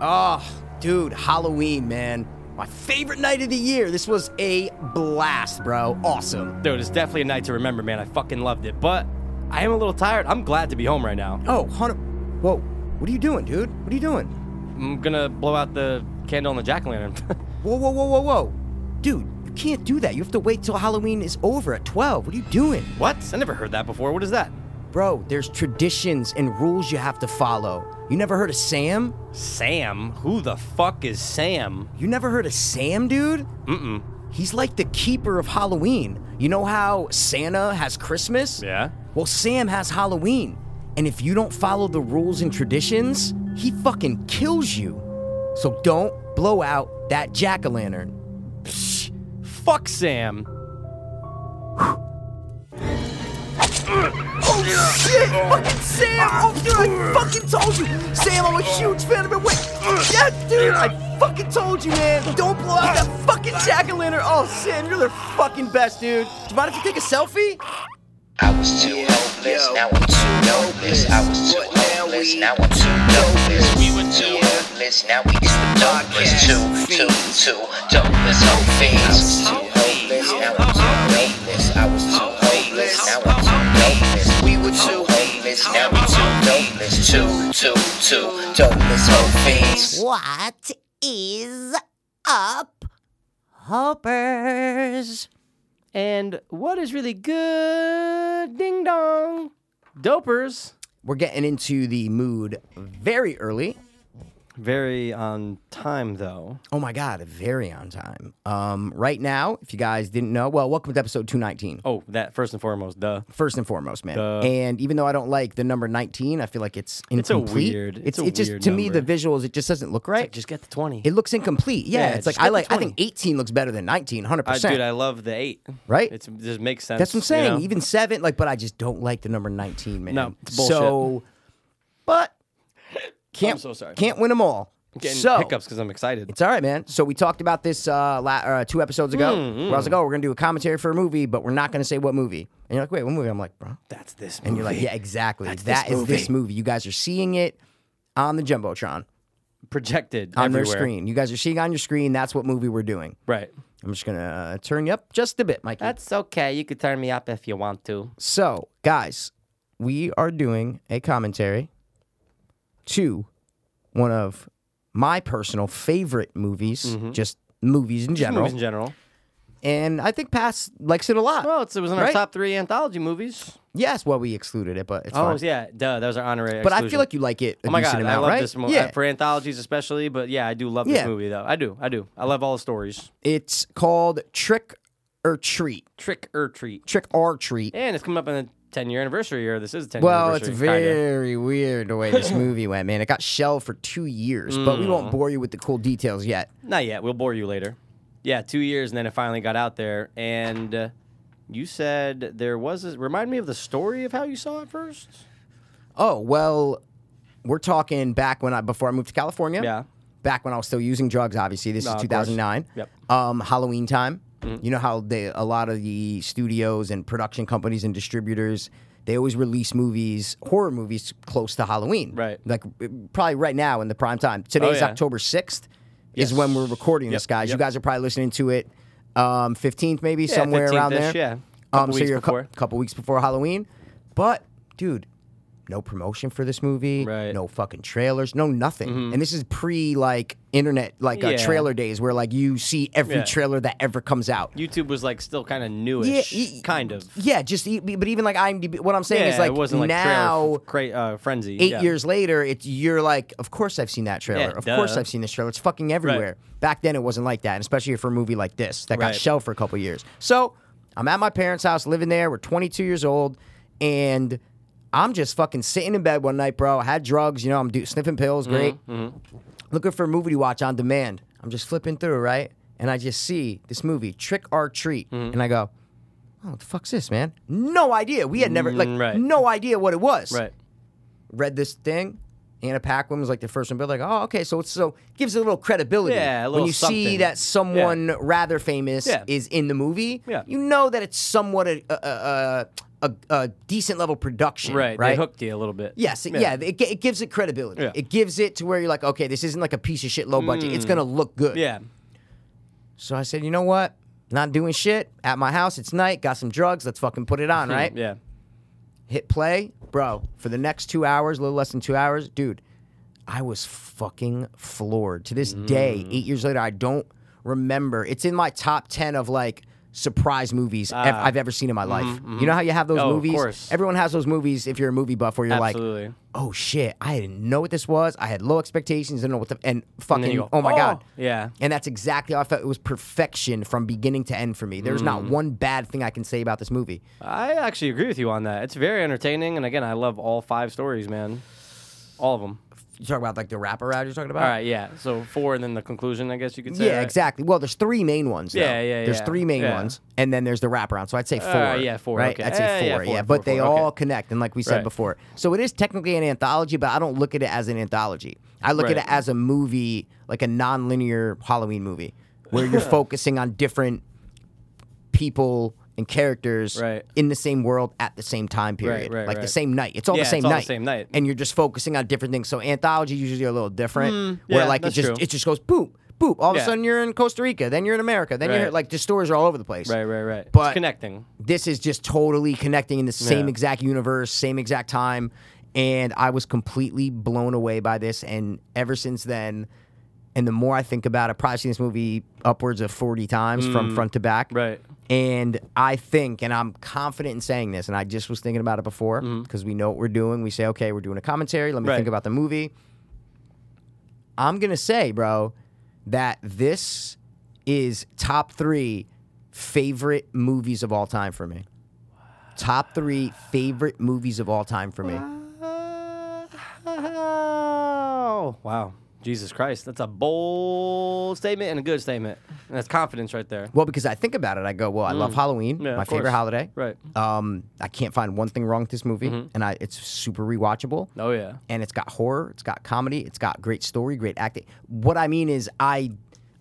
Oh, dude, Halloween, man. My favorite night of the year. This was a blast, bro. Awesome. Dude, it's definitely a night to remember, man. I fucking loved it. But I am a little tired. I'm glad to be home right now. Oh, Hunter. Whoa. What are you doing, dude? What are you doing? I'm gonna blow out the candle on the jack o' lantern. Whoa, whoa, whoa, whoa, whoa. Dude, you can't do that. You have to wait till Halloween is over at 12. What are you doing? what? I never heard that before. What is that? Bro, there's traditions and rules you have to follow. You never heard of Sam? Sam? Who the fuck is Sam? You never heard of Sam, dude? Mm-mm. He's like the keeper of Halloween. You know how Santa has Christmas? Yeah? Well, Sam has Halloween. And if you don't follow the rules and traditions, he fucking kills you. So don't blow out that jack o' lantern. Fuck Sam. Oh shit! Fucking Sam! Oh dude, I fucking told you! Sam, I'm a huge fan of it. Wait! Yeah, dude, I fucking told you, man! Don't blow out that fucking jack o' lantern! Oh, Sam, you're the fucking best, dude! Do you mind if you take a selfie? I was too hopeless, now I'm too hopeless. I was too hopeless, now I'm too hopeless. We were too hopeless, now we two dopeless. Two, two, two dopeless hope fiends. I was too hopeless, now I'm too hopeless. I was too hopeless, now I'm too hopeless. We were too hopeless, now we two dopeless. Two, two, two dopeless hope fiends. What is up, Hoppers? And what is really good? Ding dong. Dopers. We're getting into the mood very early. Very on time, though. Oh my god, very on time. Um, right now, if you guys didn't know, well, welcome to episode 219. Oh, that first and foremost, duh. First and foremost, man. Duh. And even though I don't like the number 19, I feel like it's a incomplete. weird- It's, it's a it just weird to me the number. visuals it just doesn't look right. Just get the 20. It looks incomplete. Yeah, Yeah, it's like just I get like. the I think 20. 18 looks better than 19, 100. I, percent Uh, dude, I love the eight. Right? It's, it just makes sense. That's what I'm saying. you know? Even seven, like, but I just don't like the number 19, man. No, it's bullshit. So, but can't so sorry. can't win them all. getting so hiccups because I'm excited. it's all right, man. So we talked about this uh, la- uh two episodes ago. Hmm, Where I was like, oh, we're gonna do a commentary for a movie, but we're not gonna say what movie. And you're like, wait, what movie? I'm like, bro. That's this. And you're like, yeah, exactly. That is this this movie. You guys are seeing it on the jumbotron projected on everywhere. their screen. You guys are seeing on your screen. That's what movie we're doing. Right. I'm just gonna uh, turn you up just a bit, Mikey. That's okay. You could turn me up if you want to. So, guys, we are doing a commentary to one of my personal favorite movies, just movies in general. Mm-hmm. Movies in general. And I think Pass likes it a lot. Well, it's, it was in our Right? top three anthology movies. yes, well, we excluded it, but it's Oh fine. yeah, duh. That was our honorary. But I exclusion. feel like you like it a Oh my decent god, amount, I love right? this movie Yeah. for anthologies especially. But yeah, I do love this Yeah. movie though. I do, I do. I love all the stories. It's called Trick or Treat. Trick or treat, Trick or Treat. and it's coming up on the ten year anniversary. Or this is a ten. Well, it's anniversary, kinda. very weird the way this movie went, man. It got shelved for two years, but we Mm. won't bore you with the cool details yet. not yet. We'll bore you later. Yeah, two years, and then it finally got out there. And uh, you said there was. A, remind me of the story of how you saw it first. Oh well, we're talking back when I before I moved to California. Yeah. Back when I was still using drugs, obviously. This Uh, of is course. 2009. Yep. Mm-hmm. Um, Halloween time. You know how they, a lot of the studios and production companies and distributors they always release movies, horror movies, close to Halloween. Right. Oh, Like uh, probably right now in the prime time. Today's yeah. October 6th Yes. is when we're recording Yep, this, guys. You yep. guys are probably listening to it um, 15th maybe Yeah, somewhere around 15th-ish, there. yeah. Um, Couple so weeks you're a cou- before. couple weeks before Halloween. But dude, no promotion for this movie. Right. Mm-hmm. No fucking trailers. No nothing. And this is pre like internet like uh, Yeah. trailer days where like you see every Yeah. trailer that ever comes out. YouTube was like still kind of newish, y- kind of. Yeah, just e- but even like IMDb. What I'm saying yeah, is like it wasn't like now. trailer f- cra- uh, frenzy. Eight yeah. years later, it's you're like, of course I've seen that trailer. Yeah, of course duh. I've seen this trailer. It's fucking everywhere. Back then, it wasn't like that, and especially for a movie like this that got Right. shelved for a couple years. So I'm at my parents' house, living there. We're 22 years old, and I'm just fucking sitting in bed one night, bro. I had drugs, you know. I'm do- sniffing pills, Mm-hmm, great. Looking for a movie to watch on demand. I'm just flipping through, right? And I just see this movie, Trick or Treat, Mm-hmm. and I go. Oh, what the fuck's this, man? No idea. We had never, like, Mm, right. no idea what it was Right. read this thing. Anna Paquin was like the first one, but like, oh, okay, so it's so gives it a little credibility. Yeah, a when little you see something. that someone rather famous Yeah. is in the movie, Yeah. you know that it's somewhat a, a, a, a, a decent level production. Right. Right. They hooked you a little bit. Yes, it- yeah, it, gi- it gives it credibility. Yeah. It gives it to where you're like, okay, this isn't like a piece of shit low budget. It's gonna look good. Mm. Yeah. So I said, you know what? Not doing shit at my house. It's night. Got some drugs. Let's fucking put it on, right? Yeah. Hit play, bro. For the next two hours, a little less than two hours, dude. I was fucking floored. To this day, Mm. eight years later, I don't remember. It's in my top ten of like surprise movies ev- Ah. I've ever seen in my life. You know how you have those Oh, of movies? course. Everyone has those movies if you're a movie buff where you're like, Absolutely. oh shit, I didn't know what this was. I had low expectations, didn't know what the and fucking then you go, oh my "Oh!" god. Yeah. And that's exactly how I felt. It was perfection from beginning to end for me. There's not Mm. one bad thing I can say about this movie. I actually agree with you on that. It's very entertaining, and again, I love all five stories, man. All of them. You talk about like the wrap around you're talking about? All right, yeah. So four, and then the conclusion, I guess you could say. Yeah, right? exactly. Well, there's three main ones. though. Yeah, yeah, There's yeah. three main Yeah. Uh, ones, and then there's the wraparound. So I'd say four. yeah, four, Right? okay. I'd say Yeah, yeah, four. four, but four, they four, all okay. connect, and like we said Right. before, so it is technically an anthology, but I don't look at it as an anthology. I look Right. at it as a movie, like a non-linear Halloween movie, where you're focusing on different people and characters Right. in the same world at the same time period, right, like the right. same night. It's all Yeah, the it's same all the night. same night. and you're just focusing on different things. So anthology usually are a little different, where Mm, yeah, like it that's just true. it just goes boop boop. All of a Yeah. sudden you're in Costa Rica, then you're in America, then you're Right. like the stories are all over the place. Right, right, right. But- it's connecting. This is just totally connecting in the same Yeah. exact universe, same exact time, and I was completely blown away by this. And ever since then, and the more I think about it, I've probably seen this movie upwards of forty times from front to back. Mm. Right. And I think, and I'm confident in saying this, and I just was thinking about it before because we know what we're doing. We say, okay, we're doing a commentary. Let me Mm-hmm. Right. think about the movie. I'm gonna say, bro, that this is top three favorite movies of all time for me. Top three favorite movies of all time for me. Wow. Wow. Jesus Christ. That's a bold statement and a good statement. And that's confidence right there. Well, because I think about it, I go, well, I love Halloween, Mm. Yeah, my of favorite course. holiday. Right. Mm-hmm. Um, I can't find one thing wrong with this movie, and I, it's super rewatchable. Oh, yeah. and it's got horror, it's got comedy, it's got great story, great acting. What I mean is I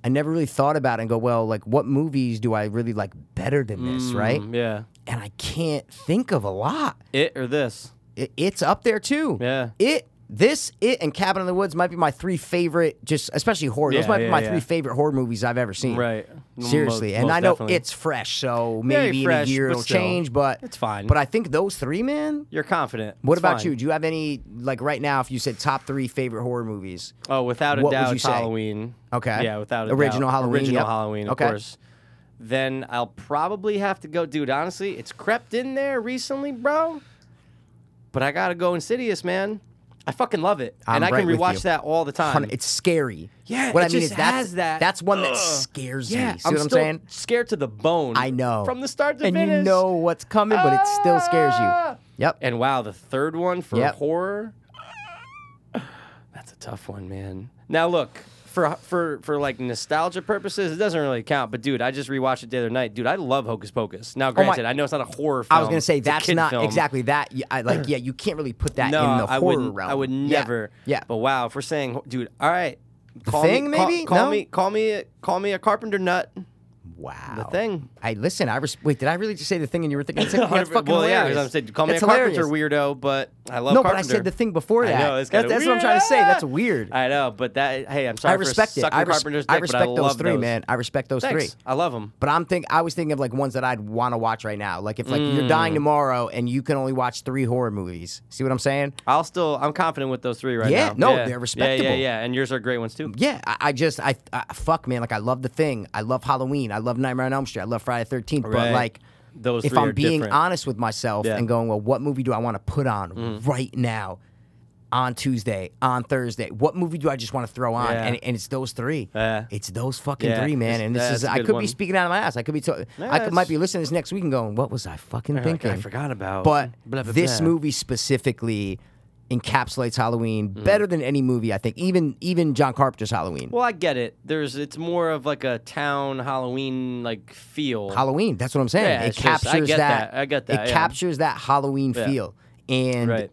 I never really thought about it and go, well, like what movies do I really like better than this, right? Mm, yeah. And I can't think of a lot. It or this. It, it's up there too. Yeah. It this it and Cabin in the Woods might be my three favorite just especially horror. Those Yeah, might be yeah, my yeah. three favorite horror movies I've ever seen. Right. Mo- Seriously, and most I know definitely. it's fresh, so Very maybe fresh, in a year but it'll still, change, but it's fine. But I think those three, man, You're confident. what It's about fine. you? Do you have any like right now? If you said top three favorite horror movies, Oh, without a What would doubt, you it's say? Halloween. Okay. Yeah, without a Original doubt. Halloween, Original yep. Halloween, of Okay. course. Then I'll probably have to go, dude. Honestly, it's crept in there recently, bro. But I gotta go Insidious, man. I fucking love it, I'm and I right can with rewatch you. that all the time. hun- it's scary. Yeah, what it I mean just is that's has that, that's one that ugh. scares yeah, me. See what I'm still saying? Scared to the bone. I know From the start to and finish. you know what's coming, but it still scares you. Ah! Yep. And wow, the third one for Yep. horror. That's a tough one, man. Now look, for for for like nostalgia purposes, it doesn't really count. But dude, I just rewatched it the other night. Dude, I love Hocus Pocus. Now, granted, I know it's not a horror film. Oh I was gonna say It's a that's kid not film. exactly that. y- I, like yeah, you can't really put that No, in the I horror would. realm. I would Yeah, never. Yeah. But wow, if we're saying, dude, all right, call Thing, me, call- maybe? Call, No? me, call me, call me a carpenter nut. wow. The thing. I listen. I res- wait. Did I really just say the thing? And you were thinking that's, that's fucking well, yeah, hilarious. because I'm saying, call me That's a carpenter hilarious. weirdo, but I love No, but I carpenter. said the thing before I that. know, it's That- kinda that's what I'm trying to say. weird. That's weird. I know, but that hey, I'm sorry. I respect for it. sucking I, res- carpenter's I dick, but respect those love three, those. man. I respect those Thanks. three. I love them. But I'm think I was thinking of like ones that I'd want to watch right now. Like if like you're dying Mm. tomorrow and you can only watch three horror movies. See what I'm saying? I'll still. I'm confident with those three right Yeah, now. no, yeah. they're Yeah, respectable. yeah, yeah. And yours are great ones too. Yeah, I, I just I, I fuck man, like I love the thing. I love Halloween. I love Nightmare on Elm Street. I love Friday the 13th. But Right. like Those if three I'm are being different. honest with myself Yeah. Mm. and going, well, what movie do I want to put on right now? On Tuesday, on Thursday, what movie do I just want to throw on? Yeah. And, and it's those three. Yeah. It's those fucking Yeah, three, man. it's- And this that's is a I good could be one. speaking out of my ass. I could be. To, I could, it's- might be listening to this next week and going, what was I fucking Like, thinking? I forgot about. But blah, blah, this blah. movie specifically encapsulates Halloween better than any movie I think. Even even John Carpenter's Halloween. Mm. Well, I get it. There's. It's more of like a town Halloween like feel. Halloween. That's what I'm saying. Yeah, it it's just- captures I get that. I get that, It yeah. captures that Halloween Yeah. feel. And Right.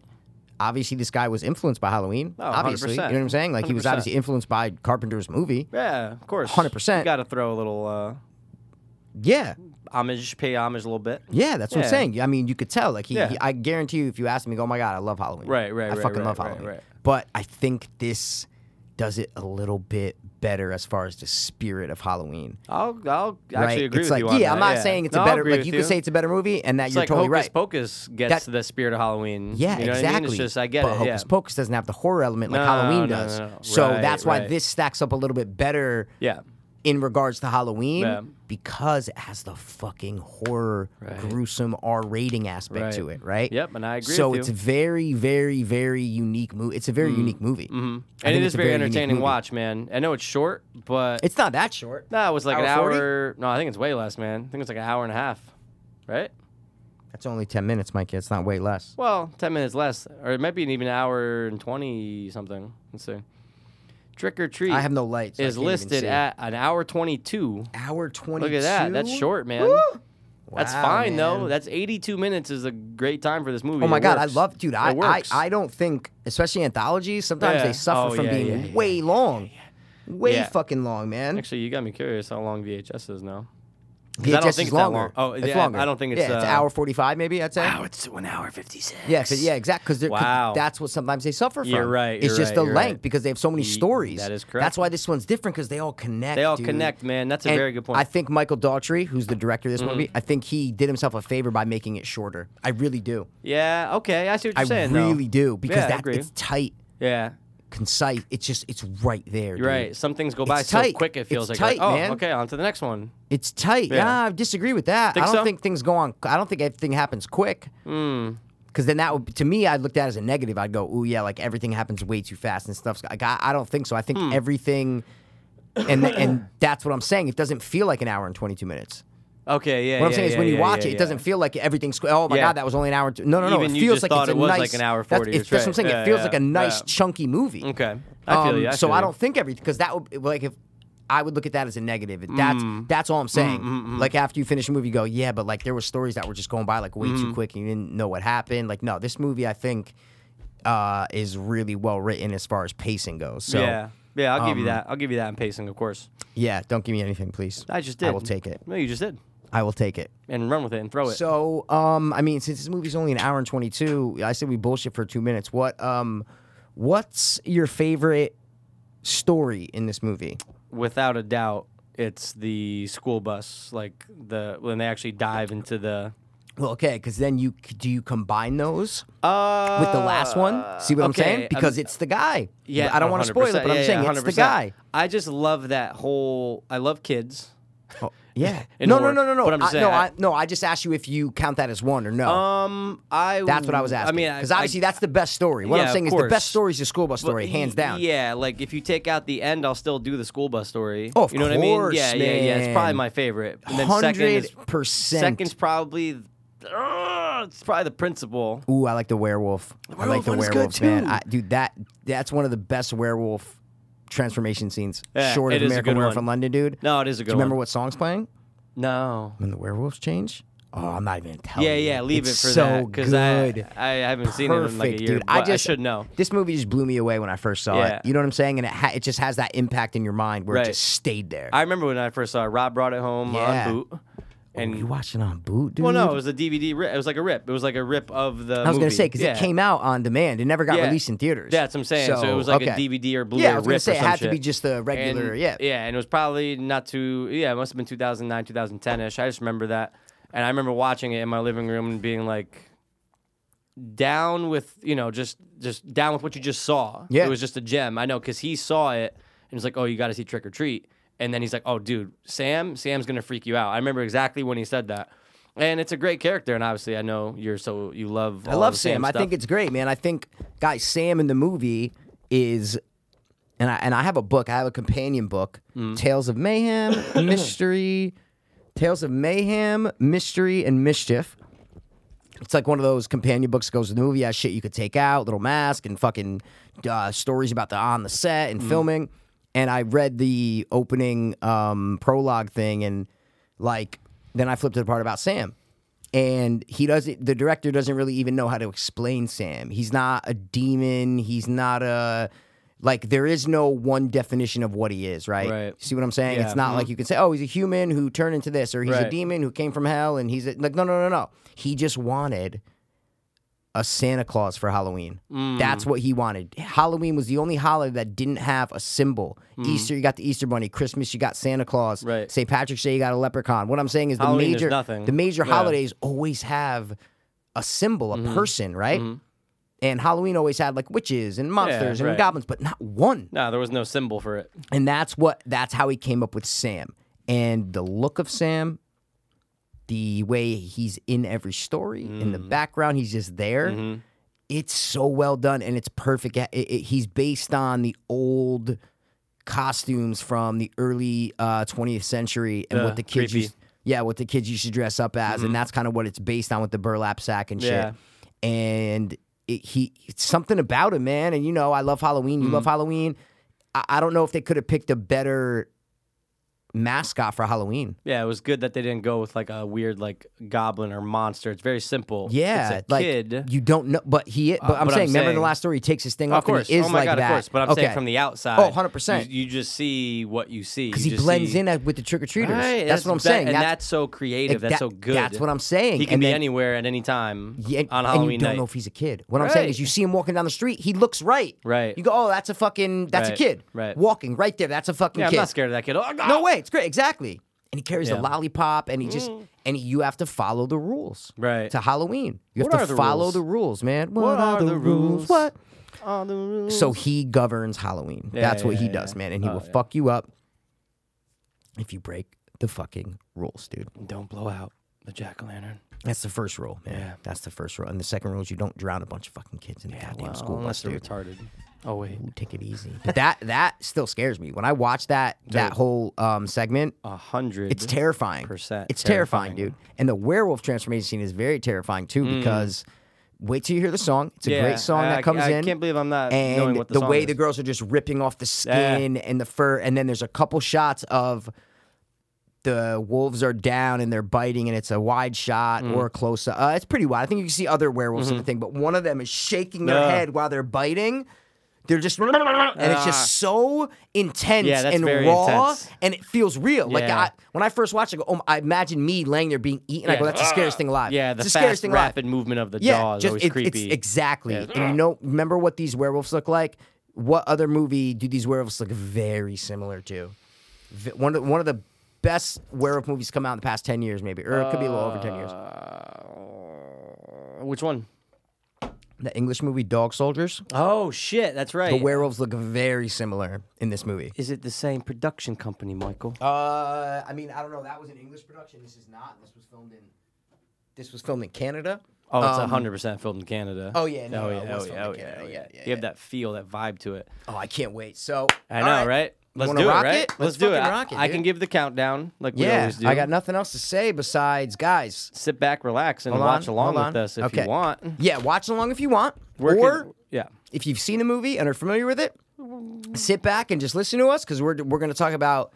obviously, this guy was influenced by Halloween. Oh, obviously, you know 100%. what I'm saying? Like he was 100%. obviously influenced by Carpenter's movie. Yeah, of course. 100%. Got to throw a little. uh Yeah, homage, pay homage a little bit. Yeah, that's what Yeah. I'm saying. I mean, you could tell. Like, he, Yeah. he- I guarantee you, if you asked him, he'd go, "Oh my god, I love Halloween. Right, right, I right, fucking right, love right, Halloween." right. But I think this does it a little bit better as far as the spirit of Halloween. I'll, I'll Right? actually agree it's with like, you yeah, on that, I'm not saying it's No, a I'll better. agree Like, with you could say it's a better movie, and that It's you're like totally Hocus right. Pocus gets That- the spirit of Halloween. Yeah, you exactly. know What I mean? It's just I get but it. Hocus yeah. Pocus doesn't have the horror element like No, no, Halloween no, does. no. So Right, that's why right. this stacks up a little bit better yeah. in regards to Halloween Yeah. because it has the fucking horror, Right. gruesome R rating aspect Right. to it, right? Yep, and I agree So with it's you. Mm. very, very, very unique movie. It's a very unique movie. Mm-hmm. And it is very entertaining watch, man. I know it's short, but It's not that short. no, it was like hour an 40? hour. No, I think it's way less, man. I think it's like an hour and a half, right? That's only ten minutes, Mike. It's not way less. Well, ten minutes less, or it might be an even hour and twenty something. Let's see. Trick or treat I have no lights. so I is can't even listed see. at an hour twenty-two. hour twenty. Look at that. That's short, man. That's Wow, fine though. man. That's 82 minutes is a great time for this movie. Oh my It god, works. I love, dude. I, It I, works. I don't think, especially anthologies, sometimes Yeah. they suffer Oh, from yeah, being yeah, yeah, way long, way Yeah. fucking long, man. Actually, you got me curious how long VHS is now. 'Cause VHS I don't is think it's longer. that long. Oh, it's yeah, longer. I don't think it's, yeah, it's uh, hour forty-five, maybe I'd say. Wow, it's an hour 56. Yeah, 'cause- yeah, exactly. Because Wow. that's what sometimes they suffer from. You're right, it's you're just right, the you're length right. because they have so many Ye- stories. that is correct. That's why this one's different because they all connect. They all dude. connect, man. That's a And very good point. Mm-hmm. I think Michael Daughtry, who's the director of this movie, I think he did himself a favor by making it shorter. I really do. yeah, okay. I see what you're I saying. though. really do because Yeah, I that agree. it's tight, Yeah, concise. It's just it's right there. you're dude. right. Some things go by It's so tight. quick it feels It's like, tight, oh, man. okay, on to the next one. It's tight. Yeah. Yeah, I disagree with that. Think I don't so? Hmm. think things go on. I don't think everything happens quick. Because then that would, to me, I looked at it as a negative. I'd go, ooh, yeah, like everything happens way too fast and stuff. Like, I, I don't think so. I think Hmm. everything, and and that's what I'm saying. It doesn't feel like an hour and 22 minutes. Okay, yeah. What I'm yeah, saying is yeah, when you yeah, watch yeah, it, yeah. it doesn't feel like everything's. squ- Oh my Yeah. God, that was only an hour. And two, no, no, no. Even it you feels just like thought it's a it was nice, like an hour that's- 40, it's- that's That's what right. I'm saying. Yeah, it feels yeah, like a nice yeah. chunky movie. Okay. I feel Um, you. I so feel I you. don't think everything because that would like if I would look at that as a negative. That's Mm. that's all I'm saying. Like after you finish a movie, you go yeah, but like there were stories that were just going by like way Mm. too quick and you didn't know what happened. Like no, this movie I think uh, is really well written as far as pacing goes. So Yeah. yeah, Yeah, I'll give Um, you that. I'll give you that in pacing, of course. don't give me anything, please. I just did. I will take it. No, you just did. I will take it. And run with it and throw it. So um, I mean, since this movie's only an hour and twenty two, I said we bullshit for two minutes. What um, what's your favorite story in this movie? without a doubt, it's the school bus. Like the when they actually dive into the Well, okay, because then you do you combine those uh, um, with the last one? See what I'm saying? Because it's the guy. I don't want to spoil it, but I'm saying it's the guy. I just love that whole. I love kids. Oh, yeah. In no, horror. no, no, no, no. But I'm just I, saying, no, I- I, no. I just asked you if you count that as one or no. Um, I. that's what I was asking. I mean, because obviously that's the best story. What Yeah, of I'm saying is the course. best story is the school bus but story, y- hands down. Yeah, like if you take out the end, I'll still do the school bus story. Oh, of you know what I mean? course, Yeah, yeah, yeah. It's man. probably my favorite. And then second is hundred percent. second's probably. Ugh, it's probably the principal. Ooh, I like the werewolf. I like werewolf the one is good, werewolf, man. too. I, dude, that that's one of the best werewolf transformation scenes. Yeah, short it of is a American good Werewolf one. in London, dude. No, it is a good Do you remember one. what song's playing? No. when the werewolves change. Oh, I'm not even telling. Yeah, you. yeah, leave It's it for so that because I, good. I haven't seen it in like a Perfect, year. dude. I but just- should know. This movie just blew me away when I first saw Yeah. it. You know what I'm saying? And it ha- it just has that impact in your mind where Right. it just stayed there. I remember when I first saw it. Rob brought it home Yeah. on boot, and Oh, you and watching on boot, dude? well, no, it was a DVD. Rip. It was like a rip. It was like a rip of the. I was movie. gonna say because yeah. it came out on demand. It never got Yeah. released in theaters. Yeah, that's what I'm saying. So, it was like a okay. DVD or Blu-ray Yeah, I was gonna rip say or it some had to be shit. just the regular. And- yeah, yeah, and it was probably not too. Yeah, it must have been 2009, 2010ish. I just remember that, and I remember watching it in my living room and being like, down with you know just just down with what you just saw. Yeah. it was just a gem. I know because he saw it and was like, oh, you got to see Trick or Treat, and then he's like, oh, dude, Sam, Sam's gonna freak you out. I remember exactly when he said that. And it's a great character, and obviously, I know you're so you love. I all love the Sam. I stuff. think it's great, man. I think, guys, Sam in the movie is, and I and I have a book. I have a companion book, Mm. Tales of Mayhem, Mystery, Tales of Mayhem, Mystery, and Mischief. It's like one of those companion books that goes with the movie. Has shit you could take out, little mask, and fucking uh, stories about the on the set and filming. And I read the opening um, prologue thing, and like then I flipped to the part about Sam, and he doesn't. The director doesn't really even know how to explain Sam. He's not a demon. He's not a Like there is no one definition of what he is, right? Right. See what I'm saying? Yeah. mm-hmm. It's not like you can say, "Oh, he's a human who turned into this," or "He's a Right. demon who came from hell," and he's a, like, "No, no, no, no." He just wanted a Santa Claus for Halloween. Mm. That's what he wanted. Halloween was the only holiday that didn't have a symbol. Easter, you got the Easter Bunny. Christmas, you got Santa Claus. Mm. Right. St. Patrick's Day, you got a leprechaun. What I'm saying is the Halloween, there's major nothing. the major Yeah. Mm-hmm. holidays always have a symbol, a person, right? And Halloween always had like witches and monsters and right. goblins, but not one. No, there was no symbol for it. And that's what that's how he came up with Sam. And the look of Sam, the way he's in every story, in the Mm. background, he's just there. Mm-hmm. It's so well done and it's perfect. It- it- he's based on the old costumes from the early uh, 20th century and Yeah, what the kids creepy. used, yeah, what the kids used to dress up as, and that's kind of what it's based on with the burlap sack and shit. Mm-hmm. Yeah. And it, he, it's something about it, man. And you know, I love Halloween. You Mm-hmm. love Halloween. I, I don't know if they could have picked a better mascot for Halloween. Yeah, it was good that they didn't go with like a weird like goblin or monster. It's very simple. Yeah, it's a like kid. you don't know, but he. But Uh, I'm but I'm saying, remember in the saying- last story, he takes his thing Of off. and course. he is oh my like god, that. of course. But I'm okay. saying from the outside. Oh, 100%. You, you just see what you see. because he just blends see- in at- with the trick or treaters. Right, That's, what I'm that- saying. and that's, that's, so creative. like, That's that- so good. that's what I'm saying. He can And be then- anywhere at any time Yeah, and on Halloween you don't night. know if he's a kid. What I'm saying is, Right. you see him walking down the street, he looks right. Right. You go, oh, that's a fucking, that's a Right, kid. right. Walking right there, that's a fucking yeah, I'm kid. not scared of that kid. Oh, God. No way, it's great, exactly. And he carries Yeah. Mm. the lollipop, and he just, and you have to follow the rules. Right. To Halloween, you What have are to the follow rules? the rules, man. What, are the rules? What? On the roof. So he governs Halloween. Yeah, That's what yeah, he yeah, does, yeah. man. And he Oh, will yeah. fuck you up if you break the fucking rules, dude. Don't blow out the jack o' lantern. That's the first rule, man. Yeah. That's the first rule. And the second rule is you don't drown a bunch of fucking kids in the goddamn school bus, unless they're dude. retarded. Oh wait. Ooh, take it easy. But that that still scares me. When I watch that that whole um, segment, A hundred. it's terrifying. Percent It's Mm-hmm. terrifying, Mm. terrifying. dude. And the werewolf transformation scene is very terrifying too because wait till you hear the song. It's a Yeah, great song I- that comes I in. can't believe I'm not knowing and what the the, song way is. the girls are just ripping off the skin and the fur, and then there's a couple shots of the wolves are down and they're biting, and it's a wide shot Mm. or a close up. Uh, it's pretty wide. I think you can see other werewolves in the thing, but one of them is shaking their Mm-hmm. Yeah. head while they're biting. They're just and it's Ah. just so intense Yeah, that's and very raw, intense. and it feels real. Like Yeah. I, when I first watched, it, I go, "Oh, my- I imagine me laying there being eaten." I Yeah. go, "That's the scariest thing alive." Yeah, the it's fast, scariest thing alive rapid movement of the jaw is always it- creepy. It's exactly. And you know, remember what these werewolves look like? What other movie do these werewolves look very similar to? V- One of, one of the best werewolf movies come out in the past 10 years, maybe, or it could be a little over 10 years. Uh, Which one? The English movie Dog Soldiers, Oh shit, that's right. the werewolves look very similar in this movie. is it the same production company, Michael? Uh, I mean, I don't know. That was an English production. This is not. This was filmed in. This was filmed in Canada. Oh, it's Um, hundred percent filmed in Canada. Oh, yeah, no, oh no, yeah, it oh was filmed yeah, in oh, yeah, Canada, oh, yeah, yeah. yeah, You have that feel, that vibe to it. Oh, I can't wait. So I all know, right? Let's wanna do it, rock right? it? Let's, Let's do it. fucking I- rock it, I can dude. give the countdown like we Yeah, always do. I got nothing else to say besides, guys. Sit back, relax, and Hold watch on, along hold with on. us if Okay. you want. Yeah, watch along if you want. Where can- or yeah, if you've seen a movie and are familiar with it, sit back and just listen to us because we're, we're going to talk about,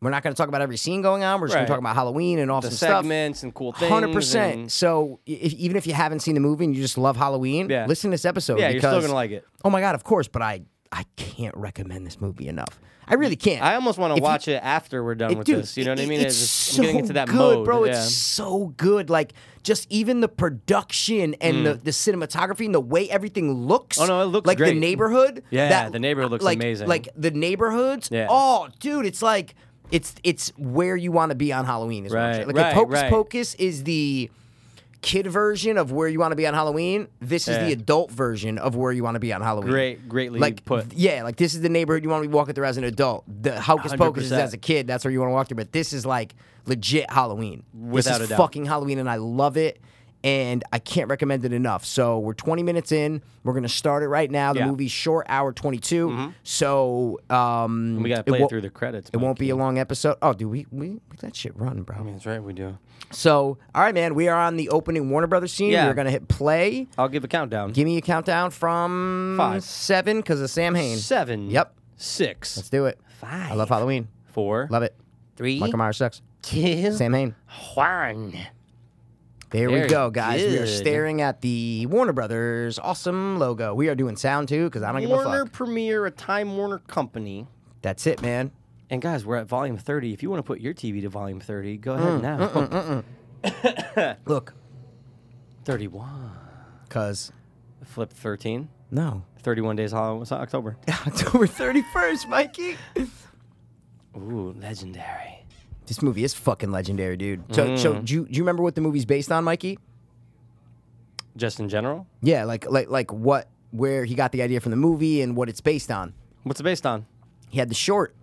we're not going to talk about every scene going on. We're just going Right. to talk about Halloween and all the some segments and cool stuff. things. 100%. and- So i- if, even if you haven't seen the movie and you just love Halloween, Yeah. listen to this episode. Yeah, you're still because- gonna like it. Oh my God, of course, but I, I can't recommend this movie enough. I really can't. I almost want If to you- watch it after we're done with Dude, this. You know what I it- mean? It's, just- so I'm getting into that good, mode, bro. yeah. It's so good. Like just even the production and the, the cinematography and the way everything looks. Mm. Oh, no, it looks like great. the neighborhood. Yeah, the neighborhood looks like- amazing. Like the neighborhoods. Yeah. Oh, dude, it's like it's it's where you want to be on Halloween. Is what I'm Right, saying. Like right, if Hocus right. Pocus is the kid version of where you want to be on Halloween. This is Yeah. the adult version of where you want to be on Halloween. Great, greatly Like put. yeah, like this is the neighborhood you want to be walking through as an adult. The Hocus Pocus is 100%. as a kid. That's where you want to walk through. But this is like legit Halloween. Without this is a doubt. fucking Halloween, and I love it. And I can't recommend it enough. So we're 20 minutes in. We're gonna start it right now. The Yeah. Mm-hmm. movie's short hour 22. So um, We gotta it play it, won't- through the credits. It won't be a long episode. Oh, dude, we we we let shit run, bro. That's right, we do. So all right, man, we are on the opening Warner Brothers scene. Yeah. We're gonna hit play. I'll give a countdown. Give me a countdown from Five. seven because of Sam Hain. Seven. Yep. Six. Let's do it. I love Halloween. Four. Love it. Three. Michael Myers sucks. two. Sam Hain. One. There we Very go, guys. We are good. staring at the Warner Brothers awesome logo. We are doing sound too because I don't give a Warner fuck. Premiere, a Time Warner company. That's it, man. And guys, we're at volume 30. If you want to put your TV to volume 30, go Mm, ahead now. Look, 31. cause Flip 13. no, 31 days Halloween it's October. October thirty first, Mikey. Ooh, legendary. This movie is fucking legendary, dude. So, Mm. so do, you, do you remember what the movie's based on, Mikey? Just in general? Yeah, like like like what where he got the idea from the movie and what it's based on. What's it based on? He had the short.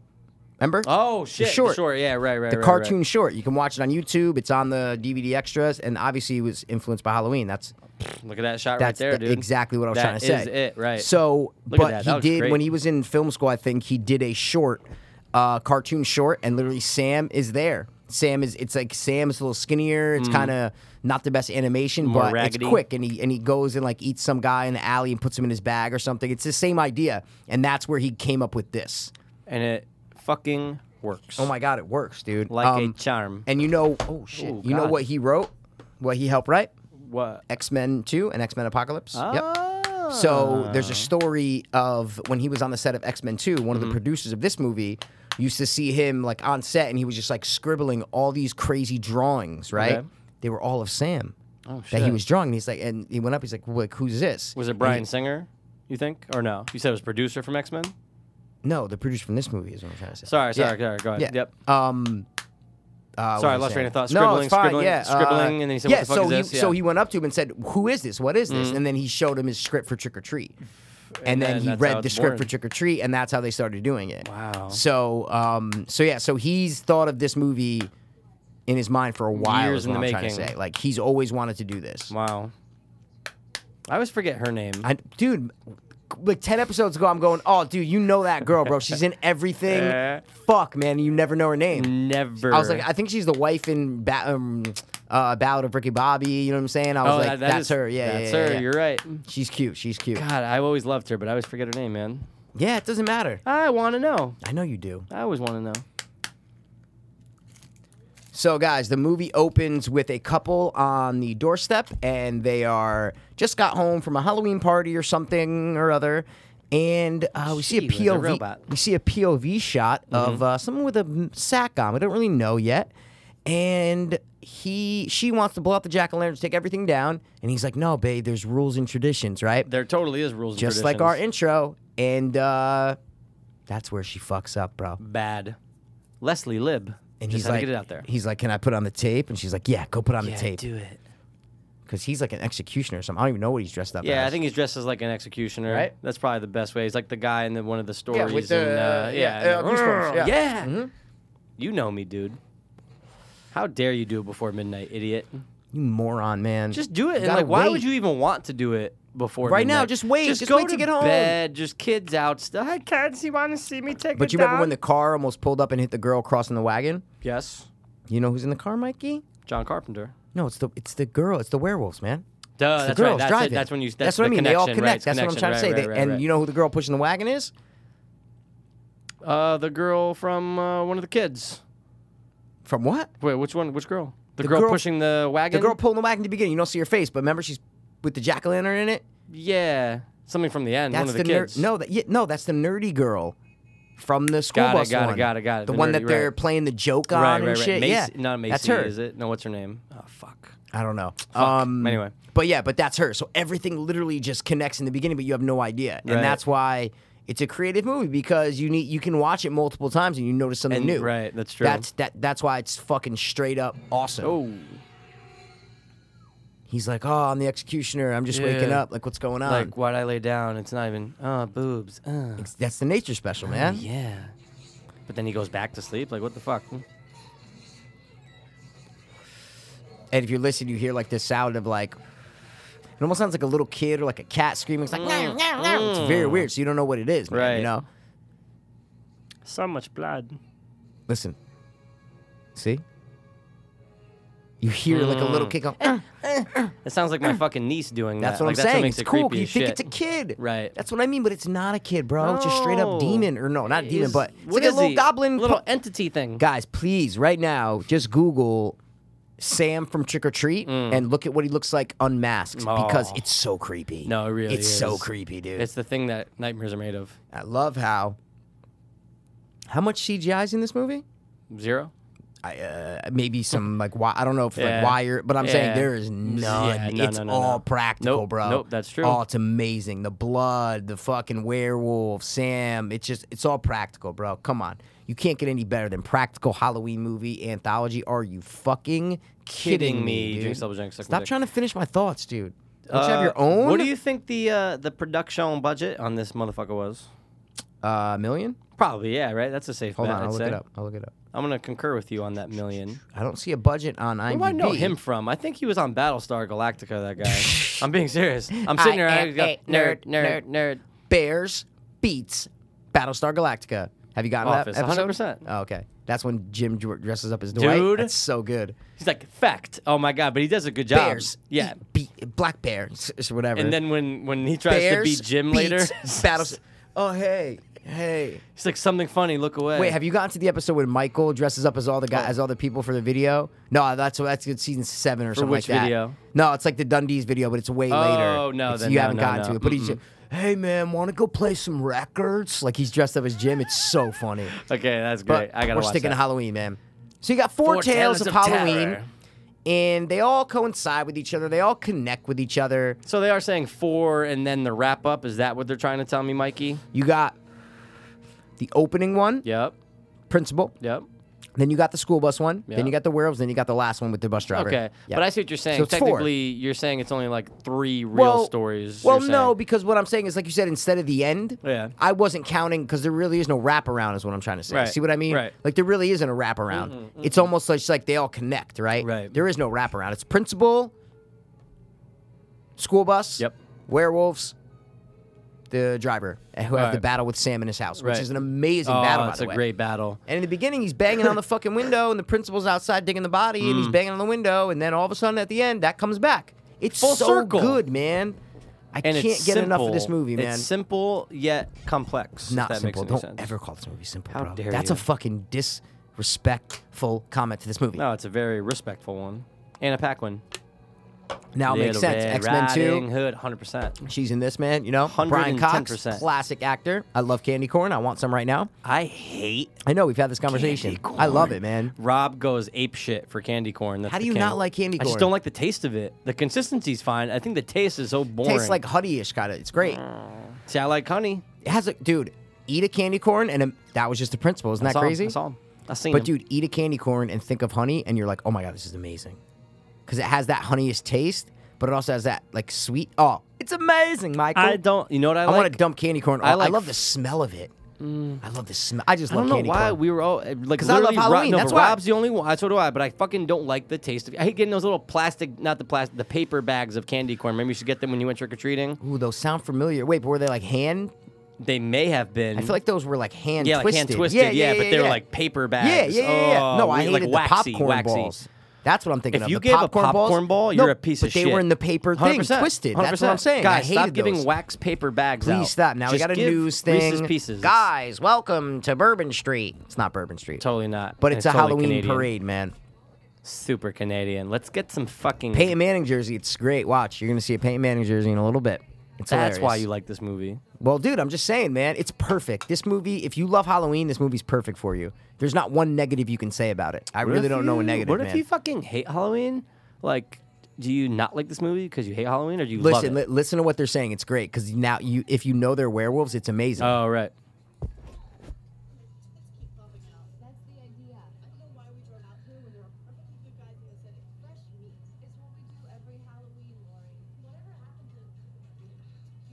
Remember? Oh, shit. the short. short. Yeah, right, right, the right, right. cartoon short. You can watch it on YouTube. It's on the DVD extras, and obviously it was influenced by Halloween. That's Look at that shot that's right there, the- dude. exactly what I was That trying to say. is it, right. So, Look at but that. he That was did great. when he was in film school. I think he did a short, uh, cartoon short, and literally Sam is there. Sam is it's like Sam is a little skinnier. It's kind of not the best animation, Mm. More but raggedy. it's quick, and he and he goes and like eats some guy in the alley and puts him in his bag or something. It's the same idea, and that's where he came up with this. and it fucking works. Oh my god, it works, dude! Like Um, a charm. And you know, oh shit, Ooh, you know God. what he wrote, what he helped write, What? X Men Two and X Men Apocalypse. Yep. Ah. So there's a story of when he was on the set of X Men 2, one Mm-hmm. of the producers of this movie used to see him like on set and he was just like scribbling all these crazy drawings, right? Okay. They were all of Sam Oh, that he shit. was drawing. And he's like, and he went up, he's like, well, like who's this? Was it Brian Singer, you think? Or no? You said it was producer from X Men? No, the producer from this movie is what I'm trying to say. Sorry, sorry, Yeah. sorry. Go ahead. Yeah. Yep. Um, uh, what Sorry, I was lost train saying? of thought. No, Scribbling, it's fine, scribbling, yeah, uh, scribbling, and then he said, yeah, what the fuck so is he, this? So Yeah. Mm-hmm. he went up to him and said, "Who is this? What is this?" And then he showed him his script for Trick or Treat, and, then then, he that's how read the it's script for born. Trick or Treat, and that's how they started doing it. Wow. So, um, so yeah, so he's thought of this movie in his mind for a while. Years is in what the I'm trying to making. say. Like he's always wanted to do this. Wow. I always forget her name. I, dude, like ten episodes ago, I'm going, "Oh, dude, you know that girl, bro? She's in everything." Yeah. Fuck, man, you never know her name. Never. I was like, I think she's the wife in ba- um, uh, Ballad of Ricky Bobby. You know what I'm saying? I was oh, like, that- that that's is- her. Yeah, that's yeah, yeah, her. yeah. You're right. She's cute. She's cute. God, I always loved her, but I always forget her name, man. Yeah, it doesn't matter. I want to know. I know you do. I always want to know. So, guys, the movie opens with a couple on the doorstep, and they are just got home from a Halloween party or something or other. And uh, we see She a was a POV. robot. Mm-hmm. We see a POV shot of uh, someone with a m- sack on. We don't really know yet. And he, she wants to blow up the jack o' lanterns, take everything down. And he's like, "No, babe, there's rules and traditions, right? There totally is rules. Just and like our traditions. intro." And uh, that's where she fucks up, bro. bad Leslie Lib. And Just he's had like, to get it out there. he's like, "Can I put on the tape?" And she's like, "Yeah, go put on Yeah, the tape." do it. because he's like an executioner or something. I don't even know what he's dressed up. Yeah, as. I think he's dressed as like an executioner. Right? That's probably the best way. He's like the guy in the, one of the stories. with the- and, uh, yeah, yeah, uh, and- Goosebumps, yeah. Yeah. You know me, dude. How dare you do it before midnight, idiot? you moron, man. Just do it. And gotta like, why would wait. you even want to do it before? Right now, midnight? just wait. Just, Just go wait to get home. Bed. Just kids out. Still, hey kids, you want to see me take? But it you remember when the down?" car almost pulled up and hit the girl crossing the wagon? yes, You know who's in the car, Mikey? John Carpenter. No, it's the it's the girl. It's the werewolves, man. It's Duh, Oh, that's the girls right. That's, driving. it. that's when you. That's, what I the mean. They all connection, connect. right, it's that's what I'm trying to say. connection, They- right, right, and right. you know who the girl pushing the wagon is? Uh, the girl from uh, one of the kids. From what? Wait, which one? Which girl? The, The girl, girl- pushing the The wagon. girl pulling the wagon at the beginning. You don't see her face, but remember she's with the jack o' lantern in it. Yeah, something from the end. That's one of the, ner- kids. no, that yeah, no, that's the nerdy girl from the school Got it, bus got it, one. got it, got it. The, The one nerdy, that they're right. playing the joke on right, and right, right. shit. Macy, yeah, not Macy. That's her. Is it? No, what's her name? Oh fuck. I don't know. Um, Anyway. but yeah, but that's her. So everything literally just connects in the beginning, but you have no idea, and Right. that's why it's a creative movie because you need you can watch it multiple times and you notice something And- new. right, that's true. That's Um, that. That's why it's fucking straight up awesome. Oh, He's like, oh, I'm the executioner. I'm just waking Yeah. up. Like, what's going on? like why'd I lay down? It's not even. Uh, boobs. Uh. that's the nature special, man. Yeah. But then he goes back to sleep. Like, what the fuck? And if you're listening, you hear like the sound of like. It almost sounds like a little kid or like a cat screaming. It's like, "Meow, meow, meow." it's very weird. So you don't know what it is, man. Mm. Right. You know. So much blood. Listen. See? You hear like a Mm. little kid go, "Eh." It sounds like my fucking niece doing that's that. what I'm like, that's saying. What makes it's it cool. creepy You as think shit. it's a kid. Right. That's what I mean, but it's not a kid, bro. It's just straight No. up demon. Or no, not It demon, is- but it's what like a is little he? goblin. little pu- entity thing. Guys, please, right now, just Google Sam from Trick or Treat Mm. and look at what he looks like unmasked because Oh. it's so creepy. No, it really it's so is. creepy, dude. It's the thing that nightmares are made of. I love how how much CGI is in this movie. Zero. I, uh, maybe some like wi- I don't know if it's Yeah. like wire, but I'm saying Yeah. there is Yeah, none. no, it's no, no, all no. practical, Nope, bro. nope, that's true. Oh, it's amazing. The blood, the fucking werewolf, Sam. It's just it's all practical, bro. Come on, you can't get any better than practical Halloween movie anthology. Are you fucking kidding, Kidding me. dude? Drink double drink, suck my Stop dick. trying to finish my thoughts, dude. Don't you have your Uh, own? What do you think the uh, the production budget on this motherfucker was? Uh, million? Probably, yeah, right. That's a safe Hold bet. on, I'd I'll look say. it up. I'll look it up. I'm gonna concur with you on that million. I don't see a budget on IMDb. Where do I know him from? I think he was on Battlestar Galactica. That guy. I'm being serious. I'm sitting there. I I am go, a nerd, nerd, nerd. Bears beats Battlestar Galactica. Have you gotten Office, that episode? 100%. Oh, okay, that's when Jim dr- dresses up as Dwight. Dude. that's so good. He's like fact. Oh my god, but he does a good job. Bears, Yeah. eat beat black bears, s- whatever. And then when when he tries Bears to beat Jim beats later, Battles. Oh hey, hey. he's like something funny. Look away. Wait, have you gotten to the episode when Michael dresses up as all the guy, Oh. as all the people for the video? No, that's that's good season seven or something which like that. video? No, it's like the Dundee's video, but it's way later. Oh, no, It's- then you no, haven't no, gotten no. to it. But he's just, hey man, want to go play some records? Like he's dressed up as Jim. It's so funny. Okay, that's great. But I gotta we're watch sticking to that. Halloween, man. So you got four, tales, of, Halloween, terror. and they all coincide with each other. They all connect with each other. So they are saying four, and then the wrap up. Is that what they're trying to tell me, Mikey? You got the opening one, Yep. principal. Yep. Then you got the school bus one. Yeah. Then you got the werewolves. Then you got the last one with the bus driver. Okay. Yeah. But I see what you're saying. So it's four. Technically, you you're saying it's only like three real well, stories. Well, you're no, saying. because what I'm saying is, like you said, instead of the end, Yeah. I wasn't counting because there really is no wraparound, is what I'm trying to say. Right, See what I mean? right. Mm-hmm, Like there really isn't a wraparound. It's almost like, just like they all connect, right? Right. There is no wraparound. It's principal, school bus, Yep. werewolves, the driver and who has the Right. battle with Sam in his house, which Right. is an amazing Oh, battle. by it's the a way. great battle. And in the beginning, he's banging on the fucking window, and the principal's outside digging the body, and Mm. he's banging on the window, and then all of a sudden at the end, that comes back. It's Full so circle. good, man. I And can't get it's enough of this simple. movie, man. It's simple yet complex. if Not that simple. Makes Don't any sense. ever call this movie simple, How bro. dare That's a you. fucking disrespectful comment to this movie. No, it's a very respectful one. Anna Paquin. now it makes Little sense. Red X Men Riding Two. Hood, 100%. She's in this, man. You know, Brian Cox, 110%. classic actor. I love candy corn. I want some right now. I hate I know we've had this conversation. I love it, man. Rob goes ape shit for candy corn. That's How do the you king. not like candy I corn? just don't like the taste of it. The consistency's fine. I think the taste is so boring. Mm. Tastes like honey-ish kind of. It's great. see, I like honey. It has a dude eat a candy corn and a, that was just the principle. Isn't I that saw 'em. crazy? I saw 'em. I seen But 'em. dude, eat a candy corn and think of honey, and you're like, oh my god, this is amazing, because it has that honeyest taste, but it also has that like sweet. Oh, it's amazing, Michael. I don't. You know what I, I like? want to dump candy corn. I I, I like love the f- smell of it. I love the smell. I just I love don't know candy why corn. we were all eh, like 'Cause I love literally Rob- Halloween, no, that's but why. Rob's the only one. So do I. But I fucking don't like the taste of. I hate getting those little plastic, not the plastic, the paper bags of candy corn. Maybe you should get them when you went trick or treating. Ooh, those sound familiar. Wait, but were they like hand? They may have been. I feel like those were like hand Mm. yeah, like twisted. hand twisted. Yeah, but they were like paper bags. Yeah, yeah, yeah. yeah. Oh, no, I we- hated like the waxy, popcorn waxy. balls. That's what I'm thinking If of. you the gave a popcorn popcorn balls, ball, no, you're a piece but of They shit. were in the paper thing, 100%. twisted. That's what I'm 100%. saying. I Guys, hated stop giving those. wax paper bags Please out. stop. Now we Just got a give news thing. Reese's Pieces. Guys, welcome to Bourbon Street. It's not Bourbon Street. Totally not. But And it's a totally Halloween Canadian. parade, man. Super Canadian. Let's get some fucking. Peyton Manning jersey. It's great. Watch. You're going to see a Peyton Manning jersey in a little bit. It's That's why hilarious. you like this movie. Well, dude, I'm just saying, man, it's perfect. This movie, if you love Halloween, this movie's perfect for you. There's not one negative you can say about it. I What really if don't know a you- negative. What if man. you fucking hate Halloween? Like, do you not like this movie because you hate Halloween, or do you love listen? it? Li- listen to what they're saying. It's great because now you, if you know they're werewolves, it's amazing. oh right. That's the idea. I don't know why we drove out here when there are perfectly good guys in the city. Fresh meat is what we do every Halloween, Lori. Whatever happened to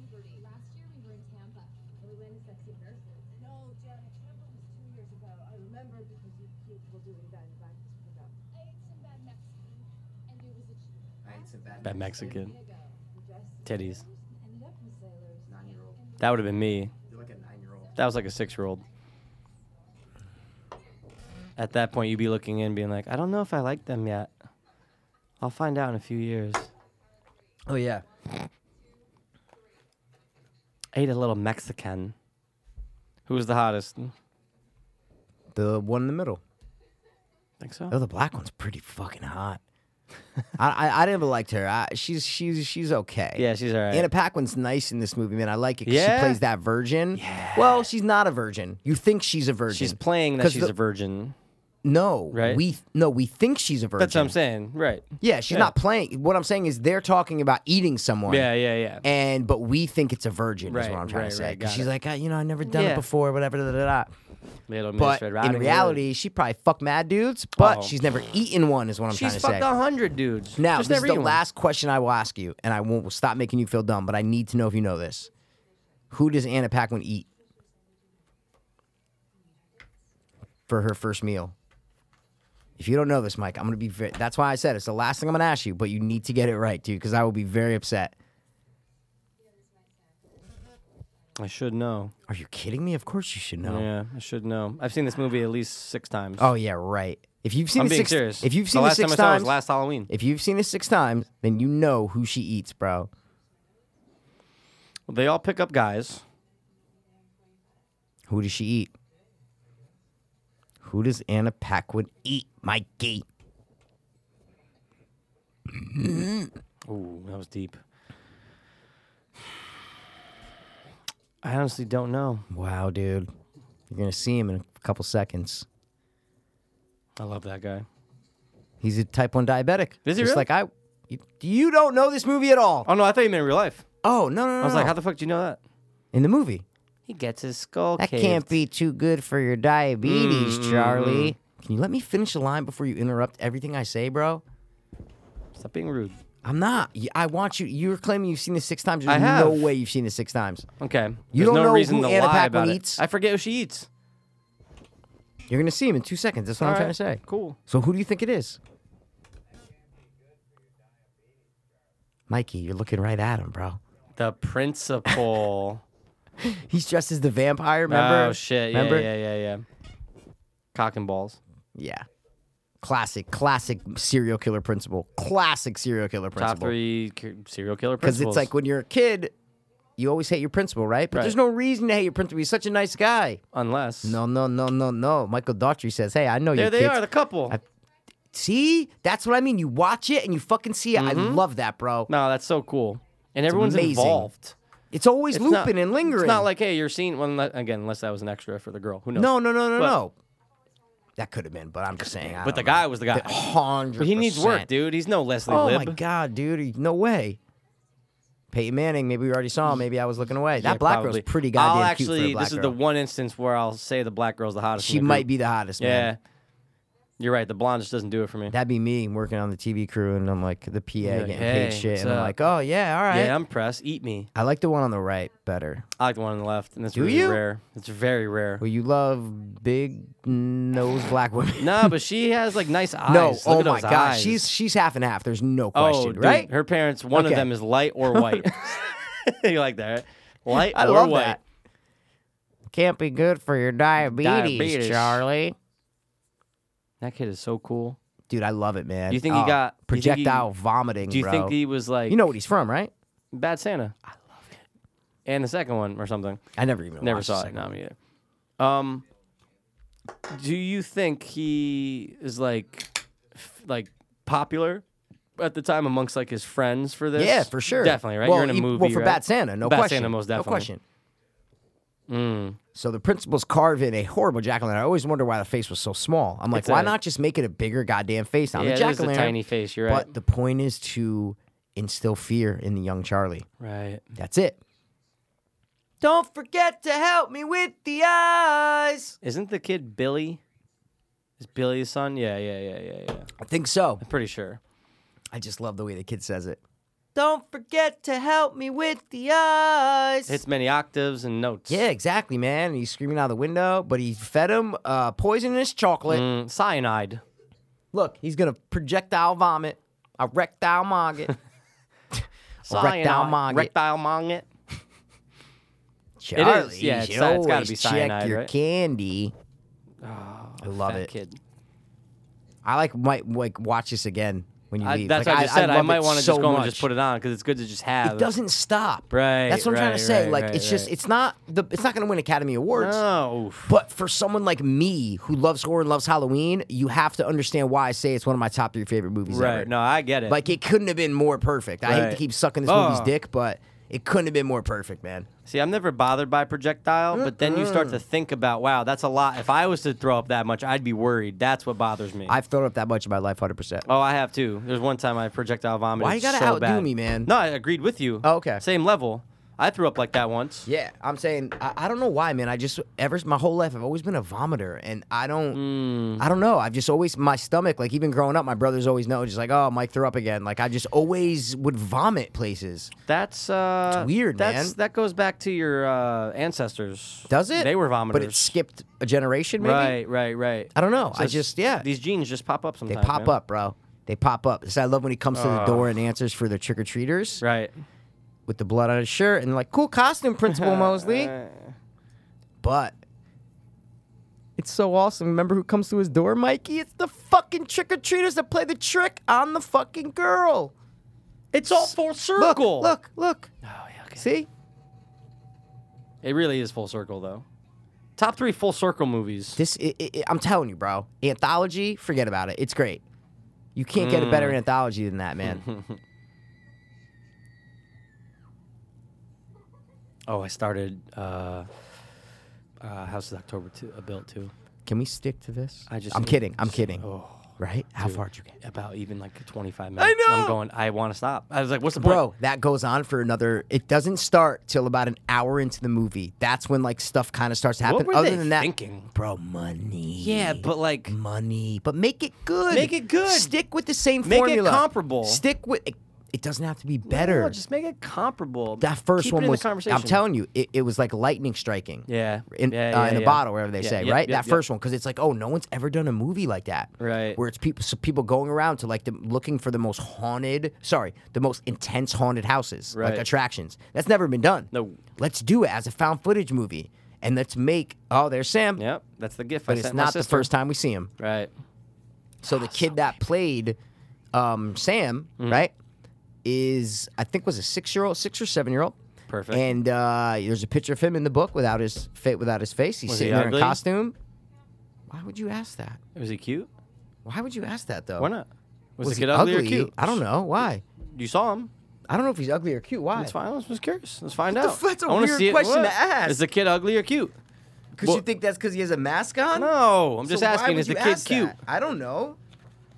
puberty? Last year we were in Tampa and we went to Sexy Nurses. No, Jen, Tampa was two years ago. I remember because you cute people doing that in back to I ate some bad Mexican and it was a cheat. That Mexican ago. We dressed as titties. sailors and ended up as sailors. That would have been me. That was like a six-year-old. At that point, you'd be looking in, being like, I don't know if I like them yet. I'll find out in a few years. Oh, yeah. Ate a little Mexican. Who was the hottest? The one in the middle. Think so. Oh, the black one's pretty fucking hot. I, I I never liked her. I, she's she's she's okay. Yeah, she's all right. Anna Paquin's nice in this movie, man. I like it. 'cause Yeah? She plays that virgin. Well, she's not a virgin. You think she's a virgin. she's playing that 'Cause she's the- a virgin. No, Right? We no, we think she's a virgin. That's what I'm saying. Right. Yeah, she's not playing. What I'm saying is they're talking about eating someone. Yeah, yeah, yeah. And but we think it's a virgin is Right, what I'm trying right, to say. right, 'Cause got she's it. like, "Ah, you know, I've never done Yeah. it before, whatever. Da, da, da, da. Little Miss But Red in Riding Hood. reality, she probably fucked mad dudes, but Oh. she's never eaten one. Is what I'm she's trying fucked to say. a hundred dudes. Now, Just this never is the eaten one. last question I will ask you, and I won't stop making you feel dumb, but I need to know if you know this. Who does Anna Paquin eat for her first meal? If you don't know this, Mike, I'm gonna be. Very, that's why I said it's the last thing I'm gonna ask you, but you need to get it right, dude, because I will be very upset. I should know. Are you kidding me? Of course you should know. Yeah, I should know. I've seen this movie at least six times. Oh yeah, right. If you've seen I'm it being six, serious. if you've seen the it last six time I saw it was times, last Halloween. if you've seen it six times, then you know who she eats, bro. They all pick up guys. Who does she eat? Who does Anna Paquin eat, Mikey? Ooh, that was deep. I honestly don't know. Wow, dude. You're going to see him in a couple seconds. I love that guy. He's a type 1 diabetic. Is he Just really? like I. You, you don't know this movie at all. Oh no, I thought you meant in real life. Oh, no, no, no. I was like, how the fuck do you know that? in the movie. He gets his skull That can't be too good for your diabetes, Hmm. Charlie. Can you let me finish the line before you interrupt everything I say, bro? Stop being rude. I'm not. You- I want you. You're claiming you've seen this six times. I There's no have. way you've seen this six times. Okay. You There's don't no know reason who to Anna lie Paquin about it. eats? I forget who she eats. You're going to see him in two seconds. That's what I'm All trying right, to say. Cool. So who do you think it is? Mikey, you're looking right at him, bro. The principal. He's dressed as the vampire, remember? Oh shit. Yeah, Remember? yeah, yeah, yeah. Cock and balls. Yeah. Classic, classic serial killer principle. Classic serial killer principle. Top three c- serial killer Because principals. it's like when you're a kid, you always hate your principal, right? But Right. there's no reason to hate your principal. He's such a nice guy. unless No, no, no, no, no. Michael Daughtry says, "Hey, I know there your they kids." are, the couple. I- See, that's what I mean. You watch it and you fucking see it. I love that, bro. Mm-hmm. no, that's so cool. And everyone's amazing. involved. It's always It's not- looping and lingering. It's not like hey, you're seeing well, unle- again, unless that was an extra for the girl. Who knows? No, no, no, no, But- no. That could have been, but I'm just saying. I But the don't know. guy was the guy. hundred. But he needs work, dude. He's no Leslie Oh Lib. my god, dude! No way. Peyton Manning. Maybe we already saw him. Maybe I was looking away. That Yeah, black probably. girl's pretty goddamn I'll actually, cute for a black this is girl. the one instance where I'll say the black girl's the hottest. in She the might group. be the hottest. Yeah, Man. you're right. The blonde just doesn't do it for me. That'd be me working on the TV crew, and I'm like the PA like, getting "Hey, paid shit, what's and I'm up?" like, oh yeah, all right. yeah, I'm pressed. Eat me. I like the one on the right better. I like the one on the left, and it's Do really you? rare. It's very rare. Well, you love big nose black women. nah, but she has like nice eyes. no, Look oh at my those god, eyes. she's she's half and half. There's no oh, question, dude, right? Her parents, one Okay. of them is light or white. you like that? Right? Light I or love white. that. Can't be good for your diabetes, Diabetes. Charlie. That kid is so cool. Dude, I love it, man. Oh, You think he got- you think he- projectile vomiting? Do you bro. think he was like You know what he's from, right? Bad Santa? I love it. And the second one or something. I never even Never watched the saw it. second No, me either. Um, do you think he is like, f- like popular at the time amongst like his friends for one. this? Yeah, for sure. Definitely, right? Well, You're in a e- movie. Well, for right? Bad Santa, no Bad question. Santa, most No definitely. Mm. question. So the principal's carve in a horrible jack o' lantern. I always wonder why the face was so small. I'm like, It's why a- not just make it a bigger goddamn face on Yeah, the it jack is o' a lantern? tiny face. You're right. But the point is to instill fear in the young Charlie. right. That's it. Don't forget to help me with the eyes. Isn't the kid Billy? Is Billy his son? Yeah, yeah, yeah, yeah, yeah. I think so. I'm pretty sure. I just love the way the kid says it. Don't forget to help me with the eyes. Hits many octaves and notes. yeah, exactly, man. And he's screaming out the window, but he fed him uh, poisonous chocolate. Mm, cyanide. Look, he's gonna projectile vomit, erectile maggot. Cyanide. Rectile maggot. Rectile maggot. Charlie, yeah, you it's- should it's gotta be always cyanide, check your right? Oh, candy. I love Fat it. Kid. I like might like watch this again when you I, leave. that's Like, what I just said. I, love might it want to so just go much. and just put it on because it's good to just have. It doesn't stop. Right, That's what I'm trying right, to say. right, like right, it's just right. it's not the it's not going to win Academy Awards. No. oof. But for someone like me who loves horror and loves Halloween, you have to understand why I say it's one of my top three favorite movies ever. Right. No, I get it. Like it couldn't have been more perfect. I hate to Right. keep sucking this movie's Oh. dick, but it couldn't have been more perfect, man. See, I'm never bothered by projectile, but then you start to think about, wow, that's a lot. If I was to throw up that much, I'd be worried. That's what bothers me. I've thrown up that much in my life, hundred percent. oh, I have too. There's one time I projectile vomited. Why you gotta so outdo bad. me, man? No, I agreed with you. Oh, okay. Same level. I threw up like that once. Yeah, I'm saying I, I don't know why, man. I just ever my whole life I've always been a vomiter, and I Mm. Hmm, don't, I don't know. I've just always my stomach, like even growing up, my brothers always know, just like oh Mike threw up again. Like I just always would vomit places. That's uh, It's weird, that's, man. That goes back to your uh, ancestors. Does it? They were vomiters. but it skipped a generation, maybe. Right, right, right. I don't know. I it's- just yeah, These genes just pop up they sometimes. pop man. up, bro. They pop up. So I love when he comes to the door and answers for the trick or treaters Right. with the blood on his shirt and like cool costume, Principal Mosley. But it's so awesome. Remember who comes to his door, Mikey? It's the fucking trick or treaters that play the trick on the fucking girl. It's all full Look, circle. look, look. Oh, yeah, okay. See? It really is full circle, though. Top three full circle movies. This, i i i- I'm telling you, bro. Anthology, forget about it. It's great. You can't get a Mm. better anthology than that, man. Oh, I started uh, uh, House of October two, uh, built too. Can we stick to this? I just I'm kidding. I'm kidding. Oh, Right? How far'd you get? about even like 25 minutes. and know! I'm going. I want to stop. I was like, what's the point? Bro, that goes on for another. It doesn't start till about an hour into the movie. That's when like stuff kind of starts to happen. were Other they than that, thinking? bro, money. Yeah, but like, money, but make it good. Make it good. Stick with the same Make it formula. comparable. Stick with. It, it doesn't have to be better. no, just make it comparable. that first Keep it one in the was. conversation. I'm telling you, it, it was like lightning striking. Yeah. In, yeah, uh, yeah, in a yeah. bottle, whatever they Yeah, say, yep, right? yep, that yep. first one, because it's like, oh, no one's ever done a movie like that, Right. Where it's people, so people going around to like the, looking for the most haunted, sorry, the most intense haunted houses, like Right. attractions. That's never been done. No. let's do it as a found footage movie, and let's make. Oh, there's Sam. Yep. That's the gift. But I it's sent my not the sister. first time we see him. Right. So the kid that played um, Sam, Mm-hmm. right, is I think was a six year old, six or seven year old. Perfect. And uh, there's a picture of him in the book without his fit, without his face. He's Was he sitting there ugly? in costume. Why would you ask that? Was he cute? Why would you ask that though? Why not? Was, Oh. Was the he kid ugly, ugly? or cute? I don't know. Why? You saw him. I don't know if he's ugly or cute. Why? That's fine. I was just curious. Let's find What the out. f- that's a I wanna weird see it. question to What? ask. Is the kid ugly or cute? Because Well- you think that's because he has a mask on? No, I'm So just why asking. would Is the you kid ask cute? that? I don't know.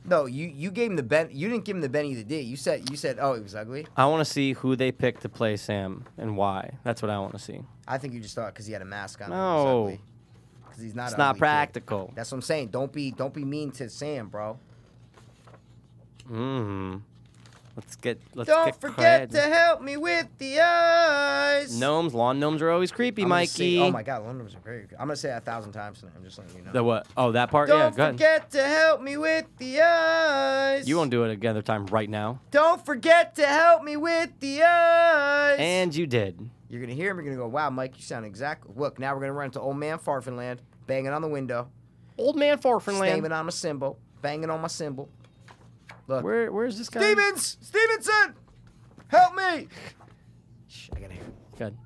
No, you you gave him the ben. You didn't give him the Benny the D. You said you said oh he was ugly. I want to see who they picked to play Sam and why. That's what I want to see. I think you just thought because he had a mask on. No. because he's not. It's an not ugly kid. practical. That's what I'm saying. Don't be don't be mean to Sam, bro. Mm. Let's get. Let's don't get forget cred. to help me with the eyes. Gnomes, lawn gnomes are always creepy, I'm gonna Mikey. say- oh my God, London's are very good. I'm gonna say that a thousand times tonight. I'm just letting you know. The what? Oh, that part. don't yeah, go ahead. forget to help me with the eyes. You won't do it another time right now. Don't forget to help me with the eyes. And you did. You're gonna hear him. You're gonna go, "Wow, Mike, you sound exactly." Look, now we're gonna run into old man Farfinland, banging on the window, Old man stamping Farfinland. on my cymbal, banging on my cymbal. Look, Where? Where's this guy? Stevens, Stevenson, help me! Shh, I gotta hear. him. Good.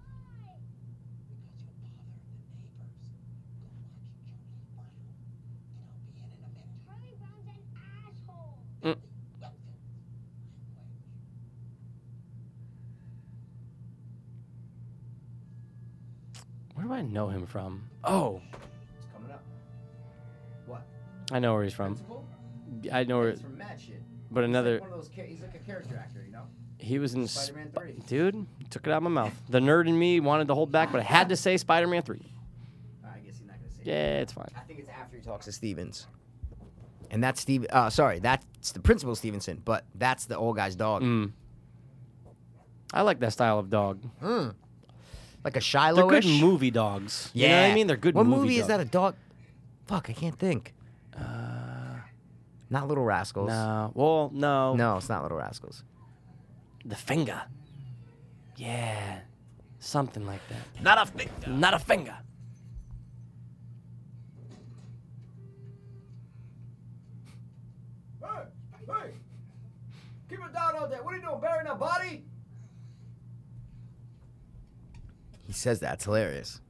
Charlie Brown's an asshole. Where do I know him from? Oh, It's coming up. What? I know where he's from. Principal? I know where. It's from Mad Shit. But another. He's like one of those. cha- He's like a character actor, you know. He was in. Sp- Spider-Man Three. Dude, took it out of my mouth. The nerd in me wanted to hold back, but I had to say Spider Man 3. Uh, I guess he's not gonna say. it. Yeah, it's fine. I think it's after he talks to Stevens. And that's Steve. Uh, sorry, that's the principal Stevenson, but that's the old guy's dog, Mm. I like that style of dog. like a They're Shiloh. good movie dogs. You know what I mean? They're good What movie movie is that? dogs. A dog? Fuck, I can't think. not Little Rascals. Uh, No. Well, no. No, it's not Little Rascals. The finger. Yeah. Something like that. Not a finger. Not a finger. were down all day. What are you doing? Burying a body? He says that's hilarious.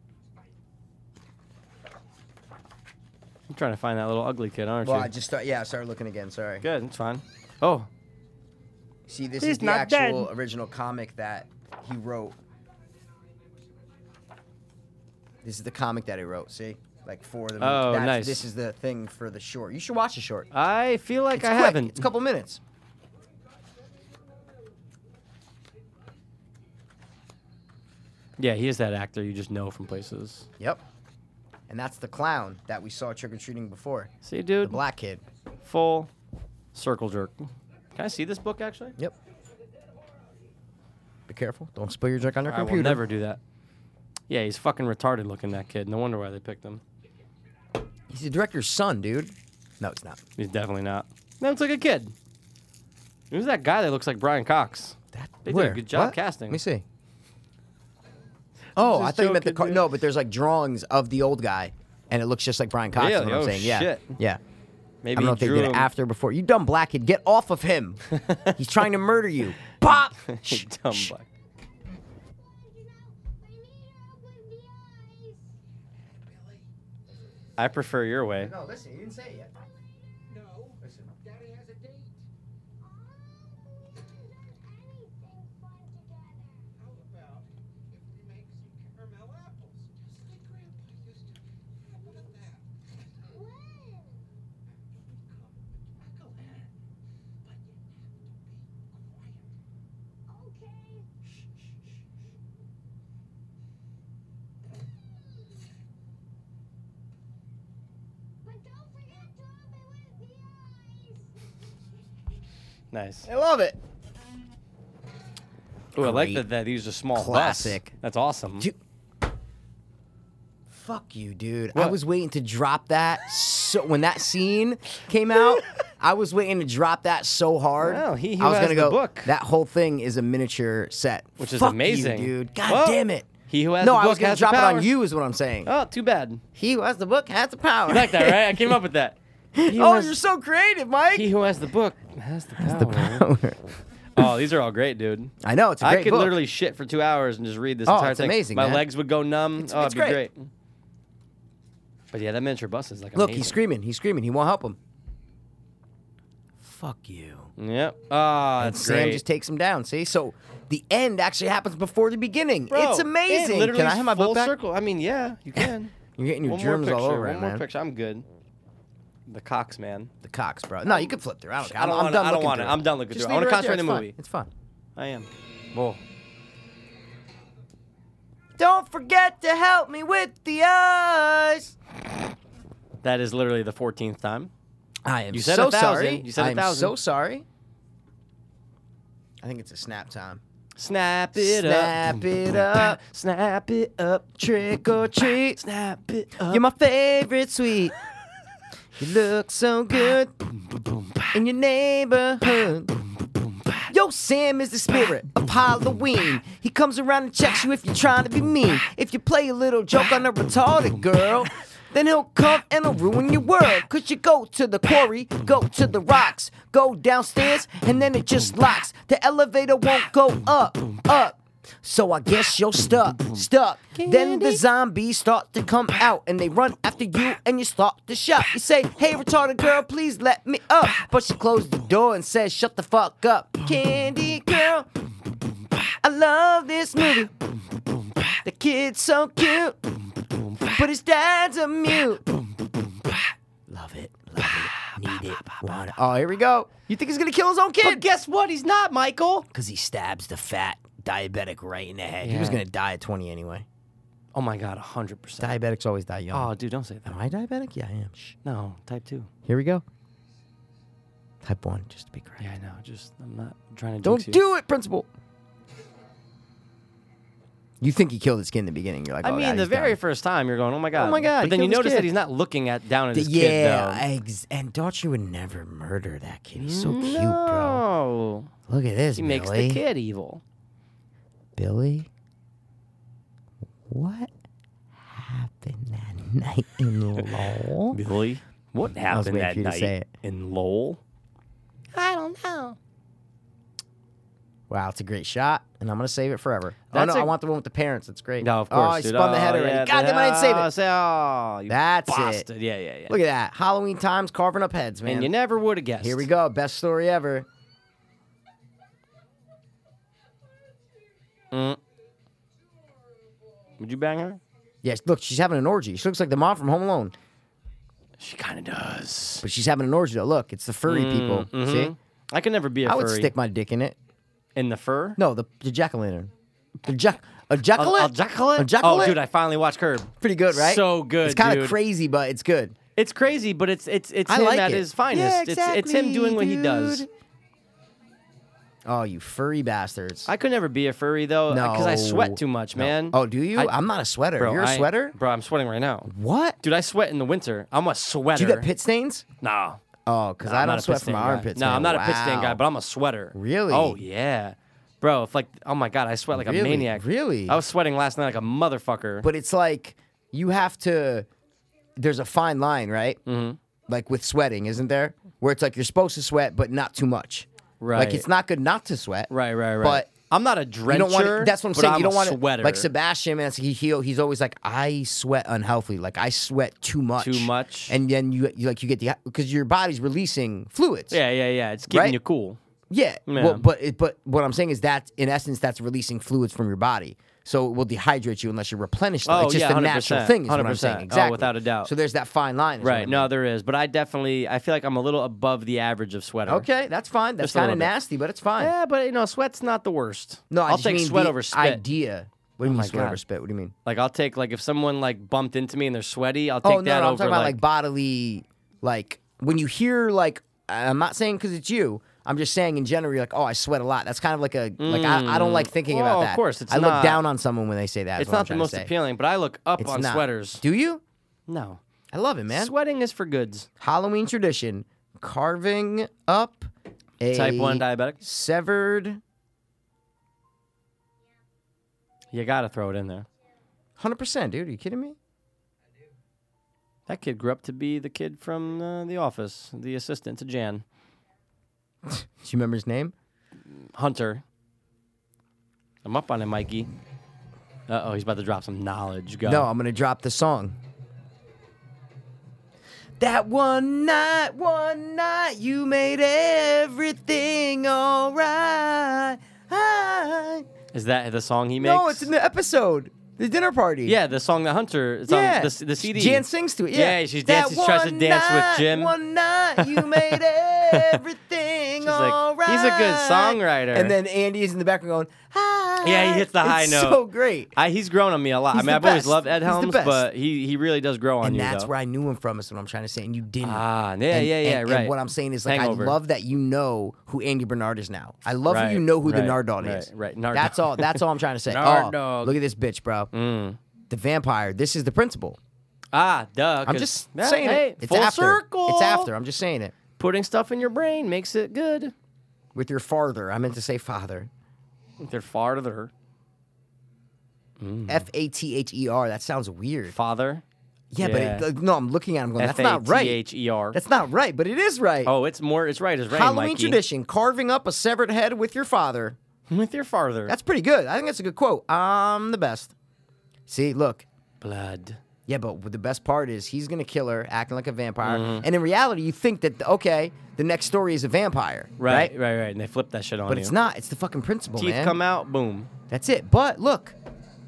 You're trying to find that little ugly kid, aren't Well, you? I just start. Yeah, I started looking again. Sorry. Good, it's fine. Oh, See, this He's is the not actual original comic that he wrote. This is the comic that he wrote. See, like for the. Oh, that's- nice. This is the thing for the short. You should watch the short. I feel like It's I quick. haven't. It's a couple minutes. Yeah, he is that actor you just know from places. Yep. And that's the clown that we saw trick or treating before. See, The dude, black kid. full circle jerk. Can I see this book actually? Yep. Be careful. Don't spill your drink on your I computer. will never do that. Yeah, he's fucking retarded looking that kid. No wonder why they picked him. He's the director's son, dude. No, it's not. He's definitely not. That looks like a kid. Who's that guy that looks like Brian Cox? That, They did a where? good job What? casting. Let me see. Oh, I just thought you meant the joking, car. dude. No, but there's like drawings of the old guy, and it looks just like Brian Cox. is Really? What I'm Oh, saying. Yeah. shit. Yeah. Maybe I don't know he if they drew did him. it after or before. You dumb black kid, get off of him. He's trying to murder you. Pop. Shh, Dumb shh. buck. I prefer your way. No, listen, he didn't say it yet. No. Daddy has a date. How about if we make some caramel apples? Just like Grandpa used to. How about that? Don't come and heckle her, but you have to be quiet. Shh, shh, shh, shh. Nice. I love it. Ooh, I like Great. that, that they used a small bus. Classic. That's awesome. Dude. Fuck you, dude. I What? was waiting to drop that so when that scene came out, I was waiting to drop that so hard. Well, he who I was has gonna the go. book. That whole thing is a miniature set, Which is Fuck you, amazing. dude. God Well, damn it. he who has no, the I book was gonna has the drop it power. on you, is what I'm saying. Oh, too bad. he who has the book has the power. You like that, right? I came up with that. He oh, has- you're so creative, Mike. He who has the book has the power. oh, these are all great, dude. I know it's a great I could book. literally shit for two hours and just read this Oh, entire it's thing. amazing, My man. legs would go numb. It's- oh, it's it'd be great. great. But yeah, that miniature bus is like Look, amazing. he's screaming. He's screaming. He won't help him. Fuck you. Yep. Ah, And that's Sam great. just takes him down. See, so the end actually happens before the beginning. Bro, it's it amazing. literally Can I is have my full book back? circle. I mean, yeah, you can. You're getting your one germs more picture, all over one it, more man. picture. I'm good. The Cox man. The Cox, bro. No, you can flip through. I don't, care. I don't I'm- I'm wanna- done I don't looking wanna- through I'm it. done looking Just through it. I leave wanna right there. concentrate on the It's fun. It's fun. I am. Whoa. Don't forget to help me with the eyes. That is literally the 14th time. I am You said so a thousand. sorry. You said a I am thousand. so sorry. I think it's a snap time. Snap it up. Snap it up. Snap it up. Trick or treat. Snap it up. You're my favorite sweet. You look so good in your neighborhood. Yo, Sam is the spirit of Halloween. He comes around and checks you if you're trying to be mean. If you play a little joke on a retarded girl, then he'll come and he'll ruin your world. Cause you go to the quarry, go to the rocks, go downstairs, and then it just locks. The elevator won't go up, up. So I guess you're stuck, stuck. Then the zombies start to come out and they run after you and you start to shout. You say, hey retarded girl, please let me up. But she closed the door and says, shut the fuck up. Candy girl, I love this movie. The kid's so cute, but his dad's a mute. Love it, love it, need it, want it. Oh, here we go. You think he's gonna kill his own kid? But guess what? He's not, Michael. because he stabs the fat diabetic right in the head. He was Yeah. gonna die at 20 anyway. Oh my god, 100%. Diabetics always die young. Oh, dude, don't say that. Am I diabetic? Yeah, I am. Shh. No, type 2. Here we go. Type one, just to be correct. Yeah, I know. Just I'm not trying to Don't jinx you. do it, principal. You think he killed his kid in the beginning? You're like, I oh, mean, God, the he's very done. first time you're going, oh my god, my God, he But then you killed his notice kid. that he's not looking at down at his yeah, kid ex- and Daughtry would never murder that kid. He's so though. cute, bro. no, Look at this, he makes Billy. the kid evil. Billy, what happened that night in law? Billy, what was happened waiting that for you to night say it. in Lowell? I don't know. Wow, it's a great shot, and I'm gonna save it forever. That's oh no, I a- want the one with the parents. That's great. No, of Oh, course. I dude. spun the head Oh, already. yeah, God damn it, I didn't save Oh, it. say- oh, you That's it. bastard. Yeah, yeah, yeah. Look at that. Halloween times carving up heads, man. and you never would have guessed. Here we go. Best story ever. Mm. Would you bang her? Yes, look, she's having an orgy. She looks like the mom from Home Alone, She kind of does. but she's having an orgy though. Look, it's the furry people. See, I could never be a I Mm-hmm, furry. would stick my dick in it. in the fur. No, the the jack o' lantern. The jack a jack o' I'll, I'll lantern. jackal it. A jackal oh, it? dude, I finally watched Curb. Pretty good, right? So good, It's kind dude. of crazy, but it's good. It's crazy, but it's it's it's I him like at it. his finest. Yeah, it's it's him exactly, doing what he does. dude. Oh, you furry bastards! I could never be a furry though, because I sweat No. too much, No. man. Oh, do you? I- I, am not a sweater. bro, You're a I- sweater. bro. I'm sweating right now, what? dude. I sweat in the winter. I'm a sweater. Do you get pit stains? Nah, Oh, because Nah, I I'm not don't a sweat pit from my stain guy. armpits. No, man. I'm not a pit stain guy, Wow. but I'm a sweater. Really? Oh yeah, bro. If like, oh my god, I sweat like a Really? maniac. Really? I was sweating last night like a motherfucker. but it's like you have to there's a fine line right mm-hmm. like with sweating isn't there where it's like you're supposed to sweat but not too much Right. like it's not good not to sweat right, right, right. but I'm not a drencher. you don't want to, that's what I'm but saying. you a don't want sweater. to like Sebastian, man. it's- He, he he's always like, I sweat unhealthily. Like I sweat too much, Too much. and then you, you like you get the because your body's releasing fluids. Yeah, yeah, yeah. It's keeping Right? you cool. Yeah. Yeah. Well, but it, but what I'm saying is that in essence, that's releasing fluids from your body. So it will dehydrate you unless you replenish them. Oh, it's just yeah, a natural 100%, thing, is what I'm 100%. saying. Oh, Exactly. without a doubt. So there's that fine line. is what I Right. No, mean. there is. But I definitely, I feel like I'm a little above the average of sweater. Okay, that's fine. That's Just a kind little of bit. nasty, but it's fine. Yeah, but you know, sweat's not the worst. No, I I'll just take mean sweat the over spit. Oh Idea. What do you mean my sweat God. over spit? What do you mean? Like I'll take like if someone like bumped into me and they're sweaty, I'll take Oh no, no, that I'm over. talking about like bodily, like when you hear like I'm not saying because it's you. I'm just saying in general, you're like, oh, I sweat a lot. That's kind of like a like I, I don't like thinking Well, about Mm. Oh, of that. course, it's I not- look down on someone when they say that. is it's what I'm not the trying to most say. appealing, but I look up It's on not. sweaters. Do you? No, I love it, man. sweating is for goods. Halloween tradition: carving up a Type one diabetic. severed. You gotta throw it in there. Hundred percent, dude. Are you kidding me? That kid grew up to be the kid from uh, the office, the assistant to Jan Do you remember his name? Hunter. I'm up on him, Mikey. Uh oh, he's about to drop some knowledge. Go. No, I'm gonna drop the song. That one night, one night, you made everything alright. is that the song he makes? No, it's in the episode, the dinner party. Yeah, the song that Hunter. It's on the, the CD. Jan sings to it. Yeah, Yeah, she's That dancing- she tries to one dance with night, Jim. One night you made everything She's like, alright. "He's a good songwriter." And then Andy is in the background going, hi. Yeah, he hits the high It's note. So great. I, he's grown on me a lot. I He's mean, the I've always best. loved Ed He's the Helms, best. but he he really does grow on and you. that's though. where I knew him from. Is what I'm trying to say, and you didn't. Ah, yeah, And- yeah, yeah, and- right. And what I'm saying is, like, Hangover. I love that you know who Andy Bernard is now. I love Right, that you know who right, the Nard dog right, is. right. Nard That's dog. all. That's all I'm trying to say. Nard Oh, dog. Look at this bitch, bro. Mm. The vampire. This is the principal. Hmm. Ah, duh. I'm 'cause- just Yeah, saying hey, it. It's full after. circle. It's after. I'm just saying it. Putting stuff in your brain makes it good. With your farther, I meant to say father. They're farther. Hmm. F A T H E R. That sounds weird. Father. Yeah, but yeah. it, no, I'm looking at him going, that's not right. F-A-T-H-E-R. That's not right, but it is right. E Oh, it's more. It's right. It's right. Halloween Mikey. tradition: carving up a severed head with your father. With your farther. That's pretty good. I think that's a good quote. I'm the best. See, look. blood. Yeah, but the best part is he's gonna kill her, acting like a vampire. Mm-hmm. And in reality, you think that okay, the next story is a vampire, Right, right, right. And they flip that shit on But you. it's not. It's the fucking principle, Teeth man. come out. Boom. That's it. But look,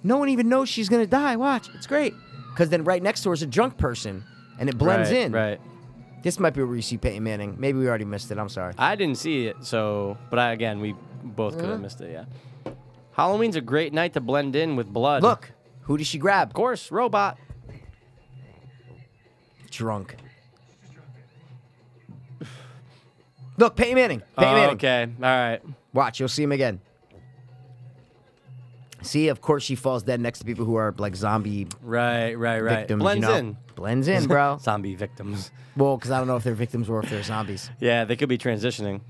no one even knows she's gonna die. Watch, it's great. Because then right next door is a drunk person, and it blends right, in. Right. This might be where you see Peyton Manning. Maybe we already missed it. I'm sorry. I didn't see it, so but I, again, we both could Mm-hmm. have missed it. Yeah, Halloween's a great night to blend in with blood. Look, who did she grab? of course, robot. Drunk. Look, Peyton Manning. Peyton Oh, Manning. okay, all right. Watch, you'll see him again. See, of course, she falls dead next to people who are like zombie Right, right, right. victims. you Blends know? in. blends in, bro. Zombie victims. well, because I don't know if they're victims or if they're zombies. Yeah, they could be transitioning.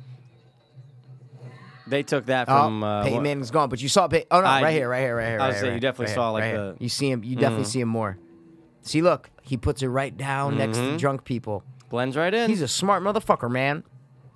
They took that Oh, from. uh, Peyton what- Manning's gone, but you saw Pey- Oh no, I- right here, right here, right here. I was right saying, here, you definitely right saw, here, like, right here. the- Hmm. You see him. You definitely see him more. See, Mm-hmm. look, he puts it right down next to drunk people. blends right in. He's a smart motherfucker, man.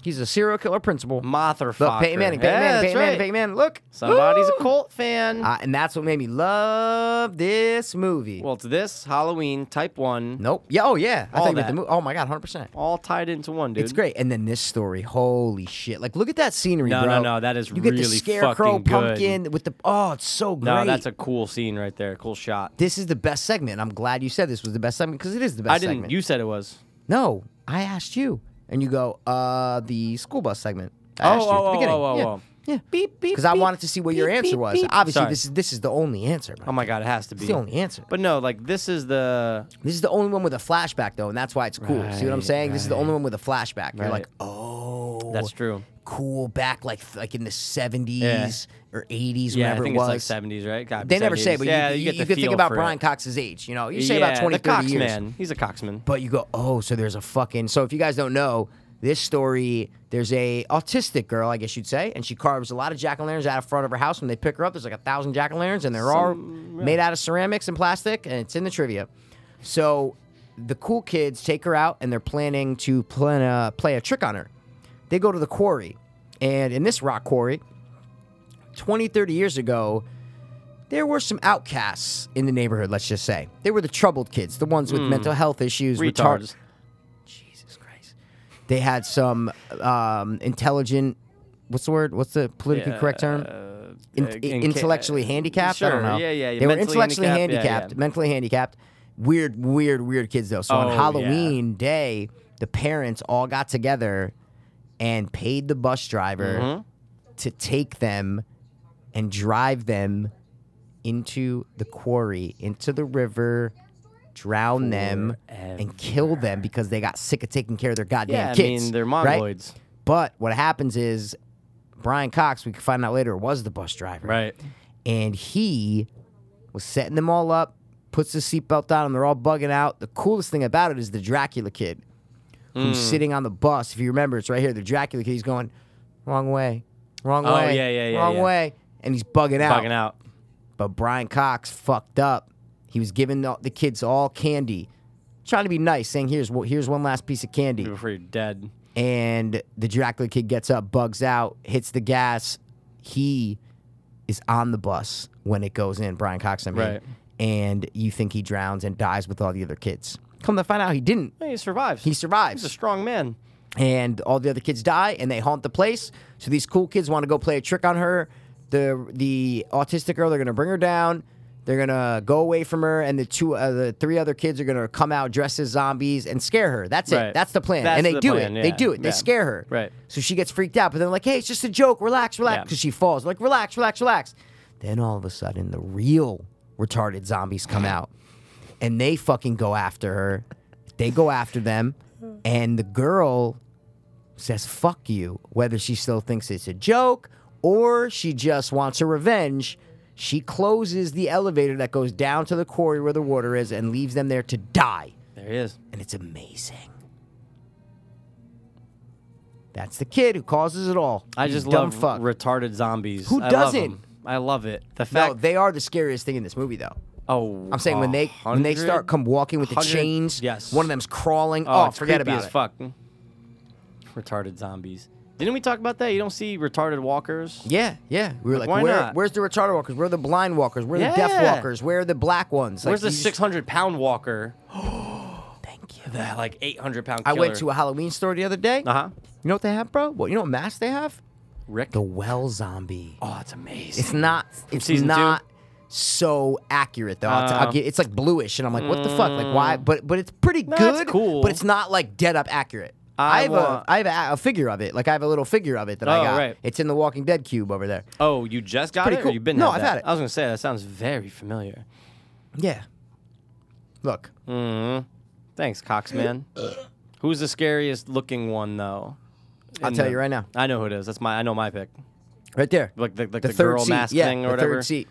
He's a serial killer principal. Motherfucker. Look, Peyton Manning, Peyton Yeah, Manning, that's Peyton Manning, right. Peyton Manning. Look, Somebody's Woo! a Colt fan. Uh, and that's what made me love this movie. well, it's this Halloween Type One, nope. Yeah. Oh yeah. I All think the that. movie. Oh my god, hundred percent. all tied into one, dude. It's great. And then this story. Holy shit! Like, look at that scenery, No, bro. no, no, that is you get the really scarecrow fucking good. pumpkin with the. Oh, it's so great. No, that's a cool scene right there. Cool shot. This is the best segment. I'm glad you said this was the best segment because it is the best I didn't. segment. You said it was. No, I asked you, and you go, uh, the school bus segment. I Oh, asked you at oh, the oh, beginning. oh, oh, yeah. oh. yeah. Beep beep. Because I wanted to see what your answer was. Obviously, Sorry. this is this is the only answer. Bro. Oh my god, it has to be It's the only answer. But no, like this is the This is the only one with a flashback though, and that's why it's cool. See what I'm Right, saying? This is the right. only one with a flashback. You're like, Right. oh, that's true. cool back like like in the 70s or 80s, Yeah, I whatever think it it's was. like seventies, right? Gotta be They never say, 70s. but yeah, you, you, you, get the could think feel about for Brian It. Cox's age. You know, you say about Yeah, 20, the 30 Cox years. man. He's a coxman. But you go, oh, so there's a fucking. So if you guys don't know this story, there's a autistic girl, I guess you'd say, and she carves a lot of jack o' lanterns out of front of her house. When they pick her up, there's like a thousand jack o' lanterns, and they're all made out of ceramics and plastic, and it's in the trivia. So the cool kids take her out, and they're planning to plan a, play a trick on her. They go to the quarry, and in this rock quarry, 20, 30 years ago, there were some outcasts in the neighborhood, let's just say. They were the troubled kids, the ones with mental health issues, retard- Retards. Jesus Christ. They had some um, intelligent, what's the word? What's the politically correct term? In- uh, in- inca- intellectually handicapped? I Sure, don't know. yeah, yeah, yeah, They were mentally intellectually handicapped, handicapped, yeah, yeah. mentally handicapped. Weird, weird, weird kids, though. So Oh, on yeah. Halloween day, the parents all got together and paid the bus driver Mm-hmm. to take them and drive them into the quarry, into the river, drown Mm-hmm. them, and kill them because they got sick of taking care of their goddamn Yeah, I kids. mean they're right? mongoloids. But what happens is Brian Cox, we can find out later, was the bus driver. Right. And he was setting them all up, puts his seatbelt on, and they're all bugging out. The coolest thing about it is the Dracula kid who's Hmm. sitting on the bus. If you remember, it's right here. The Dracula kid, he's going, wrong way, wrong Oh, way, yeah, yeah, yeah, wrong yeah. way. And he's bugging out. Bugging out. But Brian Cox fucked up. He was giving the, the kids all candy, trying to be nice, saying, here's, wh- here's one last piece of candy before you're dead. and the Dracula kid gets up, bugs out, hits the gas. He is on the bus when it goes in, Brian Cox, I mean. Right. And you think he drowns and dies with all the other kids. Come to find out, he didn't. Hey, he survives. He He's a survives. strong man. And all the other kids die and they haunt the place. So these cool kids want to go play a trick on her. The the autistic girl, they're gonna bring her down. They're gonna go away from her, and the two, uh, the three other kids are gonna come out dressed as zombies and scare her. That's it. Right. That's the plan. That's and they the do plan, it. They yeah, do it. They yeah. scare her. Right. So she gets freaked out, but they're like, hey, it's just a joke. Relax, relax. Yeah. Because she falls. Like, relax, relax, relax. Then all of a sudden, the real retarded zombies come out and they fucking go after her. They go after them. And the girl says, fuck you, whether she still thinks it's a joke or she just wants her revenge. She closes the elevator that goes down to the quarry where the water is and leaves them there to die There he is. and it's amazing. That's the kid who causes it all. I You just dumb love fuck. retarded zombies. Who I love doesn't? 'em. I love it. The no, fact. they are the scariest thing in this movie, though. oh, I'm saying when they when they start come walking with the 100 chains, yes. one of them's crawling. Oh, Oh, it's forget creepy about as it. fuck. Retarded zombies. Didn't we talk about that? You don't see retarded walkers. Yeah, yeah. We were like, why where, not? where's the retarded walkers? Where are the blind walkers? Where are the deaf Yeah. walkers? Where are the black ones? Like, Where's you the just- 600 pound walker? Thank you. That like 800 pound. I went to a Halloween store the other day. Uh huh. You know what they have, bro? What you know what mask they have? Rick. The well zombie. oh, it's Oh, amazing. It's not. It's season two? not so accurate though. I'll t- I'll Oh. get, it's like bluish, and I'm like, what the fuck? Like why? But but it's pretty That's good. cool. But it's not like dead up accurate. I, I have want- a I have a, a figure of it. Like I have a little figure of it that I Oh, got. right. It's in the Walking Dead cube over there. oh, you just got pretty it? or cool. you've been No, had I've that? had it. I was gonna say that sounds very familiar. Yeah. Look, Mm-hmm. Thanks, Coxman. Who's the scariest looking one though? I'll In tell the- you right now, I know who it is. That's my. I know my pick. right there, Like the, like the, the, third girl seat. mask yeah, thing or the whatever. third seat.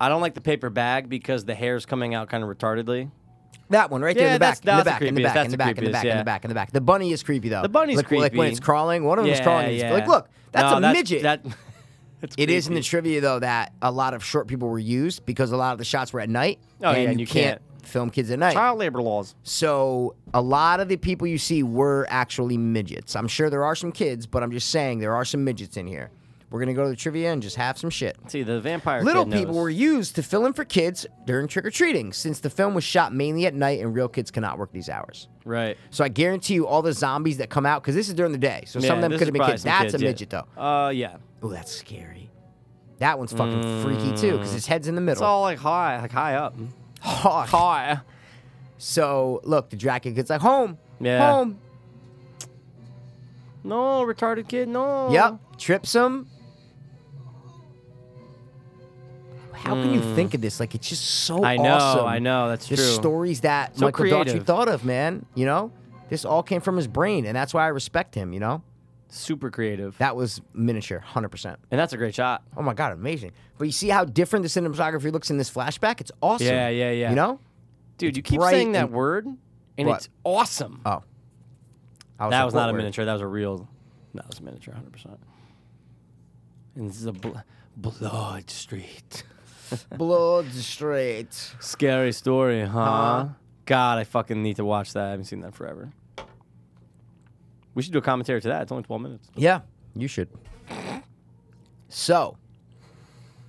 I don't like the paper bag because the hair's coming out kind of retardedly. That one right there in Yeah, the back, that's- in the that's back, the in the back, in the creepiest. That's back, in the the back, in the creepiest, back, in the back. The bunny is creepy though. The bunny's like, Like when creepy. it's crawling, one of them's crawling. and it's- Like look, that's No, a midget. That, it's It is in the creepy. trivia though that a lot of short people were used because a lot of the shots were at night. Oh, yeah, and you can't, can't- film Kids at Night. Child labor laws. So a lot of the people you see were actually midgets. I'm sure there are some kids, but I'm just saying there are some midgets in here. We're gonna go to the trivia and just have some shit. See, the vampire Little kid knows. people were used to fill in for kids during trick or treating, since the film was shot mainly at night and real kids cannot work these hours. right. So I guarantee you, all the zombies that come out because this is during the day, so some Yeah, of them this could is have been probably kids. some That's a yeah. midget though. Uh, yeah. Oh, that's scary. That one's fucking freaky too Mm. because his head's in the It's middle. all like high, like high up. Hawk. High. So look, the dragon gets like home, Yeah. home. No, retarded kid. No. Yep, trips him. How can you think of this? Like it's just so Mm. I know. Oh, awesome. I know. That's Just true. stories that So Michael Daughtry creative. thought of, man. You know, this all came from his brain, and that's why I respect him. You know, Super creative. that was miniature, hundred percent. and that's a great shot. Oh my god, amazing! But you see how different the cinematography looks in this flashback? It's awesome. Yeah, yeah, yeah. You know? Dude, you keep bright saying that and- word, and What? it's awesome. Oh, I that like, was what not a word? miniature. That was a real. That was a miniature, 100%. And this is a bl- blood street. Blood straight. Scary story, huh? Huh? Uh-huh. God, I fucking need to watch that. I haven't seen that in forever. We should do a commentary to that. It's only 12 minutes. Yeah, you should. So,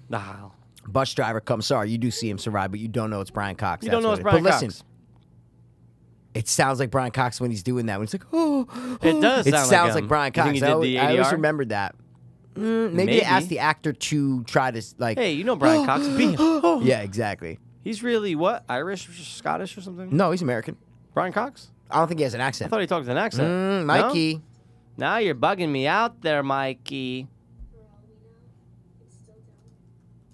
Nah. bus driver comes. Sorry, you do see him survive, but you don't know it's Brian Cox. You don't That's know what it's it- Brian but Cox. listen, it sounds like Brian Cox when he's doing that. When he's like, oh, It does It sound like sounds him. like, Brian You Cox. think he I, did always, the I always ADR? remembered that. Mm, maybe, Maybe. they asked the actor to try to like. Hey, you know Brian Cox. Be him. Yeah, exactly. He's really what? Irish, Scottish, or something? No, he's American. Brian Cox? I don't think he has an I accent. thought he talked with an accent. Mm, No? Mikey. Now you're bugging me out there, Mikey.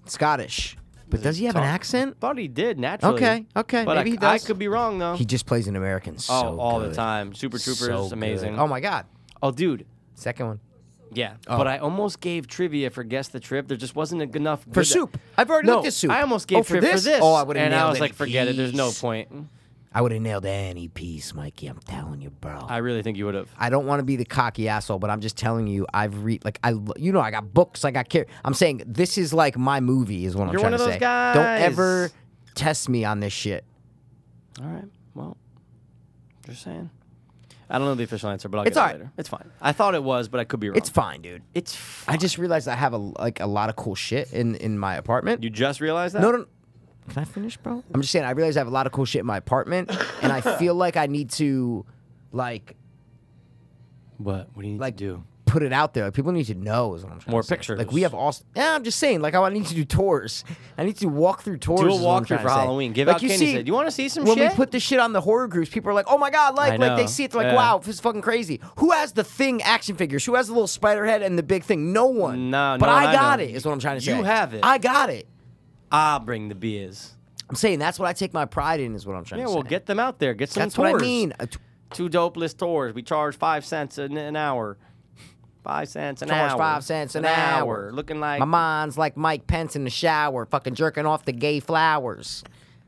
Scottish. But does he have an talk- accent? Thought he did naturally. Okay, okay. But Maybe I, he does. I could be wrong though. He just plays an American so oh, all the good. time. Super Troopers, So good. amazing. Oh my Oh. god. Oh, dude. Second one. Yeah, but I almost gave trivia for guess the trip. There just wasn't a- enough For good- soup. I've already no, looked at soup. I almost gave Oh, trivia for this. Oh, I would have and nailed I was any like, forget it. There's no piece. point. I would have nailed any piece, Mikey. I'm telling you, bro. I I, really think you would have. don't want to be the cocky asshole, but I'm just telling you, I've read like I, lo- you know, I got books, I got care. I'm saying this is like my movie, is what I'm You're trying one of to those say. guys. Don't ever test me on this shit. All right. Well, just saying. I don't know the official answer, but I'll It's get all it right. later. It's fine. I thought it was, but I could be wrong. It's fine, dude. It's. F- I just realized I have a like a lot of cool shit in in my apartment. you just realized that? No, no. no. Can I finish, bro? I'm just saying. I realize I have a lot of cool shit in my apartment, and I feel like I need to, like, What? What do you need Like- to do? put it out there. Like, people need to know. Is what I'm trying More to say. pictures. Like we have all. Yeah, I'm just saying. Like I need to do tours. I need to walk through tours. Do a is what I'm walkthrough trying for to say. Halloween. Give like, out you candy. see, Say, Do you want to see some when shit? we put the shit on the horror groups, people are like, "Oh my god!" I Like, like they know. see it, they're like, Yeah. "Wow, this is fucking crazy." Who has the thing action figures? Who has the little spider head and the big thing? No one. No, no But one I I got know. it. Is what I'm trying to You say. have it. I got it. I'll bring the beers. I'm saying that's what I take my pride in. Is what I'm trying Yeah, to say. well, get them out there. Get some That's tours. what I mean. A t- Two dopeless tours. We charge five cents an, an hour. Five cents an Charge hour. five cents an hour. Looking like My mind's like Mike Pence in the shower, fucking jerking off the gay flowers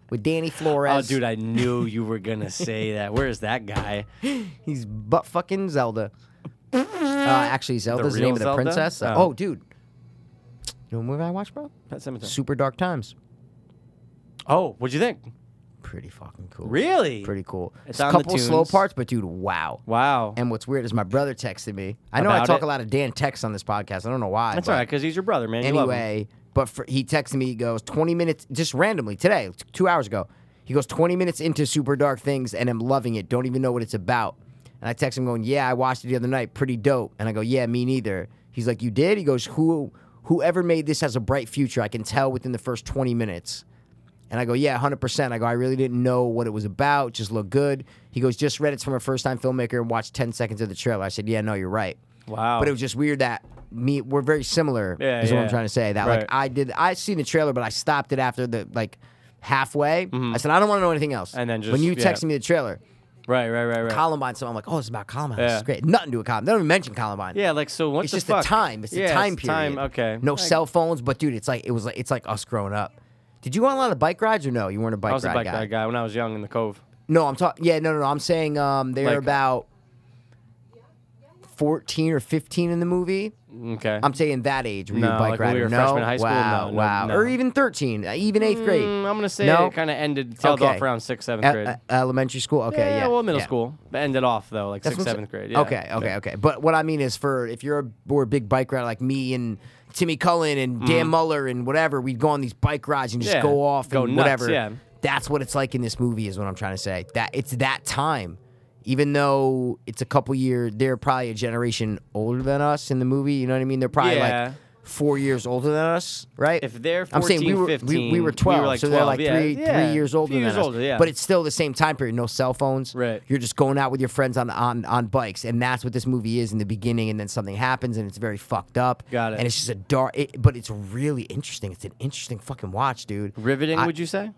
with Danny Oh, Flores. dude, I knew you were gonna say that. Where's that guy? He's butt fucking Zelda. uh, actually, Zelda's the, real name of the Zelda? princess. Uh, Oh. oh, dude. You know what movie I watched, bro? Pet Cemetery. Super Dark Times. Oh, what'd you think? Pretty fucking cool. Really? Pretty cool. It's It's a on the couple slow tunes. parts, but dude, wow. Wow. And what's weird is my brother texted me. I know I About talk it? a lot of Dan texts on this podcast. I don't know why. That's but all right, cause he's your brother, man. You love him. anyway, but for, he texted me. He goes twenty minutes, just randomly today, t- two hours ago. He goes twenty minutes into Super Dark Things, and I'm loving it. Don't even know what it's about. And I text him going, "Yeah, I watched it the other night. Pretty dope." And I go, "Yeah, me neither." He's like, "You did?" He goes, "Who, whoever made this has a bright future. I can tell within the first twenty minutes." And I go, yeah, 100%. I go, I really didn't know what it was about. Just looked good. He goes, just read it's from a first time filmmaker and watched 10 seconds of the trailer. I said, yeah, no, you're right. Wow. But it was just weird that me, we're very similar, Oh. Yeah, is what yeah. I'm trying to say. That Right. like I did, I seen the trailer, but I stopped it after the, like, halfway. I said, I don't want to know anything else. Mm-hmm. And then just- When you yeah. texted me the trailer, right, right, right, right. Columbine, so I'm like, oh, it's about Columbine. Yeah. This is great. Nothing to do with Columbine. They don't even mention Columbine. yeah, like so. What It's the just fuck? the time. It's the yeah, time it's period. Okay. No I- cell phones, but dude, it's like it was like it's like us growing up. Did you go on a lot of bike rides or no? You weren't a bike I was a ride bike guy. guy. guy when I was young in the cove. No, I'm talking. Yeah, no, no, no. I'm saying um, they're Like- about fourteen or fifteen in the movie, Okay. I'm saying that age were you No, a bike like when rider? we were no, freshman in high school? No, wow, no, wow, no. or even 13, uh, even eighth grade, Mm, I'm gonna say No? it kind of ended tailed Okay. off around sixth, seventh E- grade. uh, elementary school. Okay, yeah, yeah, well, middle yeah. school But ended off though, like That's sixth, what I'm seventh saying. grade. Yeah. Okay, okay, okay. But what I mean is, for if you're a, or a big bike rider like me and Timmy Cullen and Dan Muller and whatever, we'd go on these bike rides and just Mm-hmm. Yeah, go off go and nuts, whatever. yeah. That's what it's like in this movie, is what I'm trying to say. That it's that time, even though it's a couple year, they're probably a generation older than us in the movie. You know what I mean? They're probably Yeah. like four years older than us, right? If they're I'm saying we 14, were we, 15, we we were were 12, like so they're 12, like yeah, three yeah, three years a few older years than us. older, yeah. But it's still the same time period. No cell phones. Right. You're just going out with your friends on on on bikes, and that's what this movie is in the beginning. And then something happens, and it's very fucked up. Got it. And it's just a dark, it, but it's really interesting. It's an interesting fucking watch, dude. Riveting, I- would you say?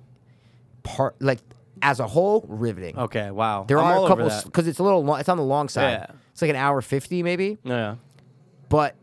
Part like as a whole, riveting. Okay, wow. There Oh, I'm are all a over couple that. because it's a little long, it's on the long side. Yeah. It's like an hour fifty maybe, Yeah. but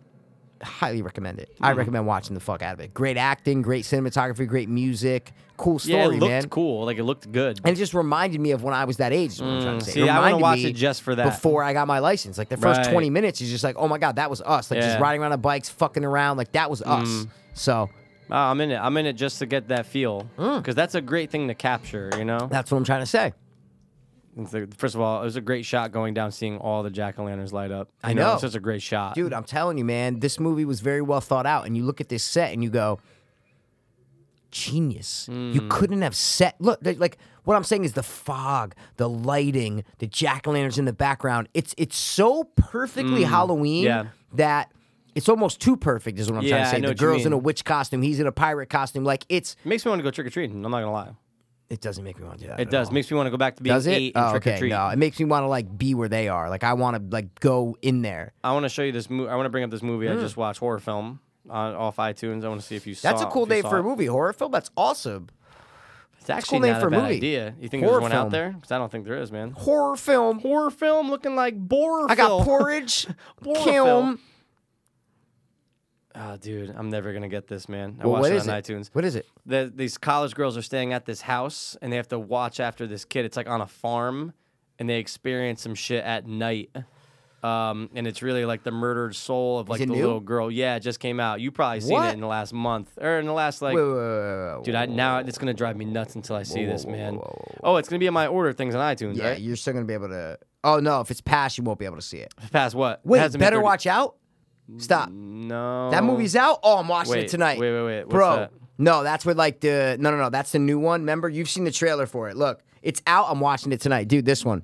highly recommend it. Mm. I recommend watching the fuck out of it. Great acting, great cinematography, great music, cool story, yeah, it looked man. cool. Like it looked good. And it just reminded me of when I was that age. Is what I'm trying to say. Mm, see, I wanna reminded watch me it just for that. Before I got my license, like the first Right. 20 minutes, is just like, oh my god, that was us. Like just Yeah. Mm. riding around on bikes, fucking around. Like that was us. So Oh, I'm in it. I'm in it just to get that feel Mm. because that's a great thing to capture. You know, that's what I'm trying to say. It's like- first of all, it was a great shot going down, seeing all the jack o' lanterns light up. I You know, know. it's such a great shot, Dude, I'm telling you, man, this movie was very well thought out. And you look at this set and you go, genius. Hmm. You couldn't have set. Look, they- like what I'm saying is the fog, the lighting, the jack o' lanterns in the background. It's it's so perfectly Halloween Hmm. yeah. that it's almost too perfect. Is what I'm trying Yeah, to I say. know the what you girl's in mean. a witch costume. He's in a pirate costume. Like it's Makes me want to go trick or treating. I'm not gonna lie. it doesn't make me want to do that. It at does. all. Makes me want to go back to being Does it? eight and Oh, trick or okay. treat. No, it makes me want to like be where they are. Like I want to like go in there. I want to show you this movie. I want to bring up this movie I Hmm. just watched, horror film, on, off iTunes. I want to see if you saw. That's a it, cool if you day saw for a it. movie horror film. That's awesome. It's actually cool name not for a a bad movie. idea. You think Horror there's one film. out there? Because I don't think there is, man. Horror film. Horror film looking like bore. I got film. porridge, Horror kiln. film. Oh, dude, I'm never gonna get this, man. I Well, watched what it is on it? iTunes. What is it? the, these college girls are staying at this house and they have to watch after this kid. It's like on a farm and they experience some shit at night. Um, and it's really like the murdered soul of like it the new? little girl. Yeah, it just came out. You probably seen What? it in the last month or in the last like. Wait, wait, wait, wait, wait, Dude, I, now it's gonna drive me nuts until I see whoa, this, whoa, man. whoa, whoa, Oh, it's gonna be in my order of things on iTunes, yeah, right? you're still gonna be able to. Oh no, if it's past, you won't be able to see it. Past what? It Wait, hasn't been better 30 watch out. Stop. No, That movie's out. Oh, I'm watching Wait, it tonight. wait, wait, wait. What's bro. that? No, that's with like the no, no, no. That's the new one. Remember, you've seen the trailer for it. Look, it's out. I'm watching it tonight, dude. This one.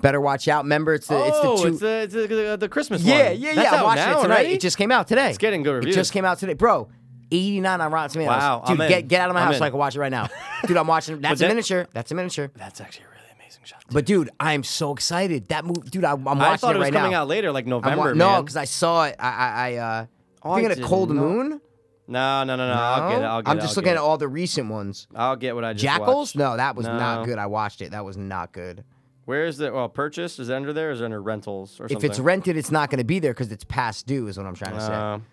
Better watch out. Remember, it's the Oh, it's the two. the, it's the, the, the Christmas one. yeah, yeah, That's yeah. I out watched now it tonight. already? It just came out today. It's getting good It reviews. just came out today, bro. 89 on Rotten Tomatoes. Wow, dude, I'm in. get get out of my I'm house in. so I can watch it right now, dude. I'm watching. That's a that- miniature. That's a miniature. That's actually a really amazing shot. But dude, I am so excited. That movie, dude. I, I'm watching I thought it was right coming now. out later, like I'm November. wa- no, man. because I saw it. I I, I uh, Oh, I thinking of did Cold not- Moon. No, no, no, no. I'll get it. I'll get am it, just I'll looking at get it. all the recent ones. I'll get what I just Jackals? watched. No, that was not No. good. I watched it. That was not good. Where is the well purchase? Is it under there? Or is it under rentals or If something? it's rented, it's not going to be there because it's past due, is what I'm trying to say.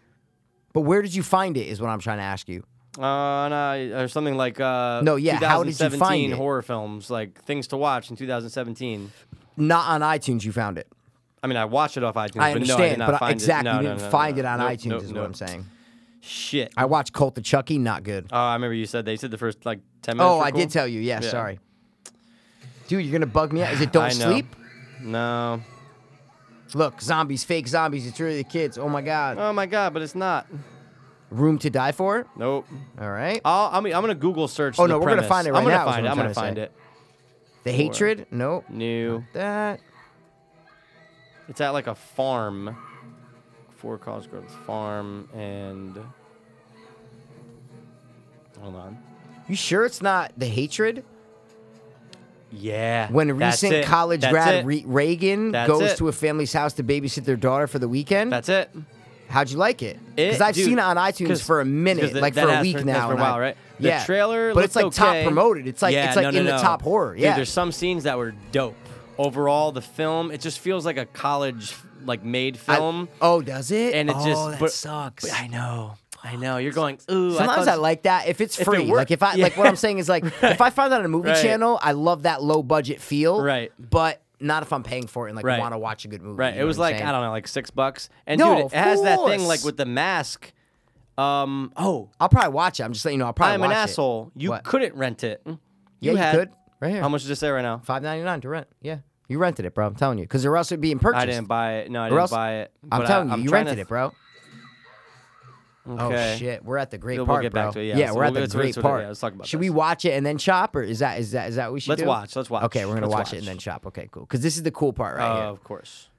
But where did you find it? Is what I'm trying to ask you. Uh, uh, no, or something like uh, No, yeah, how did you 2017 find it? horror films like things to watch in 2017. Not on iTunes. You found it. I mean, I watched it off iTunes. I but no, I understand, did not but I- find exactly, It. No, you no, didn't no, no, find no. it on Nope, iTunes, nope, is nope. what I'm saying. Shit. I watched Cult of Chucky. Not good. Oh, I remember you said they said the first like 10 minutes. Oh, were I cool. did tell you. Yeah, Yeah. sorry. Dude, you're gonna bug me out. Is it Don't I know. Sleep? No. Look, zombies, fake zombies. It's really kids. Oh my god. Oh my god, but it's not. Room to Die For. Nope. All right. I'll, I mean, I'm gonna Google search. Oh, the no, we're gonna premise. find it right I'm gonna now is Find what I'm it. I'm gonna trying to find say. it. The Hatred. Nope. New. That. It's at like a farm. Four college girls farm and hold on. You sure it's not the Hatred? Yeah. When that's recent it. college That's grad it. Re- Reagan That's goes it. to a family's house to babysit their daughter for the weekend. that's it. How'd you like it? It- I've dude, seen it on iTunes 'cause- for a 'cause minute, the- like that for a has week been- that's now. for a and I- while, right? The Yeah. trailer but it's like looked top okay. promoted. It's like Yeah, it's like no, no, in no. the top horror. Dude, Yeah. there's some scenes that were dope. Overall, the film it just feels like a college like made I- film, oh, does it? and it oh, just that but- sucks. but I know, I know. You're going ooh. Sometimes I, I, thought- like that if it's If it free. wor- like if I Yeah. like what I'm saying is like if I find that on a movie Right. channel, I love that low budget feel. Right. But not if I'm paying for it and like Right. want to watch a good movie. Right. you It know was what I'm like saying? I don't know, like six bucks. And No, dude, of it has that thing course. like with the mask. Um. Oh, I'll probably watch it. I'm just letting you know. I'll probably. I'm watch an it. asshole. You What? couldn't rent it. Yeah, you, had- could. Right here. How much did it say right now? Five ninety nine to rent. Yeah, you rented it, bro. I'm telling you, because or else it'd be in purchase. I didn't buy it. No, I Or didn't else- buy it. I'm but I- telling you, I'm you trying to rented it, bro. th- Oh okay. shit, we're at the great We'll part, get bro. back to it, yeah. So we're we'll at the get to it, great so yeah, part. let's talk about should this. we watch it and then shop, or is that is that is that what we should Let's do? watch, let's watch, Okay, we're gonna let's watch, it and watch. then shop. Okay, cool. Because this is the cool part right Uh, here. Of course.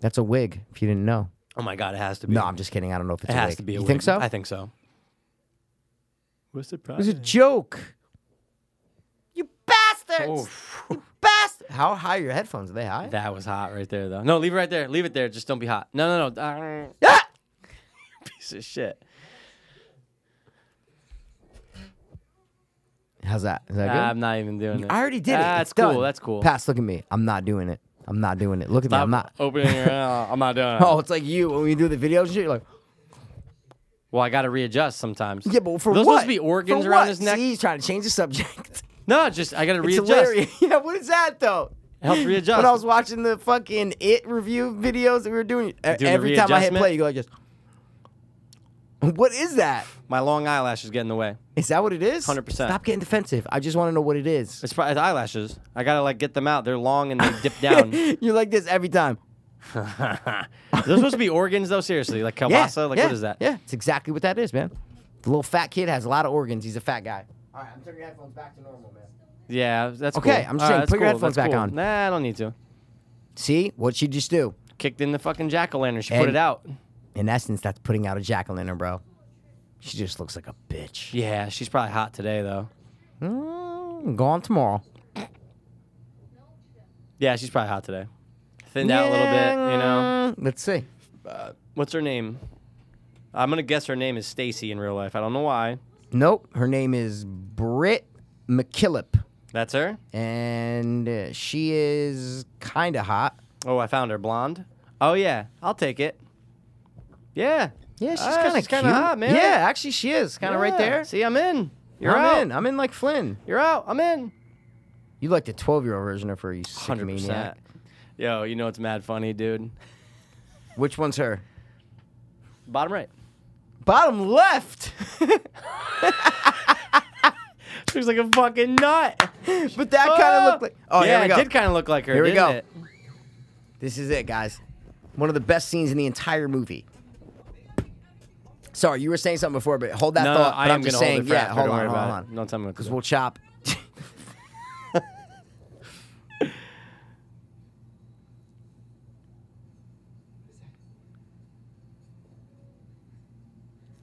That's a wig. If you didn't know. Oh my god, it has to be. No, I'm just kidding. I don't know if it's a it has wig. to be. A you wig. think so? I think so. What's the It was price? a joke. You bastards! Oh, Bast. How high are your headphones? Are they high? that was hot right there, though. No, leave it right there. Leave it there. Just don't be hot. No, no, no. Ah, Ah! piece of shit. How's that? Is that Nah, good? I'm not even doing it. I already did it. Ah, It's That's cool. done. That's cool. Pass. Look at me. I'm not doing it. I'm not doing it. Look at me. I'm not. opening your. uh, I'm not doing it. Oh, it's like you when we do the videos and shit. You're like, Well, I got to readjust sometimes. yeah, but for Those what? supposed to be organs For around what? his neck. See, he's trying to change the subject. No, just I got to It's readjust. hilarious. yeah, what is that though? Help readjust. When I was watching the fucking it review videos that we were doing, e- the every time I hit readjustment? play, you go like just. What is that? My long eyelashes get in the way. Is that what it is? 100%. Stop getting defensive. I just want to know what it is. It's probably it's eyelashes. I gotta like get them out. They're long and they dip down. They're You're like this every time. supposed to be organs though. Seriously, like Yeah, kielbasa. like yeah, what is that? Yeah, it's exactly what that is, man. The little fat kid has a lot of organs. He's a fat guy. All right, I'm turning your headphones back to normal, man. Yeah, that's Okay, cool. I'm just All saying, that's put your cool, headphones that's back cool. on. Nah, I don't need to. See what she just do? Kicked in the fucking jack o' lantern. She And- put it out. In essence, that's putting out a jack o' lantern, bro. She just looks like a bitch. Yeah, she's probably hot today though. Mm, gone tomorrow. Yeah, she's probably hot today. Thinned out a little bit, you know. Mm, Let's see. What's her name? I'm gonna guess her name is Stacy in real life. I don't know why. Nope. Her name is Britt McKillop, That's her. and uh, she is kind of hot. Oh, I found her blonde. Oh yeah, I'll take it. Yeah. Yeah, she's Ah, kind of she's kinda hot, man. Uh, Yeah, actually, she is kind of right Yeah. there. See, I'm in. You're I'm out. in. I'm in like Flynn. You're out. I'm in. You like the 12 year old version of her, you sick Hundred maniac. percent. Yo, you know it's mad funny, dude. Which one's her? Bottom right. Bottom left. She's like a fucking nut. but that kind of looked like. Oh, Uh, yeah, here we go. it did kind of look like her. Here we didn't go. It? This is it, guys. One of the best scenes in the entire movie. Sorry, you were saying something before, but hold that no, thought. I but am I'm just gonna saying, hold it for yeah, after, hold don't on, worry hold about It. on. Don't tell me what to Because do. we'll chop.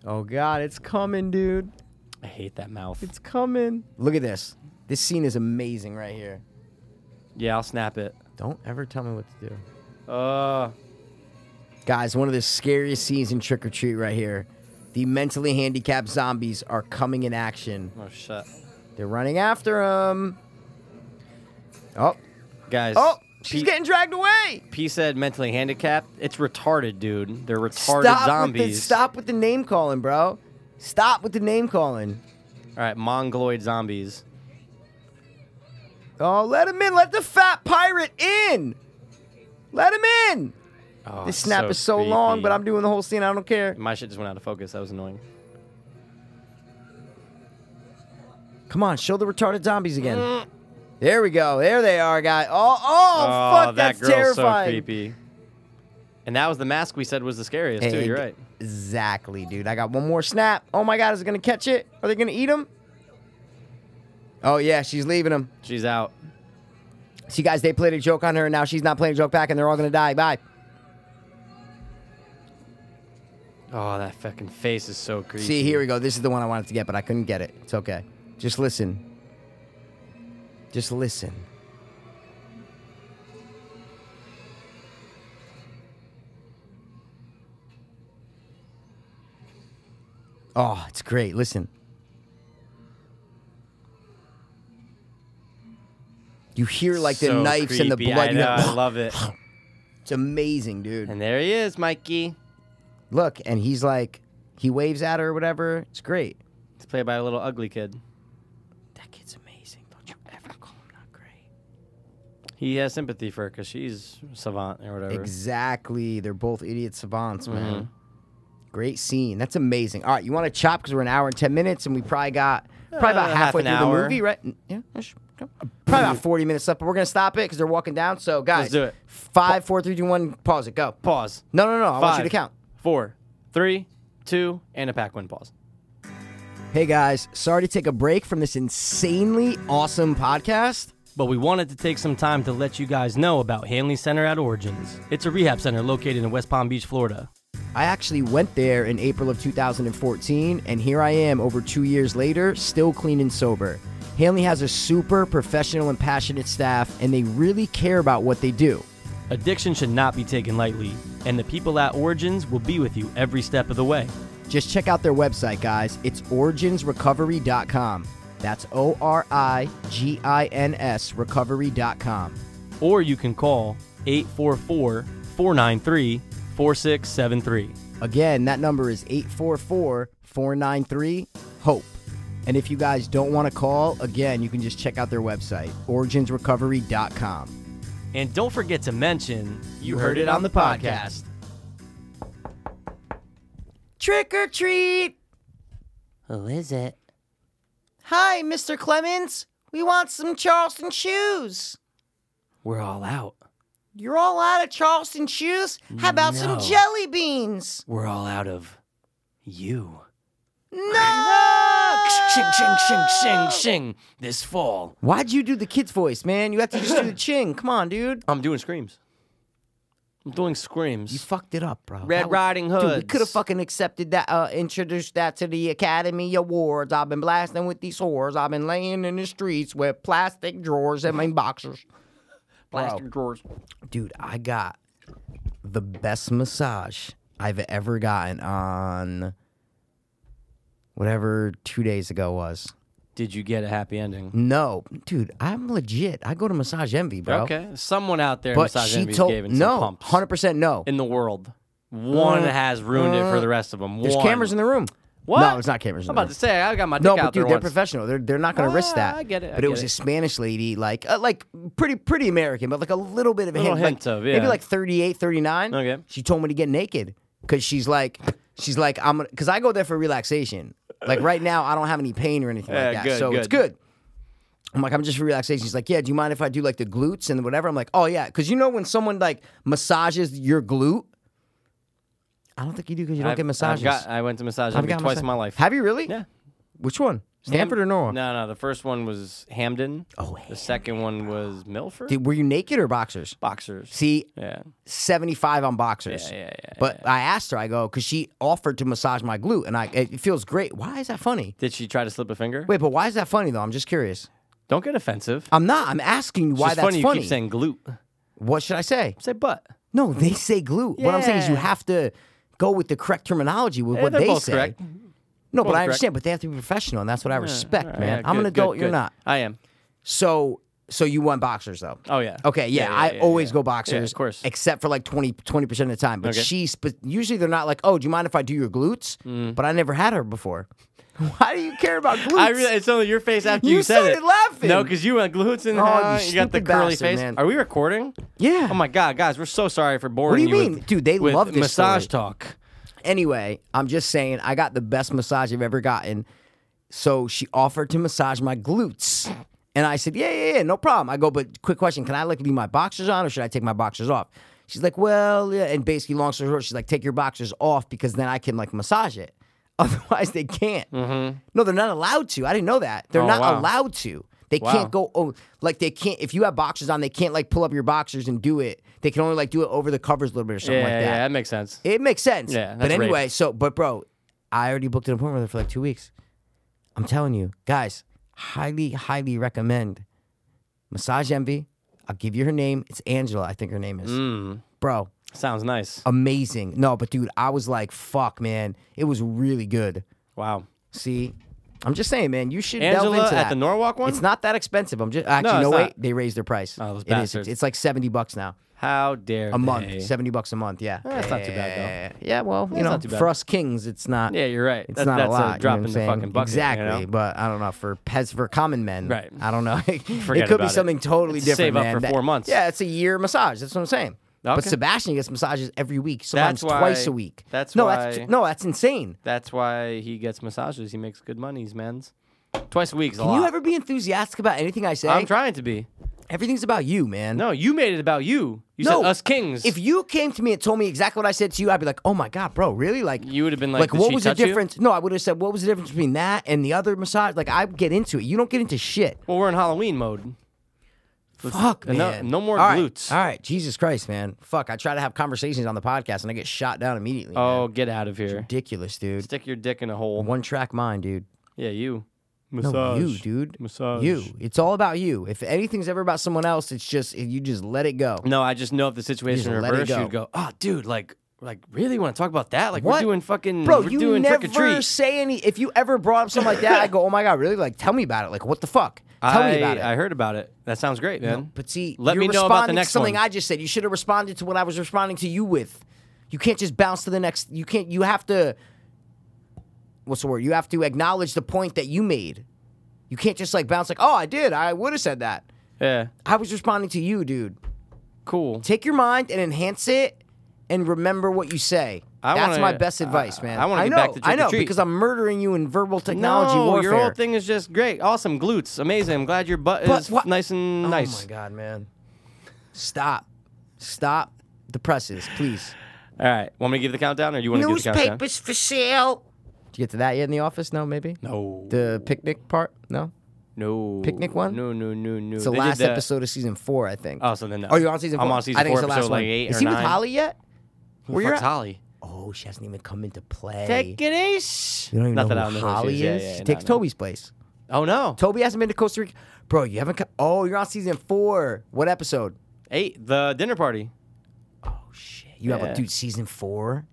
oh, God, it's coming, dude. I hate that mouth. It's coming. Look at this. This scene is amazing right here. Yeah, I'll snap it. Don't ever tell me what to do. Uh, Guys, one of the scariest scenes in Trick or Treat right here. The mentally handicapped zombies are coming in action. oh shit, They're running after him. Oh, guys. oh, she's Pete, getting dragged away. P said mentally handicapped. It's retarded, dude. They're retarded stop zombies. With the, stop with the name calling, bro. Stop with the name calling. All right, mongoloid zombies. Oh, let him in. Let the fat pirate in. Let him in. Oh, This it's snap is so long, creepy. but I'm doing the whole scene. I don't care. My shit just went out of focus. That was annoying. Come on, show the retarded zombies again. Mm. There we go. There they are, guy. Oh, oh, fuck, that's that girl's terrifying. so creepy. And that was the mask we said was the scariest too. You're Egg- right. Exactly, dude. I got one more snap. Oh my god, is it gonna catch it? Are they gonna eat him? Oh yeah, she's leaving him. She's out. See, guys, they played a joke on her, and now she's not playing a joke back, and they're all gonna die. Bye. Oh, that fucking face is so creepy. See, here we go. This is the one I wanted to get, but I couldn't get it. It's okay. Just listen. Just listen. Oh, it's great. Listen. You hear like the So knives and the creepy. blood. I, You know, I know, love it. it's amazing, dude And there he is, Mikey. look and he's like he waves at her or whatever it's great He's played by a little ugly kid. that kid's amazing don't you ever call him not great He has sympathy for her because she's savant or whatever. Mm. Exactly. They're both idiot savants, Mm-hmm. man. Great scene. That's amazing. All right, you want to chop because we're an hour and ten minutes, and we probably got probably about Uh, half halfway an through hour. the movie, right? N- Yeah, ish. probably about forty minutes left, but we're gonna stop it because they're walking down. So guys, do it. Five, four, three, two, one. Pause it. Go. Pause. No, no, no. I want you to Five, count. Four, three, two, and a pack win pause. Hey guys, sorry to take a break from this insanely awesome podcast. But we wanted to take some time to let you guys know about Hanley Center at Origins. It's a rehab center located in West Palm Beach, Florida. I actually went there in April of 2014, and here I am over two years later, still clean and sober. Hanley has a super professional and passionate staff, and they really care about what they do. Addiction should not be taken lightly, and the people at Origins will be with you every step of the way. Just check out their website, guys. It's originsrecovery.com. That's O R I G I N S recovery.com. Or you can call 844 493 4673. Again, that number is 844 493 HOPE. E. And if you guys don't want to call, again, you can just check out their website, originsrecovery.com. And don't forget to mention you heard it on the podcast. Trick or treat! Who is it? Hi, Mr. Clemens. We want some Charleston shoes. We're all out. You're all out of Charleston shoes? How about some No. jelly beans? We're all out of you. No! Shing, shing, shing, shing, shing. This fall. Why'd you do the kid's voice, man? You have to just do the ching. Come on, dude. I'm doing screams. I'm doing You screams. fucked it up, bro. Red That was- Riding Hood. Dude, we could have fucking accepted that, uh, introduced that to the Academy Awards. I've been blasting with these whores. I've been laying in the streets with plastic drawers and my boxers. plastic drawers. Dude, I got the best massage I've ever gotten on whatever two days ago was. Did you get a happy ending? No, dude, I'm legit. I go to Massage Envy, bro. Okay. Someone out there in But Massage she Envy's told giving some no, pumps hundred percent no. in the world. One Uh, has ruined it for uh, the rest of them. There's One. cameras in the room. What? No, it's not cameras. I'm in the about room. to say I got my dick No, out but dude, there they're once. professional. They're they're not going to Ah, risk that. I get it, I But get it was it. a Spanish lady, like uh, like pretty pretty American, but like a little bit of a Little hint, like, hint of, maybe yeah. like 38, 39. Okay. She told me to get naked because she's like she's like I'm gonna because I go there for relaxation. Like right now, I don't have any pain or anything Yeah, like that, good, so it's good. good. I'm like, I'm just for relaxation. She's like, yeah, do you mind if I do like the glutes and whatever? I'm like, oh yeah, because you know when someone like massages your glute, I don't think you do because you don't I've- get massages. I've got, I went to massage I've Envy got twice massage- in my life. Have you really? Yeah. Which one? Stanford or Norwalk? No, no. The first one was Hamden. Oh, The second one was Milford. Dude, were you naked or boxers? Boxers. See, yeah. 75 on boxers. Yeah, yeah, yeah, But I asked her, I go, because she offered to massage my glute, and I it feels great. Why is that funny? Did she try to slip a finger? Wait, but why is that funny though? I'm just curious. Don't get offensive. I'm not. I'm asking you why it's just that's funny, You keep saying glute. what should I say? Say butt. No, they say glute. What I'm saying is you Yeah. have to go with the correct terminology with Eh, what they're they both say. correct. No, but Both I correct. understand, but they have to be professional, and that's what I respect, All right, man. yeah, I'm an good, good, adult, you're good. not. I am. So so you want boxers though? Oh, yeah. Okay, yeah, Yeah, yeah, I yeah, always yeah. go Yeah, boxers, of course. except for like 20 percent of the time. But Okay. she, sp- usually they're not like, oh, do you mind if I do your glutes? But I never had her before. Why do you care about glutes? Mm. I really, it's only your face after you, You said it. started laughing. No, because you went glutes and Oh, uh, you you got the stupid curly bastard, face. man. Are we recording? yeah. Oh my god, guys, we're so sorry for boring What do you mean, with- dude? They with love this massage story. talk. Anyway, I'm just saying, I got the best massage I've ever gotten. So she offered to massage my glutes, and I said, yeah, yeah, yeah, no problem. I go, but quick question: Can I like leave my boxers on, or should I take my boxers off? She's like, well, yeah. And basically, long story short, she's like, take your boxers off because then I can like massage it. Otherwise, they can't. No, they're not allowed to. I didn't know that. They're Mm-hmm. Oh, not wow. allowed to. They Wow. can't go oh, like they can't. If you have boxers on, they can't like pull up your boxers and do it. They can only like do it over the covers a little bit or something yeah, like that. yeah, that makes sense. It makes sense. Yeah, But that's rape. anyway, so but bro, I already booked an appointment with her for like two weeks. I'm telling you, guys, highly, highly recommend Massage Envy. I'll give you her name. It's Angela, I think her name is. Mm. Bro, Sounds nice. amazing. No, but dude, I was like, fuck, man. It was really good. Wow. See? I'm just saying, man, you should delve Angela into that. at the Norwalk one? It's not that expensive. I'm just actually no, No, it's wait, not. they raised their price. Oh, those It is. bastards. It's like seventy bucks now How dare a month. they. Seventy bucks a month. Yeah, Eh, that's not too bad, though. Yeah, Yeah, well, you know, not too bad. for us kings, it's not. Yeah, you're right. It's That- not that's a lot. drop you know in what the I'm saying? fucking bucket. you Exactly, know? but I don't know for pez for common men. Right. I don't know. it Forget could be about it. something totally Save different. up man. for That- four months. Yeah, it's a year massage. That's what I'm saying. But Okay. Sebastian gets massages every week, sometimes why- twice a week. that's no, why- that's no, that's insane. That's why he gets massages. He makes good money. He's men's. Twice a week is a Can lot. you ever be enthusiastic about anything I say? I'm trying to be. Everything's about you, man. No, you made it about you. You No. said us kings. If you came to me and told me exactly what I said to you, I'd be like, "Oh my god, bro, really?" Like You would've been like, "Did "What she was the touch you?" difference?" No, I would have said, "What was the difference between that and the other massage?" Like I get into it. You don't get into shit. well, we're in Halloween mode. Let's- Fuck, and no- man. No, more All right. glutes. All right, Jesus Christ, man. Fuck, I try to have conversations on the podcast and I get shot down immediately. man. Oh, get out of here. ridiculous, dude. Stick your dick in a hole. One track mind, dude. Yeah, you. No, Massage. you, dude. Massage. You. It's all about you. If anything's ever about someone else, it's just you just let it go. No, I just know if the situation Just let it reversed, go. you'd go, oh, dude, like, like really want to talk about that? Like, What? we're doing fucking, Bro, we're you doing never trick or treat. say any. If you ever brought up something like that, I go, "Oh my god, really? Like, tell me about it. Like, what the fuck? Tell I, me about it." I heard about it. That sounds great, man. But see, let you're me know responding about the next to something one. I just said. You should have responded to what I was responding to you with. You can't just bounce to the next. You can't. You have to. What's the word? You have to acknowledge the point that you made. You can't just like bounce like, oh, I did. I would have said that. yeah, I was responding to you, dude. cool. Take your mind and enhance it, and remember what you say. I That's wanna- my best I- advice, man. I wanna get know, back to trick I or know treat. because I'm murdering you in verbal technology no, warfare. your whole thing is just great, awesome glutes, amazing. I'm glad your butt But is what- nice and Oh nice. my god, man! Stop, stop the presses, please. All right, want me to give the countdown, or you want to give the countdown? Newspapers for sale. Did you get to that yet in the office? No, maybe. No, The picnic part? No. Oh, no picnic one? No, no, no, no. It's the last episode of season four, I think. Oh, so then no. Are you on season four? I'm on season I think four, it's the episode last like one. eight Is or he with nine. Holly yet? Who Where the you're fuck's at? Holly? Oh, she hasn't even come into play. Take it easy. you don't even Not know that I who don't know who Holly she is. is. Yeah, yeah, she no, takes no. Toby's place. Oh no, Toby hasn't been to Costa Rica. Bro, you haven't come. Oh, you're on season four. What episode? eight. The dinner party. Oh shit! You have Yeah. a dude season four.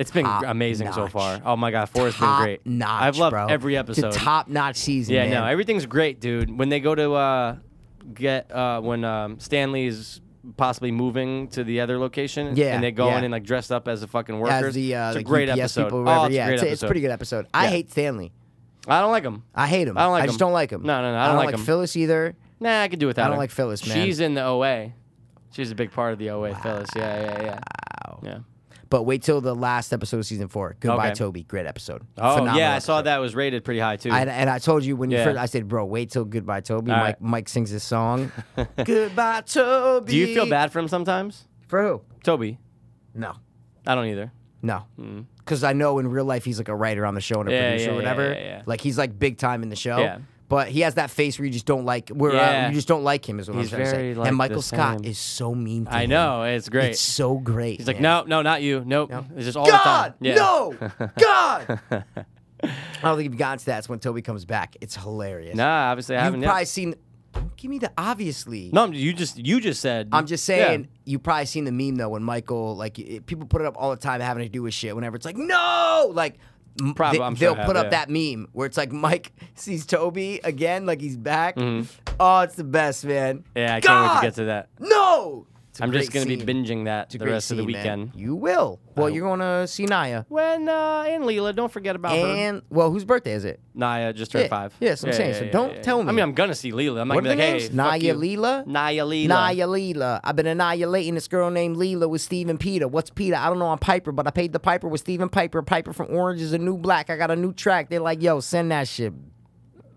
It's been Top amazing so notch. far. Oh my god, four has been Top great. notch. I've loved bro. every episode. Top notch season. yeah, man. no, everything's great, dude. When they go to uh, get uh, when um, Stanley's possibly moving to the other location, Yeah, and they go yeah. in and like dressed up as the fucking workers. As the uh, it's a like great UPS episode. people, or oh, whatever. it's yeah, a great it's, episode. it's a pretty good episode. I Yeah. hate Stanley. I don't like him. I hate him. I don't like just him. don't like him. No, no, no, I I don't don't like like him. Phyllis either. Nah, I could do without. I don't her. like Phyllis, man. She's in the OA. She's a big part of the OA, Phyllis. Yeah, yeah, yeah. Yeah. But wait till the last episode of season four. Goodbye, Okay. Toby. Great episode. Oh Phenomenal yeah, I saw episode. that was rated pretty high too. I, and I told you when you Yeah. first, I said, bro, wait till Goodbye, Toby. All Mike, right. Mike sings this song. Goodbye, Toby. do you feel bad for him sometimes, For who? Toby? No. I don't either. No. Because I know in real life he's like a writer on the show and a Yeah, producer yeah, or yeah, whatever. yeah, yeah. Like he's like big time in the show. Yeah. But he has that face where you just don't like where Yeah. uh, you just don't like him is what He's I'm trying very to say. like the and Michael Scott same. is so mean to I him. know it's great. It's so great. He's like, man. no, no, not you. Nope. It's just all the time. God, Yeah. no, God. I don't think you've gotten to that. It's when Toby comes back. It's hilarious. Nah, obviously I you've haven't. probably yet. seen. Don't give me the obviously. No, I'm- you just you just said. I'm just Yeah. saying you've probably seen the meme though when Michael like it, people put it up all the time having to do with shit. Whenever it's like no, like. m- Probably, they, I'm sure I will have, put up yeah. that meme where it's like Mike sees Toby again, like he's back. Oh, it's the best, man. Mm-hmm. Yeah, I can't wait God, to get to that. No, It's a I'm just great gonna be scene. binging that It's a the great rest of the scene, man. weekend. You will. Well, you're going to see Naya. When uh, and Leela, don't forget about her. And well, whose birthday is it? Naya just turned Yeah, five. yeah, that's what I'm saying. So don't tell I me. mean, I'm gonna see Leela. I'm not What gonna are their be like, hey, names? fuck Naya you. Leela? Naya Leela. Naya Leela. I've been annihilating this girl named Leela with Steven Peter. What's Peter? I don't know. I'm Piper, but I paid the Piper with Steven Piper. Piper from Orange is a New Black. I got a new track. They're like, yo, send that shit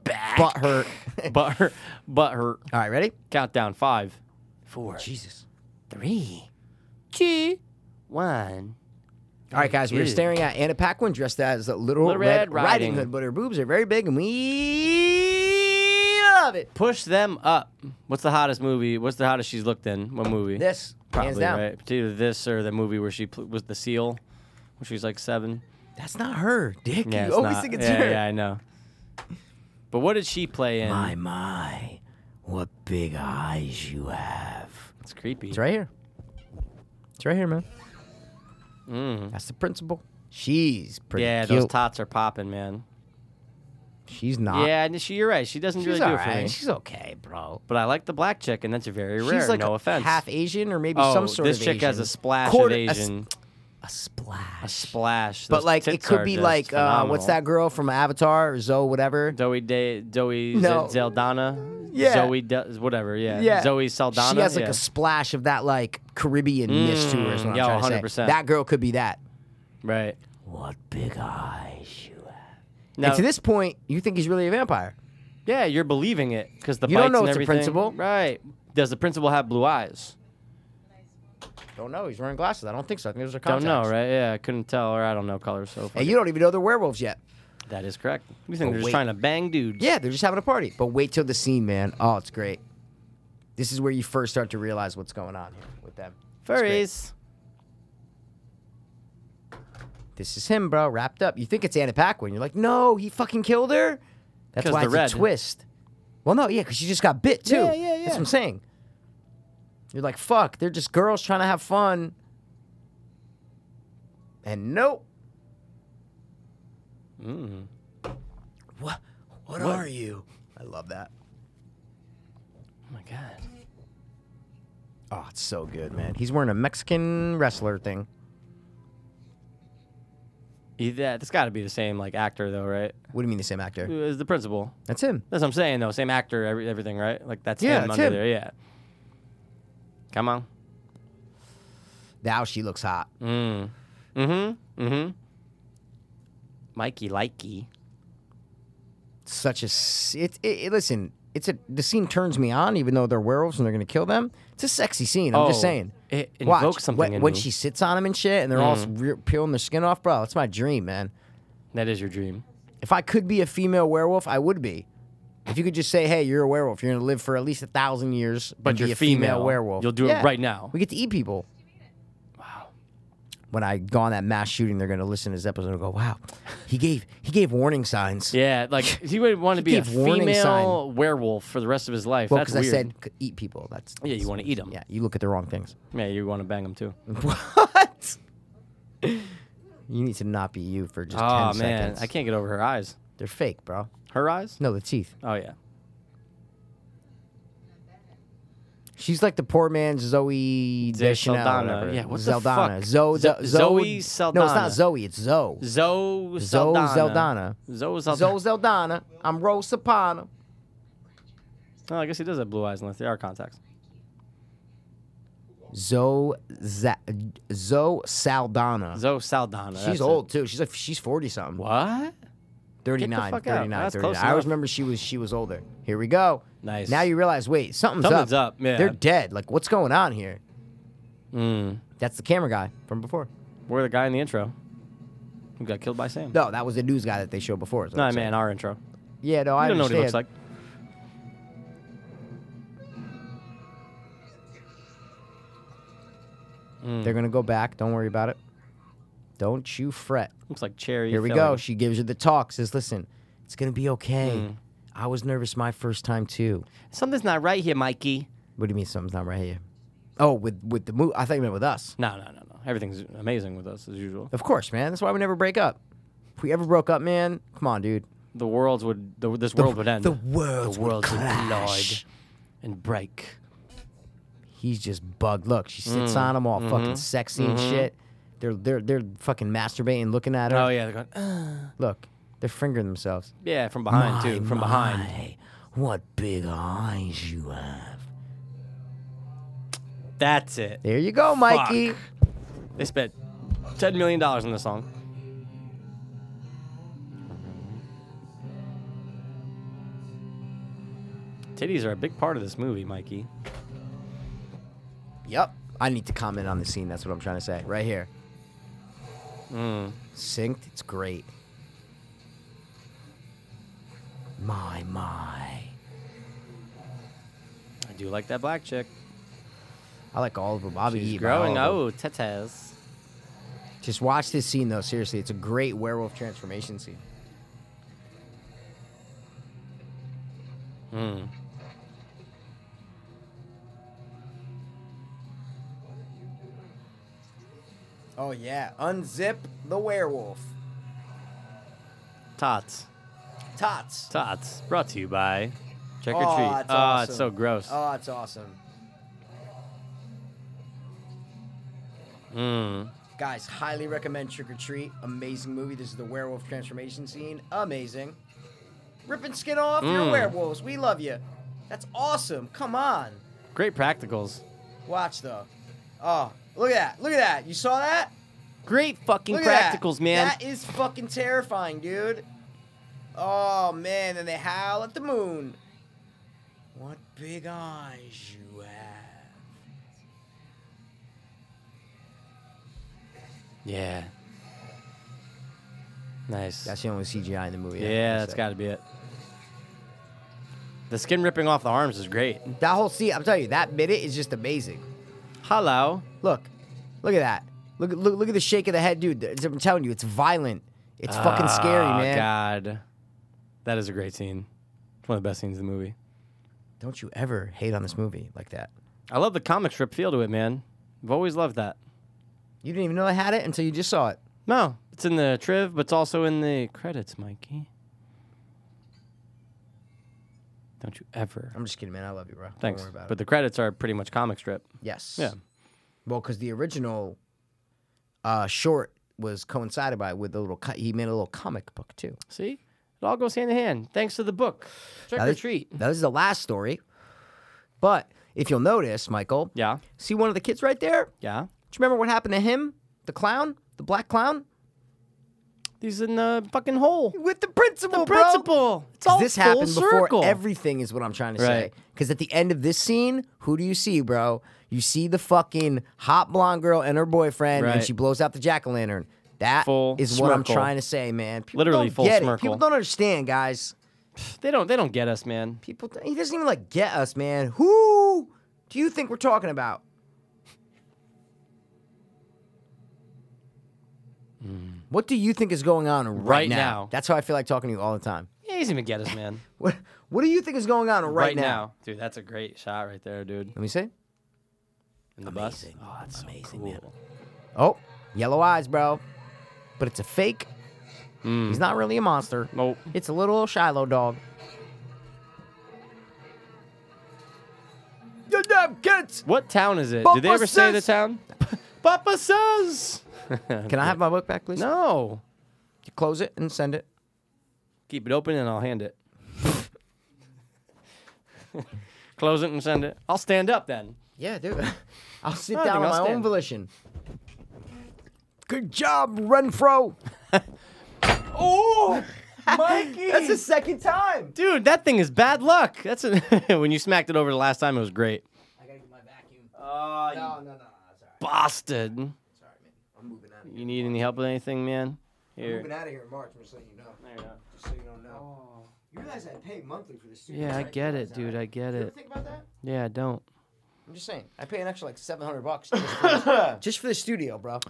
back. Butt hurt. But her, but her All right, ready? countdown five. Four, Jesus. three, Gee. one. All right, guys, we're Dude. staring at Anna Paquin dressed as a little Little red, Red riding. Riding. hood, but her boobs are very big and we love it. Push them up. What's the hottest movie? What's the hottest she's looked in? What movie? This, hands Probably down. right. It's Either this or the movie where she pl- was the seal, when she was like seven. That's not her, Dick. Yeah, you it's always not- think it's yeah, her. Yeah, I know. But what did she play in? My, my, what big eyes you have. It's creepy. It's right here. It's right here, man. That's the principal. She's pretty Mm. Yeah, cute. those tots are popping, man. She's not. Yeah, and she, you're right. She doesn't she's really do all it for right. me. She's okay, bro. but I like the black chick, and that's very rare. She's like no a offense. half Asian or maybe oh, some sort this of chick has Asian. a splash Quarter- of a s- Asian. A splash. A splash. But Those like it tits could are be just like uh, what's phenomenal. that girl from Avatar or Zoe whatever. Zoe De Zoe No. Z- Zeldana. Yeah. Zoe De- whatever. Yeah. Yeah. Zoe Saldana. She has like yeah. Mm, a splash of that like Caribbean-ness to her. Is what yeah, I'm trying to say. 100%. That girl could be that. right. What big eyes you have. Now, and to this point, you think he's really a vampire. yeah, you're believing it because the You don't bites know and it's a everything. principal. right? Does the principal have blue eyes? Don't know. He's wearing glasses. I don't think so. I think those are Don't contacts. know, right? Yeah, I couldn't tell, or I don't know colors. So far. And you don't even know they're werewolves yet. that is correct. You think Oh, they're just wait. trying to bang dudes? Yeah, they're just having a party. But wait till the scene, man. Oh, it's great. This is where you first start to realize what's going on here with them. It's great. furries. This is him, bro, wrapped up. You think it's Anna Paquin. You're like, no, he fucking killed her. That's 'Cause why the it's a red. twist. Well, no, yeah, because she just got bit too. Yeah, yeah, That's yeah. what I'm saying. You're like, fuck, they're just girls trying to have fun. And nope. Mm. Oh What? What, are you? I love that. Oh my god. Oh, it's so good, man. He's wearing a Mexican wrestler thing. Yeah, that's got to be the same like actor though, right? What do you mean the same actor? Is the principal? That's him. That's what I'm saying though. Same actor, every, everything, right? Like that's Yeah, him it's under him. there. Yeah. Come on. Now she looks hot. Mm. Mm-hmm. Mm-hmm. Mikey likey. such a s- it, it, it- listen it's a the scene turns me on even though they're werewolves and they're gonna kill them it's a sexy scene i'm just Oh, saying it Watch, invokes something when, in Mm. when me. she sits on him and shit and they're all s- re- peeling their skin off bro that's my dream man That is your dream. if i could be a female werewolf i would be if you could just say hey you're a werewolf you're gonna live for at least a thousand years But and you're be a female, female. werewolf You'll do it Yeah. right now. we get to eat people when I go on that mass shooting, they're gonna listen to this episode and go, "Wow, he gave he gave warning signs." Yeah, like he would want to be a gave warning female werewolf for the rest of his life. well, That's because I weird. said c- eat people. That's yeah, you want to eat him. yeah. You look at the wrong things. yeah, you want to bang him too. What? You need to not be you for just ten Oh man, seconds. I can't get over her eyes. They're fake, bro. Her eyes? No, the teeth. Oh yeah. She's like the poor man's Zoe Zoe Deschanel. or Saldana. whatever. Yeah, what the Zeldana. fuck? Zoe, Zo- Zoe No, it's Saldana. not Zoe. It's Zoe. Zoe Zoe Saldana. Zeldana. Zoe Zeldana. Zoe Zeldana. I'm Rose Sapana. Oh, I guess he does have blue eyes unless they are contacts. Zoe Za- Zoe Saldana. Zoe Saldana. that's she's it. old too. She's like she's forty something. What? 39, fuck out. 39, That's close 39. I always enough. remember she was she was older. Here we go. Nice. Now you realize, wait, something's, Something's up. up, yeah. They're dead. Like, what's going on here? Mm. That's the camera guy from before. We're the guy in the intro who got killed by Sam. No, that was the news guy that they showed before. is what No, I'm I mean saying. our intro. Yeah, no, I Oh, I don't know what he looks understand. like. They're gonna go back. Don't worry about it. Don't you fret. Looks like cherry. Here we filling. go. She gives you the talk. Says, "Listen, it's gonna be okay. Hmm. I was nervous my first time too. Something's not right here, Mikey. What do you mean something's not right here? Oh, with with the movie. I thought you meant with us. No, no, no, no. Everything's amazing with us as usual. Of course, man. That's why we never break up. If we ever broke up, man, come on, dude. The worlds would, the, this The- world would end. The world, worlds would would clash. and break. He's just bugged. Look, she sits Mm. on him all Mm-hmm. fucking sexy and shit. They're they're they're fucking masturbating, looking at her. Oh yeah, they're going. "Uh." Look, they're fingering themselves. yeah, from behind too. From behind. What big eyes you have. That's it. There you go, Mikey. Fuck. They spent ten million dollars on this song. Titties are a big part of this movie, Mikey. Yep. I need to comment on the scene. That's what I'm trying to say. Right here. Mm. Synced. It's great. My, my. I do like that black chick. I like all of them. I'll be She's eating all growing. of 'em. Oh, tetes. Just watch this scene, though. Seriously, it's a great werewolf transformation scene. Mm. Oh, yeah. Unzip the werewolf. Tots. Tots. Tots. Brought to you by Trick or Aw, Treat. it's Ah, it's awesome. so gross. Oh, it's awesome. Hmm. Guys, highly recommend Trick or Treat. Amazing movie. This is the werewolf transformation scene. Amazing. Ripping skin off. You're Mm. werewolves. We love you. That's awesome. Come on. Great practicals. Watch though. Oh, look at that. Look at that. You saw that? Great fucking Look at practicals, that. man. That is fucking terrifying, dude. Oh man, and they howl at the moon. What big eyes you have. yeah. Nice. That's the only CGI in the movie. yeah, that's got to be it. The skin ripping off the arms is great. That whole scene, I'm telling you, that minute is just amazing. Hello. Look, look at that. Look, look, look at the shake of the head, dude. It's- I'm telling you, it's violent. It's fucking scary, Ah, man. God. That is a great scene. It's one of the best scenes in the movie. Don't you ever hate on this movie like that. I love the comic strip feel to it, man. I've always loved that. You didn't even know I had it until you just saw it. No, it's in the triv, but it's also in the credits, Mikey. Don't you ever. I'm just kidding, man. I love you, bro. Thanks. Don't worry about But it. the credits are pretty much comic strip. Yes. Yeah. Well, because the original uh, short was coincided by with the little. Co- he made a little comic book too. See? It all goes hand in hand. Thanks to the book. Trick Now or this- treat. Now this is the last story, but if you'll notice, Michael. Yeah. See one of the kids right there. Yeah. Do you remember what happened to him? The clown, the black clown, He's in the fucking hole. with the principal, The bro. principal. It's 'Cause all this full happened circle. before everything is what I'm trying to Right. say. Because at the end of this scene, who do you see, bro? You see the fucking hot blonde girl and her boyfriend, and Right. she blows out the jack o' lantern. That is Full what I'm smirkle. trying to say, man. People Literally don't full get smirkle. It. People don't understand, guys. They don't they don't get us, man. People, he doesn't even like get us, man. Who do you think we're talking about? What do you think is going on right, Hmm. Right now? now. That's how I feel like talking to you all the time. Yeah, he doesn't even get us, man. What What do you think is going on right, Dude, that's a great shot right there, dude. Let me see. In the bus. Amazing. Oh, that's amazing, man. Oh, yellow eyes, bro. But it's a fake. Hmm. He's not really a monster. Nope. It's a little Shiloh dog. You damn kids! What town is it? Papa Did they ever say the says- town? Papa says. Can I have my book back, please? No. You close it and send it. Keep it open and I'll hand it. Close it and send it. I'll stand up then. Yeah, dude. I'll sit No, I down on think my I'll own stand. volition. Good job, Renfro. Oh, Mikey. That's the second time. Dude, that thing is bad luck. That's a when you smacked it over the last time. It was great. I gotta get my vacuum. Oh, No, no, no, no. Sorry, bastard! sorry, man. I'm moving out. Of You need any help with anything, man? here. Here. Moving out of here in March. I'm just letting you know. There you go. Oh. Just so you don't know. You realize I pay monthly for this. Yeah, I get it, dude. I get You ever it. think about that? Yeah, I don't. I'm just saying. I pay an extra like 700 bucks just for, this- just for the studio, bro.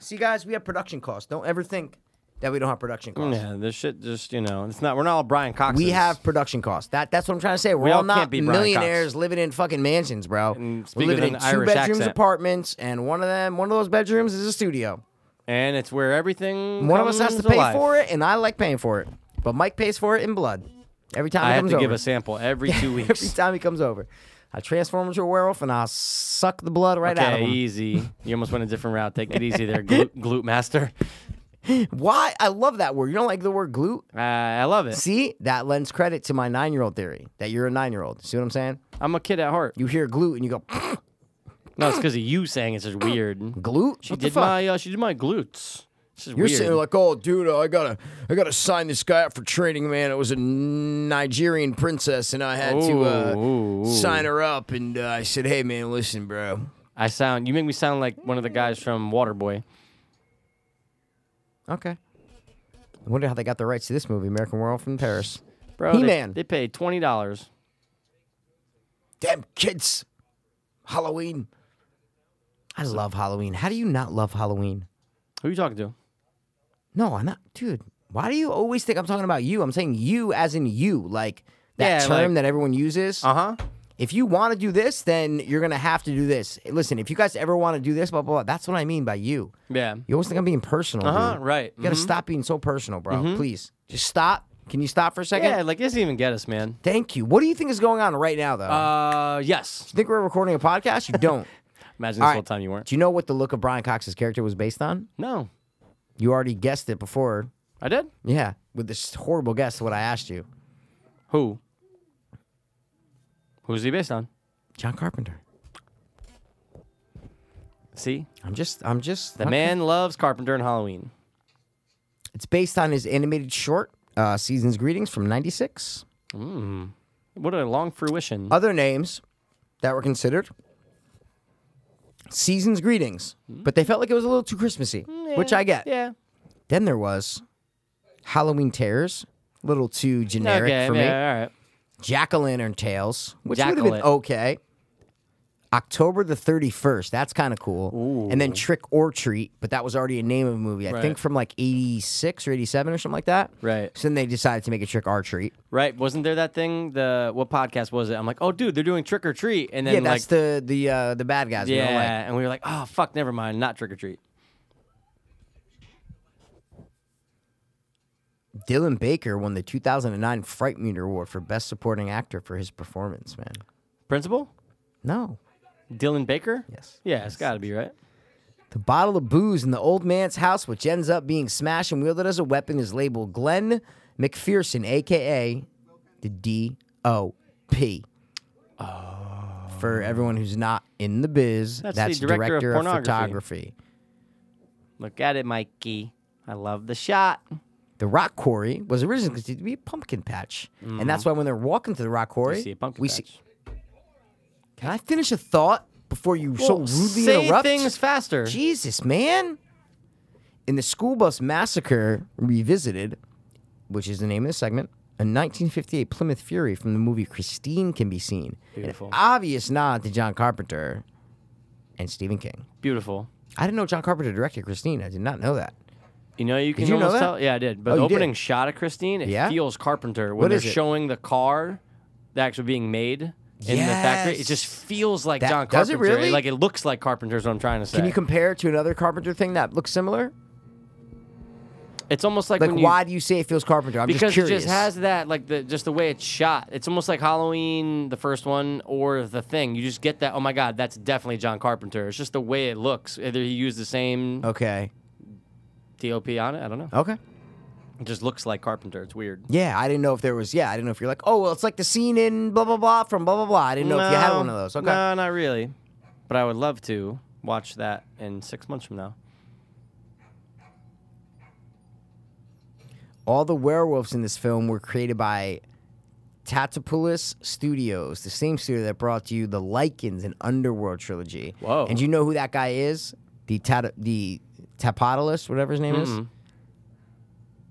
See, guys, we have production costs. Don't ever think that we don't have production costs. Yeah, this shit just you know, it's not. We're not all Brian Cox. We have production costs. That that's what I'm trying to say. We're We all all can't not be Brian millionaires living in fucking mansions, bro. And We're speak with living in an two Irish bedrooms accent. apartments, and one of them, one of those bedrooms is a studio. and it's where everything. One of us has to comes pay alive. for it, and I like paying for it. But Mike pays for it in blood every time I he have comes to over. give a sample every two every weeks. time he comes over, I transform into a werewolf and I suck the blood right out of Okay, him. easy. You almost went a different route. Take it easy there, glute, glute master. Why? I love that word. You don't like the word glute? Uh, I love it. See, that lends credit to my nine-year-old theory that you're a nine-year-old. See what I'm saying? I'm a kid at heart. You hear glute and you go No, it's because of you saying it's just weird. glute. She what the did fuck? my uh, she did my glutes. This is You're weird. sitting there like, oh, dude, I gotta, I gotta sign this guy up for training, man. It was a Nigerian princess, and I had to uh, Ooh, ooh, ooh. sign her up. And uh, I said, hey, man, listen, bro. I sound. You make me sound like one of the guys from Waterboy. Okay. I wonder how they got the rights to this movie, American Werewolf in Paris. Bro, they- He-Man. They, paid twenty dollars. Damn kids, Halloween. I love Halloween. How do you not love Halloween? Who are you talking to? No, I'm not, dude. Why do you always think I'm talking about you? I'm saying you, as in you, like that Yeah, term like- that everyone uses. Uh huh. if you want to do this, then you're gonna have to do this. Listen, if you guys ever want to do this, blah blah blah. That's what I mean by you. Yeah. You always think I'm being personal. Uh huh. dude. Right. You gotta mhm. stop being so personal, bro. Please, just stop Can you stop for a second? Yeah, like it doesn't even get us, man. Thank you. What do you think is going on right now, though? Uh, yes. you think we're recording a podcast? You don't. Imagine this All right. whole time you weren't. Do you know what the look of Brian Cox's character was based on? No, You already guessed it before. I did. Yeah, with this horrible guess of what I asked you. Who? Who's he based on? John Carpenter. See, I'm just, I'm just. the man loves Carpenter and Halloween. It's based on his animated short, uh, Season's Greetings from 96. What a long fruition. Other names that were considered Season's Greetings, but they felt like it was a little too Christmassy, which I get. yeah. Then there was Halloween Terrors, a little too generic okay. for me. yeah, All right. Jack o' lantern tales, which would have been Jack-o'-lantern. okay. October the 31st, that's kind of cool. And then Trick or Treat, but that was already a name of a movie, I think Right. from like 86 or 87 or something like that. Right. So then they decided to make a Trick or Treat. Right. Wasn't there that thing? The what podcast was it? I'm like, oh, dude, they're doing trick or treat, and then yeah, like, that's the the uh, the bad guys. we don't yeah, like. and we were like, oh, fuck, never mind, not trick or treat. Dylan Baker won the 2009 Fright Meter Award for Best Supporting Actor for his performance, man. Principal, No. Dylan Baker. Yes. Yeah, it's got to be right. The bottle of booze in the old man's house, which ends up being smashed and wielded as a weapon, is labeled Glenn McPherson, aka the D.O.P. Oh. For everyone who's not in the biz, that's, That's the director of director, of, pornography. photography. Look at it, Mikey. I love the shot. The rock quarry was originally considered to be a pumpkin patch, and that's why when they're walking to the rock quarry, We Mm. see a pumpkin we patch. see. Can I finish a thought before you so Well, rudely say interrupt? things faster. Jesus, man. In the School Bus Massacre Revisited, which is the name of the segment, a 1958 Plymouth Fury from the movie Christine can be seen. Beautiful. An obvious nod to John Carpenter and Stephen King. Beautiful. I didn't know John Carpenter directed Christine. I did not know that. You know, you can you know almost that? tell. Yeah, I did. But Oh, the you did? opening shot of Christine, it Yeah? feels Carpenter when What they're is it? showing the car that actually being made in the factory. It Yes. just feels like That- John does it Carpenter. really? Like it looks like Carpenter. Is what I'm trying to say. Can you compare it to another Carpenter thing that looks similar? it's almost like Like, when you- why do you say it feels Carpenter? I'm just because it curious. just has that like the just the way it's shot. It's almost like Halloween, the first one, or the thing. You just get that. Oh my God, that's definitely John Carpenter. It's just the way it looks. Either he used the same okay. DOP on it. I don't know. Okay. It just looks like Carpenter. It's weird. Yeah, I didn't know if there was. Yeah, I didn't know if you're like, oh, well, it's like the scene in blah, blah, blah from blah, blah, blah. I didn't know if you had one of those. Okay. No, not really. But I would love to watch that in six months from now. All the werewolves in this film were created by Tatopoulos Studios, the same studio that brought you the Lycans and Underworld trilogy. Whoa. And you know who that guy is? The Tat- the Tapotoulos, whatever his name is. Mm-mm.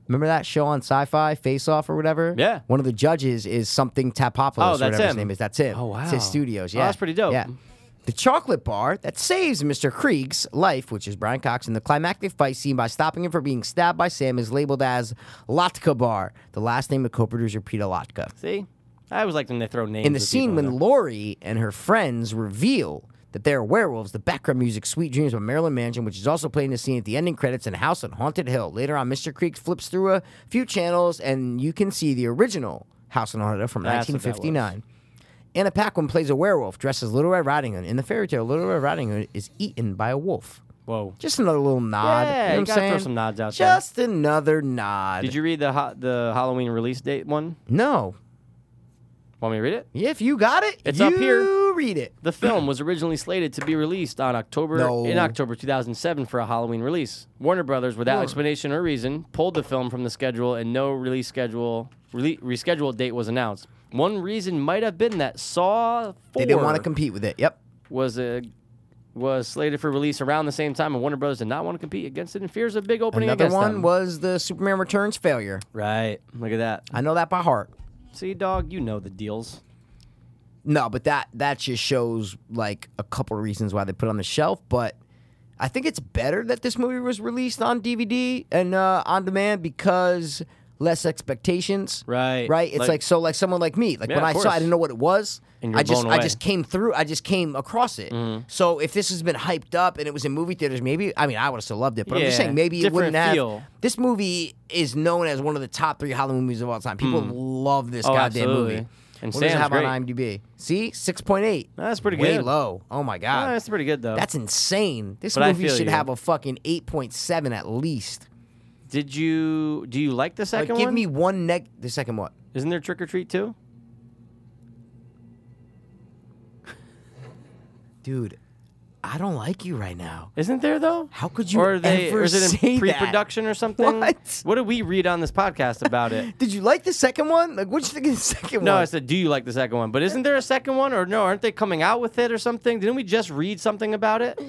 Remember that show on Sci-Fi, Face Off or whatever? Yeah. One of the judges is something Tapopoulos, Oh, that's whatever his him. name is. That's him. Oh, It's his wow. studios. Oh, Yeah, that's pretty dope. Yeah. The chocolate bar that saves Mr. Krieg's life, which is Brian Cox, in the climactic fight scene by stopping him from being stabbed by Sam, is labeled as Latka Bar, the last name of co-producer Peter Latka. See, I always like when they throw names In the at scene people when in Lori and her friends reveal that they are werewolves, the background music "Sweet Dreams" by Marilyn Manson, which is also playing the scene at the ending credits in House on Haunted Hill. Later on, Mr. Creek flips through a few channels and you can see the original House on Haunted Hill from That's what that 1959. Anna Paquin plays a werewolf dressed as Little Red Riding Hood. In the fairy tale, Little Red Riding Hood is eaten by a wolf. Whoa. Just another little nod. Yeah, you know you what I'm gotta saying? throw some nods out there. Just another nod. Did you read the ha- the Halloween release date one? No. Want me to read it? If you got it, It's you up here. read it. The film was originally slated to be released on October No. in October 2007 for a Halloween release. Warner Brothers, without explanation or reason, pulled the film from the schedule, and no release schedule rele- rescheduled date was announced. One reason might have been that Saw 4 They didn't want to compete with it. Yep. was a was slated for release around the same time, and Warner Brothers did not want to compete against it in fears of big opening Another against one them. was the Superman Returns failure. right. Look at that. I know that by heart. See, dog, you know the deals. No, but that that just shows like a couple reasons why they put it on the shelf. But I think it's better that this movie was released on DVD and uh, on demand because less expectations. Right. Right. It's like, Like- so like someone like me, like Yeah, when of I saw, course. I didn't know what it was. And you I were just blown I away. Mm-hmm. just came through. I just came across it. So if this has been hyped up and it was in movie theaters, maybe I mean I would have still loved it. But I'm just Yeah, saying maybe it different wouldn't feel. have. This movie is known as one of the top three Halloween movies of all time. People love this Oh, goddamn absolutely. movie. And what does it Sam's have great. on IMDb? See, six point eight. That's pretty Way good. low. Oh my Ah, god. that's pretty good though. That's insane. This But I movie feel should you. have a fucking 8.7 at least. Did you do you like the Like, second Uh, give one? me one neg. The second what? Isn't there Trick or Treat too? Dude, I don't like you right now. Isn't there though? How could you Or are they? ever or is it say in that? pre-production or something? What? What did we read on this podcast about it? Did you like the second one? Like, what you think of the second No, one? I said, do you like the second one? But isn't there a second one? Or no, aren't they coming out with it or something? Didn't we just read something about it?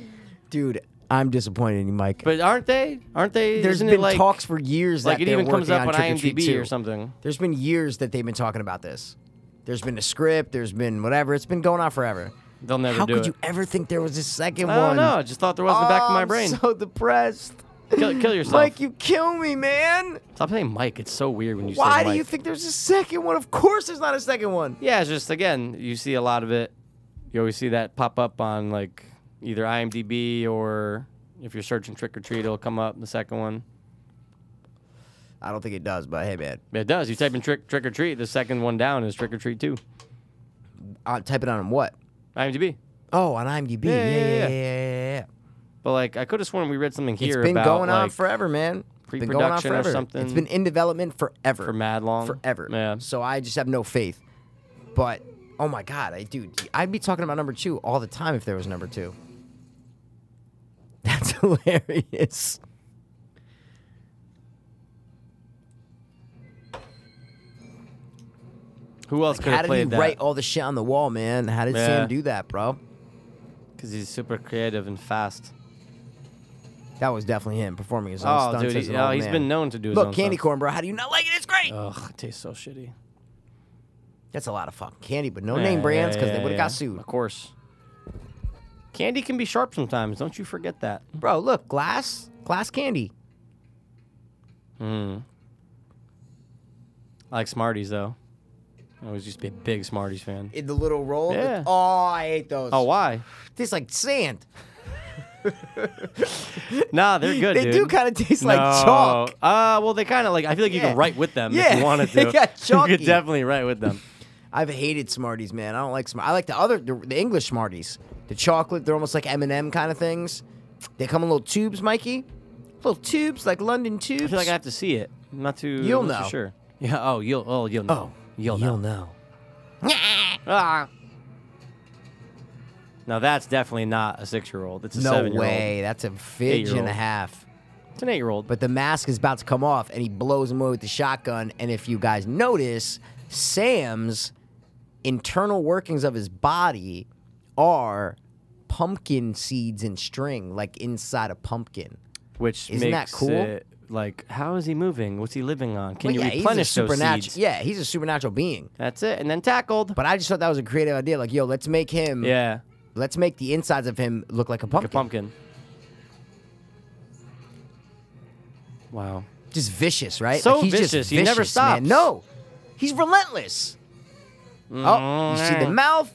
Dude, I'm disappointed in you, Mike. But aren't they? Aren't they? There's isn't been it like, talks for years Like that it they're even comes working up on Trick Treat IMDb 2. or something. There's been years that they've been talking about this. There's been a script. There's been whatever. It's been going on forever. They'll never How do could it. you ever think there was a second I one? don't know. I just thought there was in the back of Oh, my I'm brain. so depressed. kill, kill yourself. Mike, you kill me, man. Stop saying Mike. It's so weird when you say Why do Mike. you think there's a second one? Of course there's not a second one. Yeah, it's just again, you see a lot of it. You always see that pop up on like either IMDb or if you're searching Trick or Treat, it'll come up the second one. I don't think it does, but hey, man. It does. You type in Trick Trick or Treat, the second one down is Trick or Treat Two. I'll type it on what? IMDb. Oh, on IMDb. Yeah, Yeah, yeah, yeah, yeah. yeah, yeah. yeah. But like, I could have sworn we read something here It's been about going on like, forever, man. It's Been going on pre-production or forever. It's something. been in development forever. for mad long Forever. Yeah. So I just have no faith. But oh my god, I dude, I'd be talking about number two all the time if there was number two. That's hilarious. Who else could How have did he played write that? all the shit on the wall, man? How did Yeah. Sam do that, bro? Because he's super creative and fast. That was definitely him performing his own Oh, stunts dude, as he, an oh, old he's man. been known to do his Look, own candy stunts. corn, bro. How do you not like it? It's great. Ugh, it tastes so shitty. That's a lot of fucking candy, but no Yeah, name yeah, brands because yeah, they would have yeah. got sued. Of course. Candy can be sharp sometimes. Don't you forget that. Bro, look, glass, glass candy. Mm-hmm. I like Smarties though. I always used to be a big Smarties fan. In the little roll. Yeah. Oh, I hate those. Oh, why? tastes like sand. Nah, they're good. they dude. do kind of taste like chalk. No. Ah, well, they kind of like. I feel like you Yeah. can write with them if Yeah, you wanted they to. got you chalky. could definitely write with them. I've hated Smarties, man. I don't like Smarties. I like the other, the, the English Smarties. The chocolate, they're almost like M&M kind of things. They come in little tubes, Mikey. Little tubes, like London tubes. I feel like I have to see it. I'm not too. You'll I'm not too know. sure. Yeah. Oh, you'll. Oh, you'll know. you'll, know. Ah. Now that's definitely not a six-year-old. It's a No seven-year-old. way. That's a fidge and Eight-year-old. a half. It's an eight-year-old. but the mask is about to come off and he blows him away with the shotgun and if you guys notice sam's internal workings of his body are pumpkin seeds and string like inside a pumpkin which Isn't that makes cool? it like how is he moving? What's he living on? Can But you yeah, replenish he's a those supernatural seeds? yeah he's a supernatural being That's it. And then tackled. but um, i just thought that was a creative idea like yo let's make him yeah, let's make the insides of him look like a like a pumpkin, pumpkin. Wow. just vicious right So like, he's vicious, just he never vicious, man. stops. no he's relentless oh you Mm. see the mouth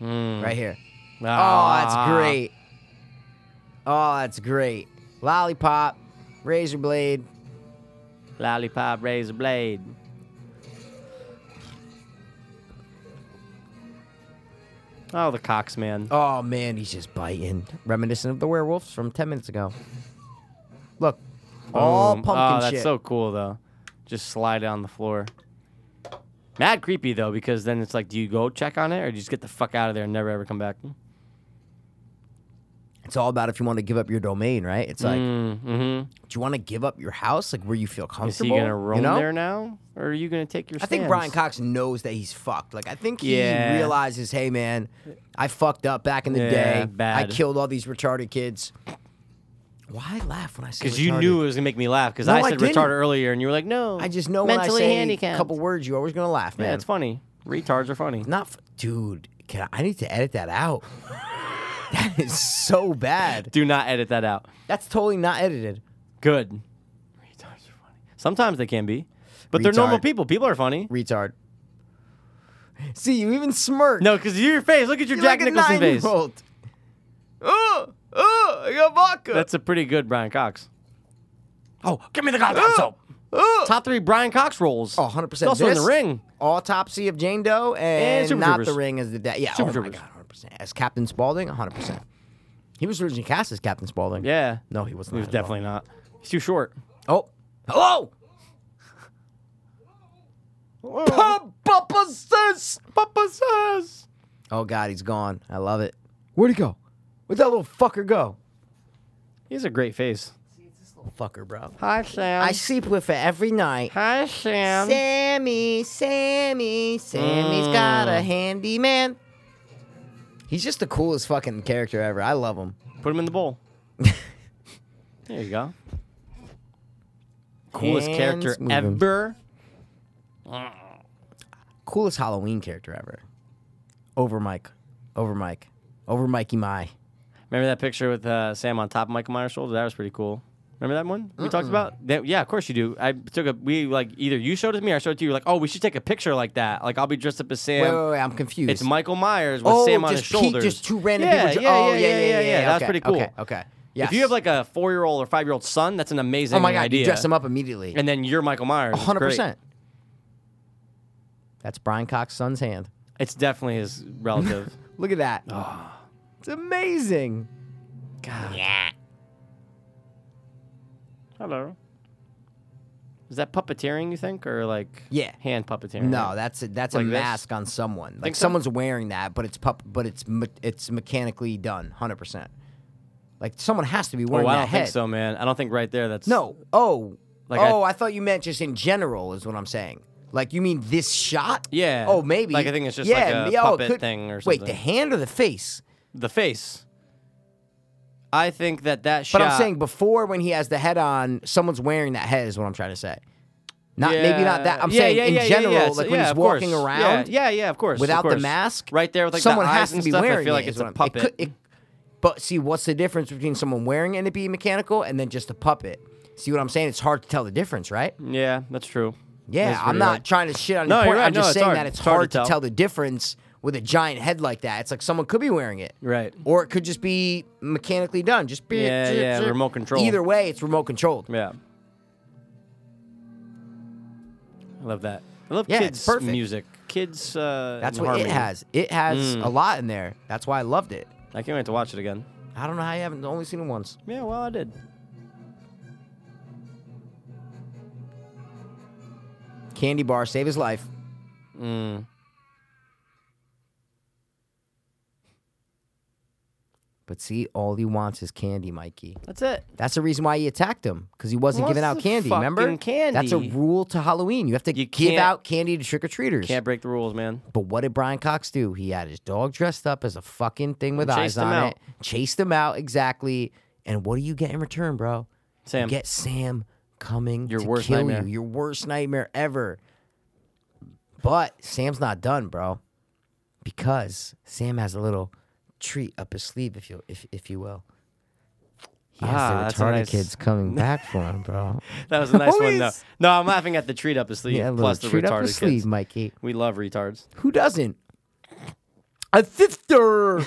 right here Oh, that's Ah. great. Oh, that's great. Lollipop, razor blade. Lollipop, razor blade. Oh, the cocks, man. Oh man, he's just biting. Reminiscent of the werewolves from ten minutes ago. Look, all Boom. pumpkin oh, that's shit. so cool, though. Just slide it on the floor. Mad creepy, though, because then it's like, do you go check on it or do you just get the fuck out of there and never ever come back? it's all about if you want to give up your domain, right? It's like, Mm-hmm. do you want to give up your house, like where you feel Is he comfortable? going to roam you know? there now or are you going to take your I think stands? Brian Cox knows that he's fucked. Like I think he Yeah. realizes, hey man, I fucked up back in the Yeah, day. I bad. killed all these retarded kids. Why laugh when I say? Because you retarded? knew it was going to make me laugh because No, I I said didn't. retarded earlier and you were like, no. I just know mentally when I say handicapped. a couple words, you're always gonna laugh, man. Yeah, it's funny. Retards are funny. Not, f- dude. Can I, I need to edit that out? that is so bad. Do not edit that out. That's totally not edited. Good. Retards are funny. Sometimes they can be, but they're normal Retard. people. People are funny. Retard. See, you even smirk. No, because your face. Look at your You're Jack like Nicholson a face. nine-year-old. Oh, oh, I got vodka. That's a pretty good Brian Cox. Oh, give me the goddamn soap. oh. Top three Brian Cox roles. Oh, 100%. He's Also in This- the ring. Autopsy of Jane Doe and, Super not Troopers. the ring as the dad. Yeah, Super oh my Troopers. god, 100%. As Captain Spaulding, 100%. He was originally cast as Captain Spaulding. Yeah. No, he was He not. was at all. definitely not. He's too short. Oh. Hello! Papa says! Papa says! Oh god, he's gone. I love it. Where'd he go? Where'd that little fucker go? He has a great face. Fucker, bro. Hi, Sam. I sleep with her every night. Hi, Sam. Sammy, Sammy, Sammy's got a handyman. He's just the coolest fucking character ever. I love him. Put him in the bowl. there you go. Coolest Hands character moving. ever. Coolest Halloween character ever. Over Mike. Over Mike. Over Mikey My. Remember that picture with uh, Sam on top of Michael Myers' shoulder? That was pretty cool. Remember that one we talked about? That- yeah, of course you do. I took a we like either you showed it to me or I showed it to you. Like, oh, we should take a picture like that. Like, I'll be dressed up as Sam. Wait, wait, wait, I'm confused. It's Michael Myers with oh, Sam on just his pe- shoulders. just two random yeah, people. Yeah, oh, yeah, yeah, yeah, yeah. That's okay, pretty cool. Okay, okay. Yes. If you have like a four-year-old or five-year-old son, that's an amazing oh my god, idea. you dress him up immediately. and then you're Michael Myers. It's great. 100%. That's Brian Cox's son's hand. It's definitely his relative. Look at that. Ah. It's amazing. Hello. Is that puppeteering? You think, or like Yeah. hand puppeteering? Oh, No, that's a, that's Like a this? mask on someone. Like so? someone's wearing that, but it's pup, but it's me- it's mechanically done, hundred percent. Like someone has to be Oh, wearing I that don't head. think so, man. I don't think right there. That's No. Oh. Like I- oh, I, thought you meant just in general is what I'm saying. Like you mean this shot? Yeah. Oh, maybe. Like, I think it's just yeah, like a yeah, oh, it puppet could- thing or Wait, the something. hand or the face? the face. I think that that shot. But I'm saying before when he has the head on, someone's wearing that head is what I'm trying to say. Not maybe not that. I'm Yeah, saying yeah, in yeah, yeah, general, yeah. like So- when yeah, he's of course. walking Yeah, around. Yeah, yeah, of course. of without the course. mask, right there with like someone the has eyes to and be stuff. wearing I feel like it, it's is what a I'm- it puppet. could- it- but see, what's the difference between someone wearing it and it being mechanical, and then just a puppet? See what I'm saying? It's hard to tell the difference, right? yeah, that's true. Yeah, That's I'm pretty not hard. trying to shit on No, your you're point. right. I'm just No, it's saying hard. that it's It's hard to to tell. tell the difference with a giant head like that. It's like someone could be wearing it, Right. Or it could just be mechanically done. Just be Yeah, yeah, remote control. Either way, it's remote controlled. Yeah. I love that. I love Yeah, it's kids' perfect. music. Kids. Uh, That's and what harmony. Hmm. it has. It has a lot in there. That's why I loved it. I can't wait to watch it again. I don't know how you haven't only seen it once. Yeah, well, I did. Candy bar, save his life. Hmm. But see, all he wants is candy, Mikey. That's it. That's the reason why he attacked him because he wasn't giving out Wants the candy. Remember, fucking candy. that's a rule to Halloween. You have to You give can't- out candy to trick or treaters. Can't break the rules, man. But what did Brian Cox do? He had his dog dressed up as a fucking thing with And eyes chased him on out. it. Chased him out exactly. And what do you get in return, bro? Sam. Get Sam coming Your to worst kill nightmare. you. Your worst nightmare ever. But Sam's not done, bro, because Sam has a little treat up his sleeve, if you if if you will. He has Ah, that's the a retarded nice- kids coming back for him, bro. That was a nice one, though. Always. No, I'm laughing at the treat up his sleeve Yeah, a little plus the treat retarded up his kids. sleeve, Mikey. We love retards. Who doesn't? A sister.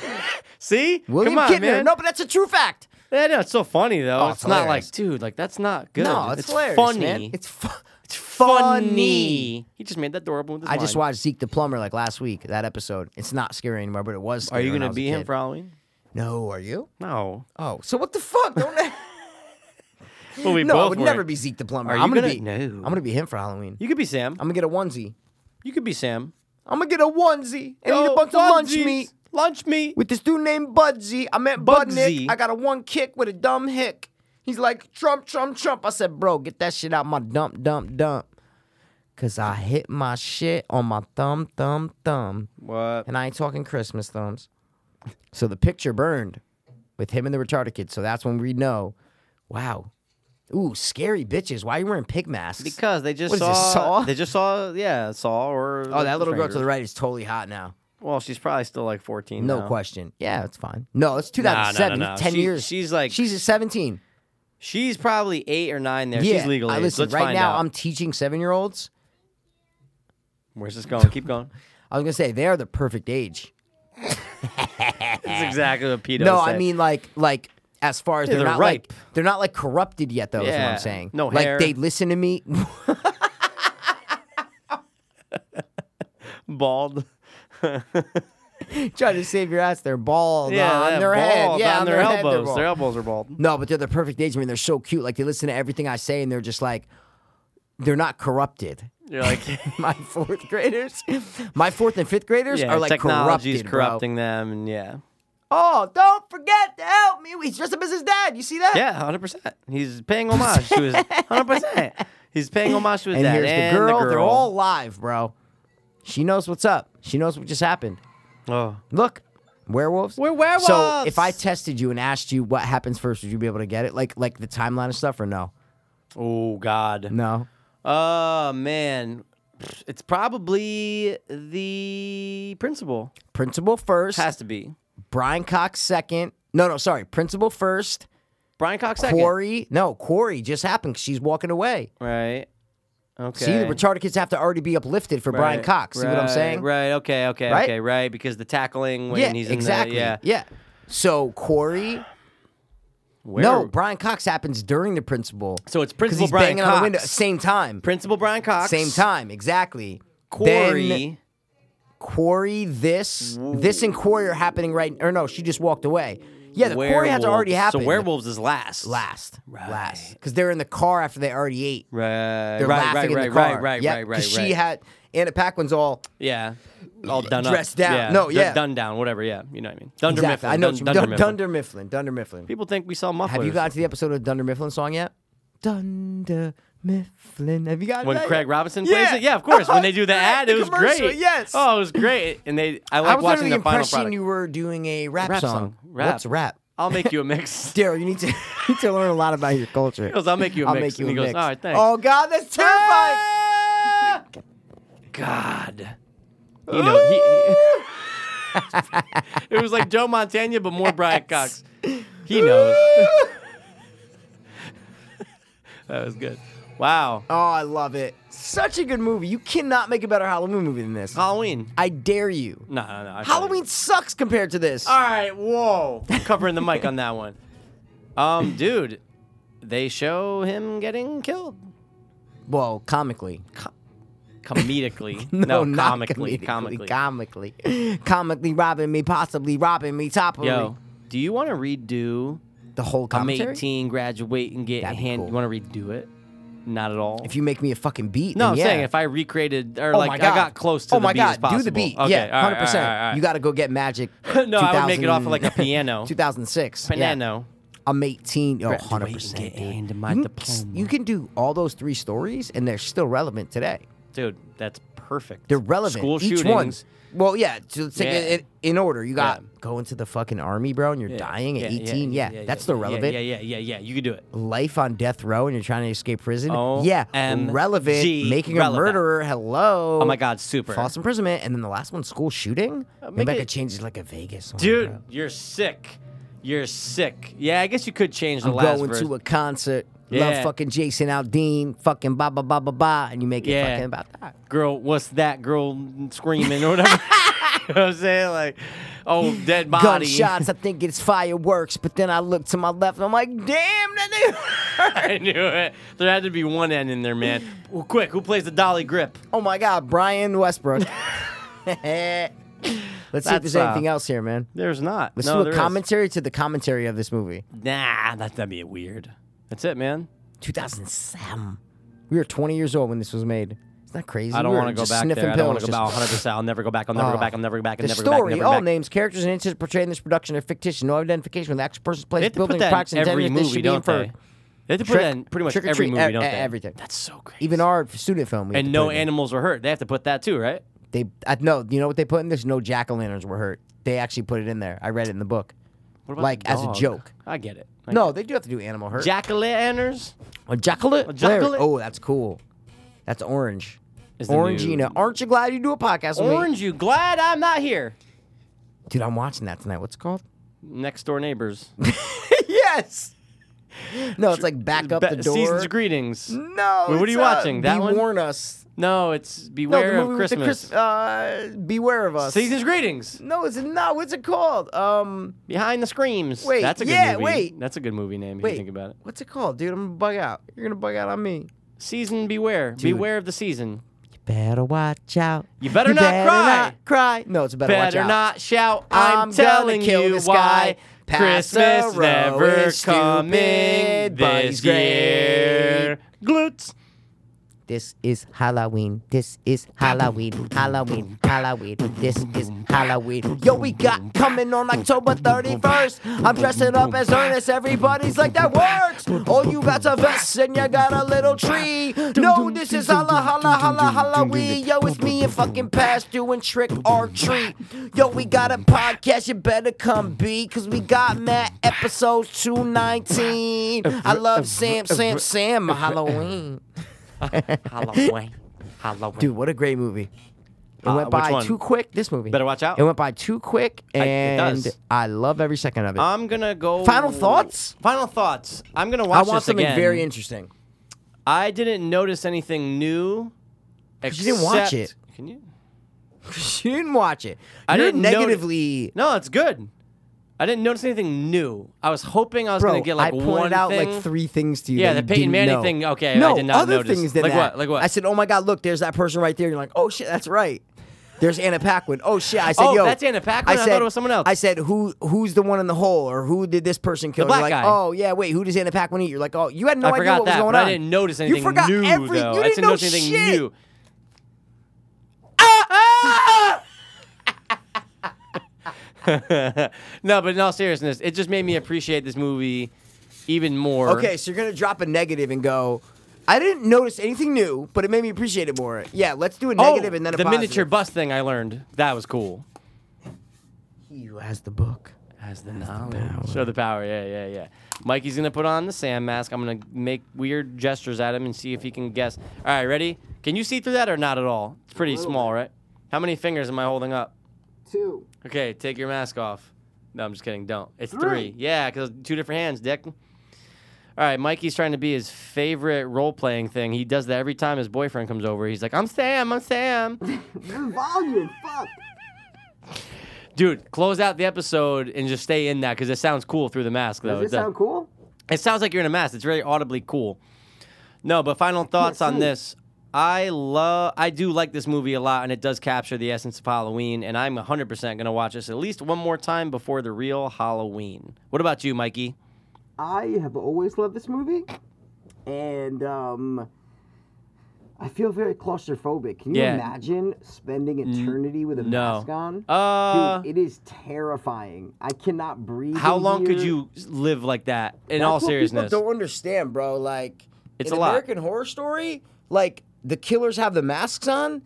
See? William Come on, Kidner. man. No, but that's a true fact. Yeah, no, it's so funny though. Oh, it's it's not hilarious. like, dude, like that's not good. No, it's, hilarious, funny. man. It's, fu- it's funny. He just made that adorable with his I just mind. watched Zeke the Plumber like last week. That episode. It's not scary anymore, but it was. Are Scary you when I gonna was a be him kid. for Halloween? No, are you? No. Oh, so what the fuck? Don't. Well, we no, both it would weren't. never be Zeke the Plumber. Are you I'm gonna, gonna- be. No. I'm gonna be him for Halloween. You could be Sam. I'm gonna get a onesie. You could be Sam. I'm gonna get a onesie and eat a Oh, bunch of lunch onesies. meat Lunch meat. with this dude named Budsy. I met Budnick. Bugsy. I got a one kick with a dumb hick. He's like Trump, Trump, Trump. I said, bro, get that shit out my dump, dump, dump. Cause I hit my shit on my thumb, thumb, thumb. What? And I ain't talking Christmas thumbs. So the picture burned with him and the retarded kid. So that's when we know, wow. Ooh, scary bitches. Why are you wearing pig masks? Because they just What is saw, this, Saw? They just saw. Yeah, saw or. oh, that little girl to the right is totally hot now. Well, she's probably still like 14. No now. question. Yeah, it's fine. No, it's no, no, 2007. no. It's 10 She- years. she's like- she's at 17. She's probably eight or nine there. yeah, She's legal I age. listen. Let's right find now, out. I'm teaching seven year olds. Where's this going? Keep going. I was gonna say they are the perfect age. That's exactly what Peter No, said. I mean like like as far as Yeah, they're, they're not ripe. like they're not like corrupted yet though. Is what Yeah, I'm saying. no like hair. they listen to me. bald. trying to save your ass. They're bald Yeah, on they're their head. bald Yeah, on, their, head, they're elbows. bald. Their elbows are bald. No, but they're the perfect age. I mean, they're so cute. Like they listen to everything I say, and they're just like, they're not corrupted. You're like My fourth graders, my fourth and fifth graders yeah, are like technology's corrupted, bro. corrupting them, and yeah, Oh, don't forget to help me. He's dressed up as his dad. You see that? yeah, hundred percent. He's paying homage to his hundred percent. He's paying homage to his And dad here's and the girl. They're all live, bro. She knows what's up. She knows what just happened. Oh, Look, werewolves. We're werewolves! So if I tested you and asked you what happens first, would you be able to get it? Like like the timeline and stuff, or no? oh God. No. Oh man, it's probably the principal. Principal first. Has to be Brian Cox second. No, no, sorry. Principal first. Brian Cox second. Corey. No, Corey just happened 'cause she's walking away. Right. Okay. See, the retarded kids have to already be uplifted for Brian Right, Cox. See what I'm right, saying? Right. Okay. Okay. Right? Okay. Right. Because the tackling when Yeah, he's in exactly. the yeah. yeah. So Corey. Where- No, Brian Cox happens during the principal. So it's 'Cause principal he's Brian banging Cox. on the window. Same time. Principal Brian Cox. Same time. Exactly. Then Corey. Corey, this, this, and Corey are happening right. Or no, she just walked away. Yeah, the Corey has werewolves. already happened. So werewolves is last. last, last, because they're in the car after they already ate. Right. They're right. laughing Right. in Right. the car. Right. Right. Yep, Right. 'cause Right. She right. had Anna Paquin's all yeah. All done up. dressed down. Yeah. No, d- yeah. Done down. Whatever. Yeah. You know what I mean. Dunder exactly. Mifflin. I know Dun- what you- Dun- Dunder Mifflin. Dunder Mifflin. Dunder Mifflin. People think we sell mufflers. Have you gotten to the episode of the Dunder Mifflin song yet? Dunder Mifflin. Have you gotten when to that Craig yet? Robinson Yeah. plays it? Yeah, of course. When they do the Yeah, ad, the it was commercial, great. yes. Oh, it was great. And they, I I like was watching under the the final impression product. you were doing a rap, Rap song. Rap. What's rap? I'll make you a mix. Daryl, you need to you need to learn a lot about your culture. goes, "I'll make you a I'll Make mix." you And a he goes, mix. "All right, thanks." Oh God, that's terrifying. God. You know, he, Oh. he- It was like Joe Montana, but more Brian Cox. He knows. that was good. Wow. Oh, I love it. Such a good movie. You cannot make a better Halloween movie than this. Halloween. I dare you. No, no, no. I tried. Halloween sucks compared to this. All right, whoa. Covering the mic on that one. Um, dude, they show him getting killed. Well, comically. Comedically. No, not comically. comedically, Comically. Comically. Comically robbing me, possibly robbing me, topping me. Yo, do you want to redo The whole I'm commentary? 18, graduate, and get That'd be hand. cool. You want to redo it? Not at all. If you make me a fucking beat, no, then I'm yeah. saying if I recreated or Oh like my I God. got close to oh the my beat God, as possible. do the beat. Okay, all yeah, right, all hundred right, percent. all right, all You got to go get magic. no, I would make it off of like a 2000 piano. 2006. yeah. Piano. I'm 18. Oh, Graduate and 100 percent, get dude. hand my you, can, diploma. you can do all those three stories, and they're still relevant today. Dude, that's perfect. They're relevant. School Each shootings. one's Well, yeah. So let's take Yeah. it in, in order. You got Yeah. go into the fucking army, bro, and you're Yeah, dying at yeah, 18. Yeah, that's still relevant. Yeah, yeah, yeah, yeah. You could do it. Life on death row, and you're trying to escape prison. O yeah, M relevant. G, Making a relevant. murderer. Hello. Oh my God, super. False imprisonment, and then the last one, school shooting. Maybe Uh, make I it- could change it like a Vegas. one, Dude, bro. you're sick. You're sick. Yeah, I guess you could change the I'm last going verse. to a concert. Love Yeah. fucking Jason Aldean. Fucking ba ba ba ba ba, and you make it Yeah. fucking about that. girl, what's that girl screaming or whatever? you know what I'm saying? Like, oh, dead body. Gunshots. I think it's fireworks, but then I look to my left and I'm like, damn, that nigga. I knew it. There had to be one end in there, man. Well, quick, who plays the dolly grip? Oh my God, Brian Westbrook. Let's see if That's, there's uh, anything else here, man. There's not. Let's no, do there a is. commentary to the commentary of this movie. Nah, that, that'd be weird. That's it, man. 2007. We were 20 years old when this was made. It's not crazy. I don't we want to go back sniffing there. I Pills, don't want to go just- back 100. percent I'll never go back. I'll never Ah. go back. I'll never go back. The I'll never story, oh, go back. I'll never go all back. names, characters, and incidents portrayed in this production are fictitious. No identification with the actual person's place, They have to building, put that proxy, in and every intent. This movie, should be don't inferred. they? They have to put Trick- that in pretty much trick or every treat, movie, e- don't e- they? everything. That's so crazy. Even our student film. we had and to no put it in. animals were hurt. They have to put that too, right? They, I, no, you know what they put in? There's no jack o' lanterns were hurt. They actually put it in there. I read it in the book. What about Like, the as a dog? joke. I get it. I No, they do have to do animal hurt. Jack o' lanterns? a jackal- jackal- Oh, that's cool. That's orange. Is the new- Orangina. Aren't you glad you do a podcast with me? Orange, you glad I'm not here? Dude, I'm watching that tonight. What's it called? Next door neighbors. yes. No, it's like back up Be- the door. Season's greetings. No. Wait, what are it's, you uh, watching? That Be one? warn us. No, it's No, Beware the of movie with the Christmas. Chris- uh, beware of us. Season's greetings. No, it's not. What's it called? Um, Behind the screams. Wait, that's a good yeah, movie. wait. That's a good movie name if Wait. you think about it. what's it called, dude? I'm gonna bug out. You're gonna bug out on me. Season Beware. Beware of the season. Better watch out. You better not cry. not cry. No, it's better, watch Better out. not shout. I'm, gonna telling kill you this why. guy. Pass the Christmas row never is coming stupid, but this he's great. year. Glutes. This is Halloween. This is Halloween. Halloween. Halloween. This is Halloween. Yo, we got coming on October 31st. I'm dressing up as Ernest. Everybody's like, that works. Oh, you got a vest and you got a little tree. No, this is holla, holla, holla, Halloween. Yo, it's me and fucking Pass doing trick or treat. Yo, we got a podcast. You better come be, cause we got Matt episode 219. I love Sam, Sam, Sam, Halloween. Halloween. Halloween. Dude, what a great movie. It Uh, went which by one? too quick. This movie. Better watch out. It went by too quick, it and does. Uh, I, love every second of it. I'm gonna go. Final thoughts? Final thoughts. I'm gonna I watch want this something again. very interesting. I didn't notice anything new. Except, you didn't watch it. Can you? you didn't watch it. I You're didn't noti- negatively. No, it's good. I didn't notice anything new. I was hoping I was Bro, gonna get like I one pointed out thing. like three things to you. Yeah, that the you didn't Peyton Manning know. thing, okay, I no, did not other notice. things than Like that. what? Like what? I said, oh my god, look, there's that person right there. You're like, oh shit, that's right. There's Anna Paquin. Oh shit, I said, Oh, yo, that's Anna Paquin? I thought it was someone else. I said, who who's the one in the hole, or who did this person kill? The You're black like, guy. Oh yeah, wait, who does Anna Paquin eat? You're like, oh, you had no I idea forgot what that, was going but on. I didn't notice anything You forgot new every. though. You didn't I didn't know notice anything shit. Ah, new. no, but in all seriousness, it just made me appreciate this movie even more. Okay, so you're gonna drop a negative and go. I didn't notice anything new, but it made me appreciate it more. Yeah, let's do a negative oh, and then a the positive. miniature bus thing I learned that was cool. He who has the book. Has the knowledge. Show the power. Yeah, yeah, yeah. Mikey's gonna put on the Sam mask. I'm gonna make weird gestures at him and see if he can guess. All right, ready? Can you see through that or not at all? It's pretty small, right? How many fingers am I holding up? Two. Okay, take your mask off. No, I'm just kidding. Don't. It's three. Yeah, because two different hands, Dick. All right, Mikey's trying to be his favorite role playing thing. He does that every time his boyfriend comes over. He's like, I'm Sam, I'm Sam. Volume. Fuck. Dude, close out the episode and just stay in that because it sounds cool through the mask, though. It does- cool? It sounds like you're in a mask. It's very audibly cool. No, but final thoughts on this. I love I do like this movie a lot and it does capture the essence of Halloween and I'm 100% going to watch this at least one more time before the real Halloween. What about you, Mikey? I have always loved this movie, and um, I feel very claustrophobic. Can you Yeah. imagine spending eternity with a no. mask on? Uh Dude, it is terrifying. I cannot breathe. how in long could here. you live like that in That's all what seriousness? people don't understand, bro. Like It's in a lot. American Horror Story, like the killers have the masks on.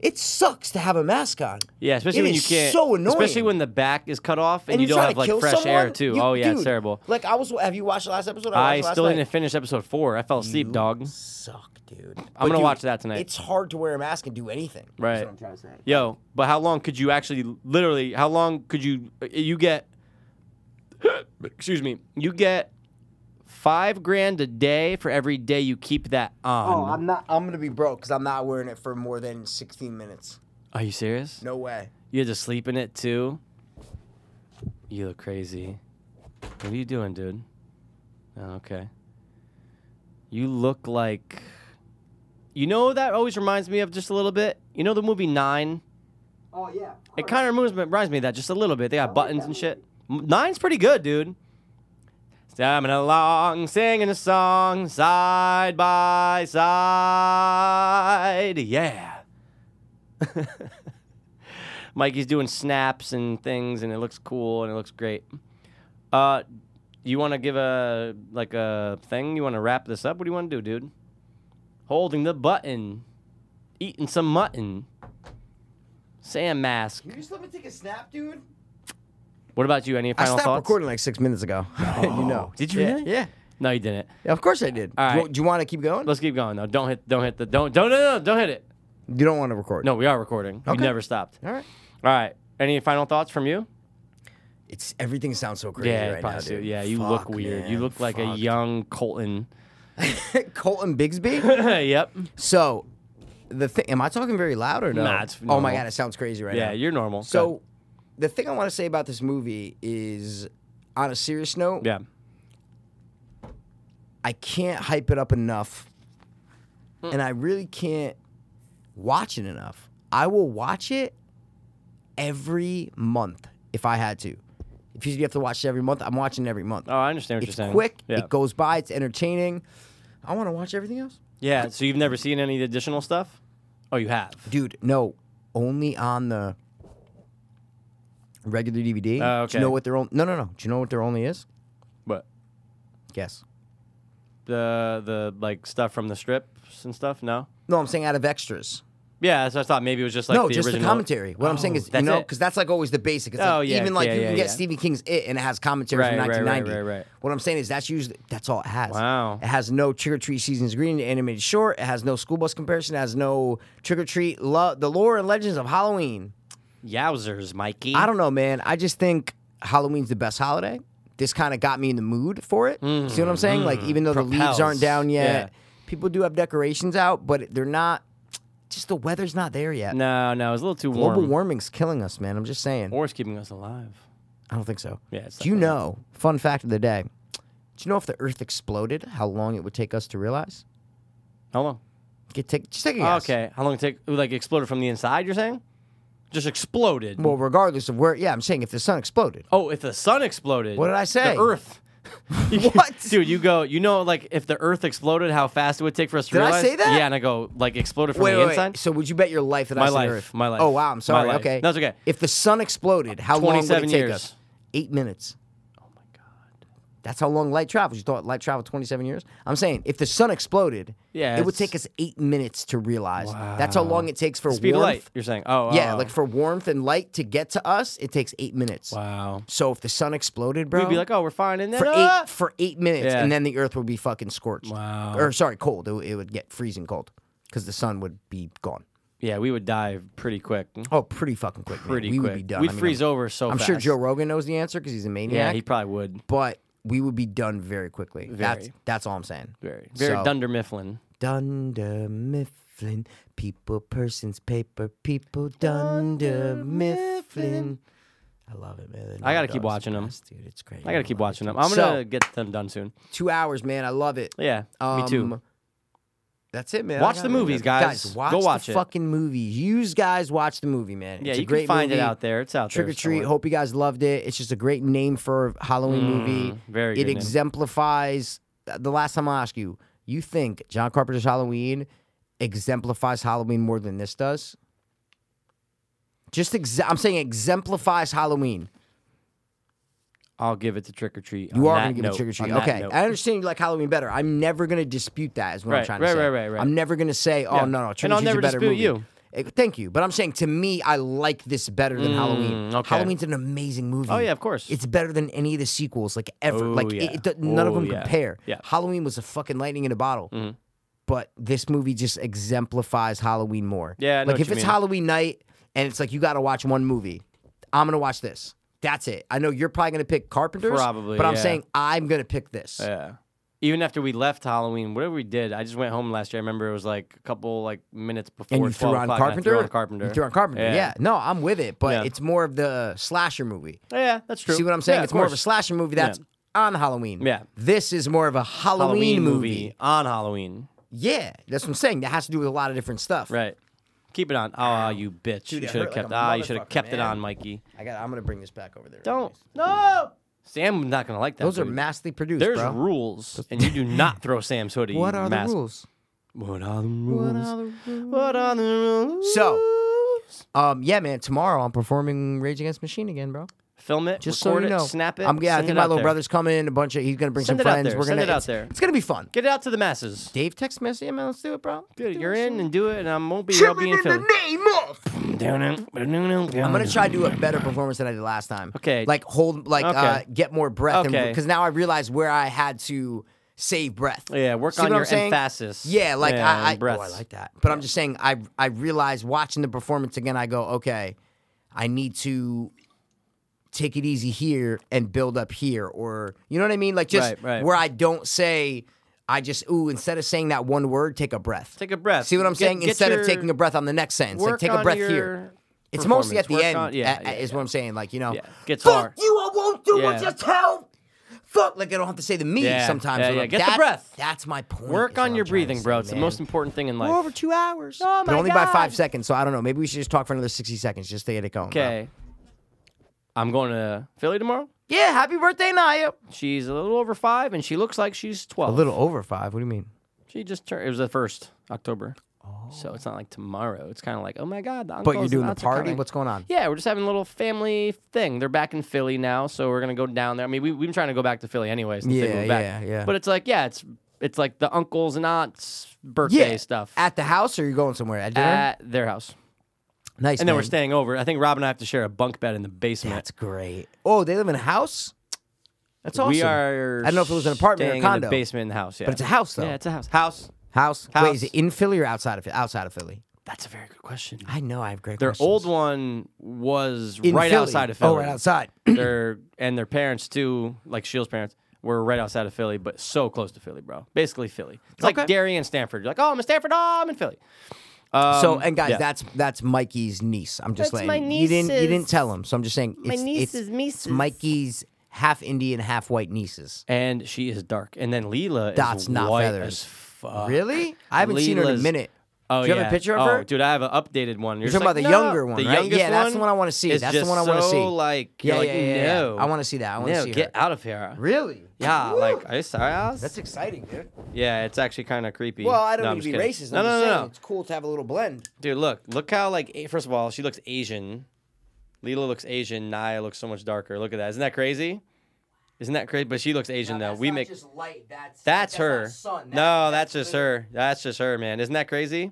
It sucks to have a mask on. Yeah, especially It when you is can't so annoying. especially when the back is cut off and, you you're don't trying have to like kill fresh air someone? too. You- oh yeah, it's dude, terrible. Like I was. Have you watched the last episode? I watched last still night. didn't finish episode 4. I fell asleep, You dog. Suck, dude. I'm gonna watch that tonight. It's hard to wear a mask and do anything. That's Right. what I'm trying to say. Yo, but how long could you actually, literally, how long could you, uh, you get, excuse me, you get five grand a day for every day you keep that Oh, on. I'm not. I'm gonna be broke because I'm not wearing it for more than 16 minutes. Are you serious? No way. You had to sleep in it too? You look crazy. What are you doing, dude? Oh, okay. You look like. You know, that always reminds me of just a little bit. You know the movie Nine? Oh yeah. It kind of reminds, reminds me of that just a little bit. They got buttons and shit. M- Nine's pretty good, dude. Stamming along, singing a song, side by side. Yeah. Mikey's doing snaps and things, and it looks cool and it looks great. Uh, you want to give a like a thing? You want to wrap this up? What do you want to do, dude? Holding the button, eating some mutton. Sam mask. Can you just let me take a snap, dude? What about you? Any I final stopped thoughts? recording like six minutes ago. you know. Did you yeah, really? Yeah. No, you didn't. Yeah, Of course I did. All Do you, right. do you want to keep going? Let's keep going though. Don't hit. Don't hit the. Don't. Don't. No. No. no, Don't hit it. You don't want to record. No, we are recording. We Okay. never stopped. All right. All right. Any final thoughts from you? It's everything sounds so crazy Yeah, right now, probably so. dude. yeah. You look Fuck, weird. man, You look like a fuck. young Colton. Colton Bigsby. yep. So, the thing, am I talking very loud or no? Nah, it's oh my normal. god, it sounds crazy right now. Yeah, you're normal. Go So, the thing I want to say about this movie is, on a serious note, ahead. I can't hype it up enough, Hmm. and I really can't watch it enough. I will watch it every month if I had to. If you have to watch it every month, I'm watching it every month. yeah. Oh, I understand what it's you're saying. quick. Yeah. It goes by. It's entertaining. I want to watch everything else. yeah. So you've never seen any additional stuff? Oh, you have. Dude, no, only on the regular DVD. Oh, Do okay. you know what their own? No, no, no. Do you know what their only is? What? Guess. The the like stuff from the strips and stuff? No. No, I'm saying out of extras. Yeah. So I thought maybe it was just like no, the just original the commentary. What I'm saying Oh, is, you that's know, it. because that's like always the basic. It's Oh, like, yeah, even like yeah, you can yeah, get yeah. Stephen King's It and it has commentary from Right, right, right, 1990. right, right. What I'm saying is that's usually that's all it has. Wow. It has no Trick or Treat Seasons Green animated short. It has no school bus comparison. It has no Trick or Treat. Lo- the lore and legends of Halloween. Yowzers, Mikey. I don't know, man. I just think Halloween's the best holiday. This kind of got me in the mood for it. See what I'm saying? Like, even though the leaves Mm-hmm. Propels. aren't down yet, Yeah. people do have decorations out, but they're not. Just the weather's not there yet. No, no, it's a little too warm. Global warming's killing us, man. I'm just saying. Or it's keeping us alive. I don't think so. Yeah, it's do you definitely- know? Fun fact of the day. Do you know if the Earth exploded, how long it would take us to realize? How long? Get take just take a guess. Okay. How long it take? Like exploded from the inside? You're saying? Just exploded. Well, regardless of where, yeah, I'm saying if the sun exploded, oh, if the sun exploded. What did I say? The Earth. You- What? dude? You go. You know, like if the Earth exploded, how fast it would take for us to Did I realize? say that? Yeah, and I go like exploded from wait, the wait, inside. wait. So would you bet your life that My I said life, Earth? my life, Oh wow, I'm my sorry. life. Okay, No, it's okay. If the sun exploded, how long would it 27 take years. Oh, us? Eight minutes. That's how long light travels. You thought light traveled 27 years? I'm saying if the sun exploded, Yeah, it would it's- take us eight minutes to realize. That's how long it takes for Speed of warmth. light. You're saying? Oh, Yeah, oh, like for warmth and light to get to us, it takes eight minutes. wow. So if the sun exploded, bro, We'd be like, oh, we're fine, and then for ah! eight for eight minutes, Yeah. and then the Earth would be fucking scorched. Wow. Or sorry, cold. It, w- it would get freezing cold because the sun would be gone. yeah, we would die pretty quick. Oh, pretty fucking quick. man. Pretty we quick. would be done. We'd I mean, freeze I'm, over so I'm fast. sure Joe Rogan knows the answer because he's a maniac. Yeah, he probably would. but we would be done very quickly. That's Very. that's all I'm saying. Very, very So- Dunder Mifflin. Dunder Mifflin, people, persons, paper, people. Dunder Mifflin. I love it, man. I Naughty gotta keep Dog's watching the 'em. best, dude. It's great. I gotta keep love it, watching them. dude. I'm So, gonna get them done soon. two hours, man. I love it. Yeah, me too. Um, That's it, man. Watch I the gotta- movies, guys. Guys, watch Go watch the it. fucking movie. Use guys watch the movie, man. Yeah, it's a you great can find movie. it out there. It's out Trick there. or treat. somewhere. Hope you guys loved it. It's just a great name for a Halloween movie. Mm-hmm. very It good name. exemplifies. uh, The last time I asked you, you think John Carpenter's Halloween exemplifies Halloween more than this does? Just ex- I'm saying exemplifies Halloween. I'll give it to trick or treat. You are on that going to give note, it trick or treat. on that Okay. note. I understand you like Halloween better. I'm never going to dispute that, is what I'm Right, trying to right, say. right, right, right. I'm never going to say, oh, Yeah. no, no, Trick And or I'll Treat's never a better dispute movie. you. Eh, Thank you. But I'm saying to me, I like this better than Halloween. Mm, okay. Halloween's an amazing movie. Oh, yeah, of course. It's better than any of the sequels, like ever. Oh, like, yeah. it, it, none of Oh, them yeah. compare. Yeah. Mm-hmm. Halloween was a fucking lightning in a bottle. But this movie just exemplifies Halloween more. Yeah, I know like what if you it's mean. Halloween night and it's like you got to watch one movie, I'm gonna watch this. That's it. I know you're probably gonna pick Carpenters, Probably, but I'm yeah. saying I'm gonna pick this. Yeah. Even after we left Halloween, whatever we did, I just went home last year. I remember it was like a couple like minutes before and you threw 12 on o'clock, and I Carpenter. threw on Carpenter. You threw on Carpenter. Yeah. No, I'm with it, but Yeah. it's more of the slasher movie. Yeah, that's true. See what I'm saying? Yeah, it's more of a course. slasher movie that's on Halloween. Yeah. This is more of a Halloween, Halloween movie. on Halloween. Yeah, that's what I'm saying. That has to do with a lot of different stuff. Right. Keep it on. Ah, you bitch. Dude, you it should have hurt like kept. a ah, you should have motherfucker, kept it man. on, Mikey. I got. I'm gonna bring this back over there. Don't. No. Sam's not gonna like that. Those are dude. massively produced, There's bro. rules, and you do not throw Sam's hoodie. you What are mass- the rules? What are the rules? What are the rules? So- Um, yeah, man. Tomorrow I'm performing Rage Against the Machine again, bro. film it, Just record so you it, know, snap it. I'm, yeah, I send think it my out little there. brother's coming. A bunch of he's gonna bring Send some it out friends. there. We're Send gonna it out it's, there. It's gonna be fun. Get it out to the masses. Dave text message, man. Let's do it, bro. Dude, you're in and do it, and I won't be. I'll be in Philly. I'm gonna try to do a better performance than I did last time. Okay. Like hold, like uh, Okay. get more breath. Okay. Because now I realize where I had to save breath. Yeah, work See on what I'm your saying? emphasis. Yeah, like Yeah, I, I, and oh, I breaths. like that. But I'm just saying, I I realized watching the performance again, I go, okay, I need to take it easy here and build up here, or you know what I mean? Like just Right, right. where I don't say, I just ooh. Instead of saying that one word, take a breath. Take a breath. See what I'm Get- saying? get Instead your- of taking a breath on the next sentence, like work take a on breath your here. It's mostly at the performance. end, Work on- yeah, a- yeah, a- is yeah. what I'm saying. Like you know, Yeah, gets fuck hard. you, I won't do Yeah. it. Just help. Fuck, like I don't have to say the me Yeah, sometimes. yeah, but yeah, like, get the that- breath. That's my point. is Work what on I'm your trying to breathing, bro. say, It's the man. most important thing in life. We're over two hours. Oh but my only by God. five seconds, so I don't know. Maybe we should just talk for another 60 seconds just to get it going. bro. Okay. I'm going to Philly tomorrow. Yeah, happy birthday, Naya. She's a little over five, and she looks like she's A twelve. little over five. What do you mean? She just turned. It was the first October. Oh. So it's not like tomorrow. It's kind of like, oh my god, the But uncles you're and doing the aunts are party? coming. What's going on? Yeah, we're just having a little family thing. They're back in Philly now, so we're gonna go down there. I mean, we, we've been trying to go back to Philly anyways. since they Yeah, moved back. yeah, yeah. But it's like, yeah, it's it's like the uncles and aunts birthday stuff At the house, or you're going somewhere? At dinner? at their house, nice. Uh, and then we're man. staying over. I think Rob and I have to share a bunk bed in the basement. That's great. Oh, they live in a house? That's awesome. We are. I don't know if it was an apartment or staying In condo. the basement in the house, yeah. But it's a house, though. Yeah, it's a house. House. house. Wait, house. is it in Philly or outside of outside of Philly? That's a very good question. I know I have great. Their questions. old one was In right Philly. outside of Philly. Oh, right outside. their and their parents too, like Shield's parents, were right outside of Philly, but so close to Philly, bro. Basically Philly. It's Okay. like Gary and Stanford. You're like, oh, I'm in Stanford. Oh, I'm in Philly. Um, so and guys, yeah. that's that's Mikey's niece. I'm just That's letting my you didn't you didn't niece's- tell him, so I'm just saying. it's, it's, niece's it's nieces. Mikey's half Indian, half white nieces. and she is dark. And then Leela Dots, is not white feathers. as fuck. Really? I haven't seen her in a Uh, Leela's- minute. Oh, Do you have a yeah. picture of Oh, her? dude? I have an updated one. You're, You're talking just about like, the "No." younger one, the right? youngest Yeah, that's the one I wanna see. is That's the just one I wanna so, see. Like, Yeah, you're yeah, like, yeah, yeah. no, I wanna see that. I wanna no, see get her. out of here. Really? Yeah, like, are you serious? That's exciting, dude. yeah, it's actually kind of creepy. Well, I don't No, I'm need to just be kidding. racist. No, I'm no, just no, saying no. It's cool to have a little blend. Dude, look, look how like A- first of all, she looks Asian. Lila looks Asian. Naya looks so much darker. Look at that. Isn't that crazy? Isn't that crazy? But she looks Asian though. uh, We make that's, light. That's her. no, that's, just her. That's just her, man. Isn't that crazy?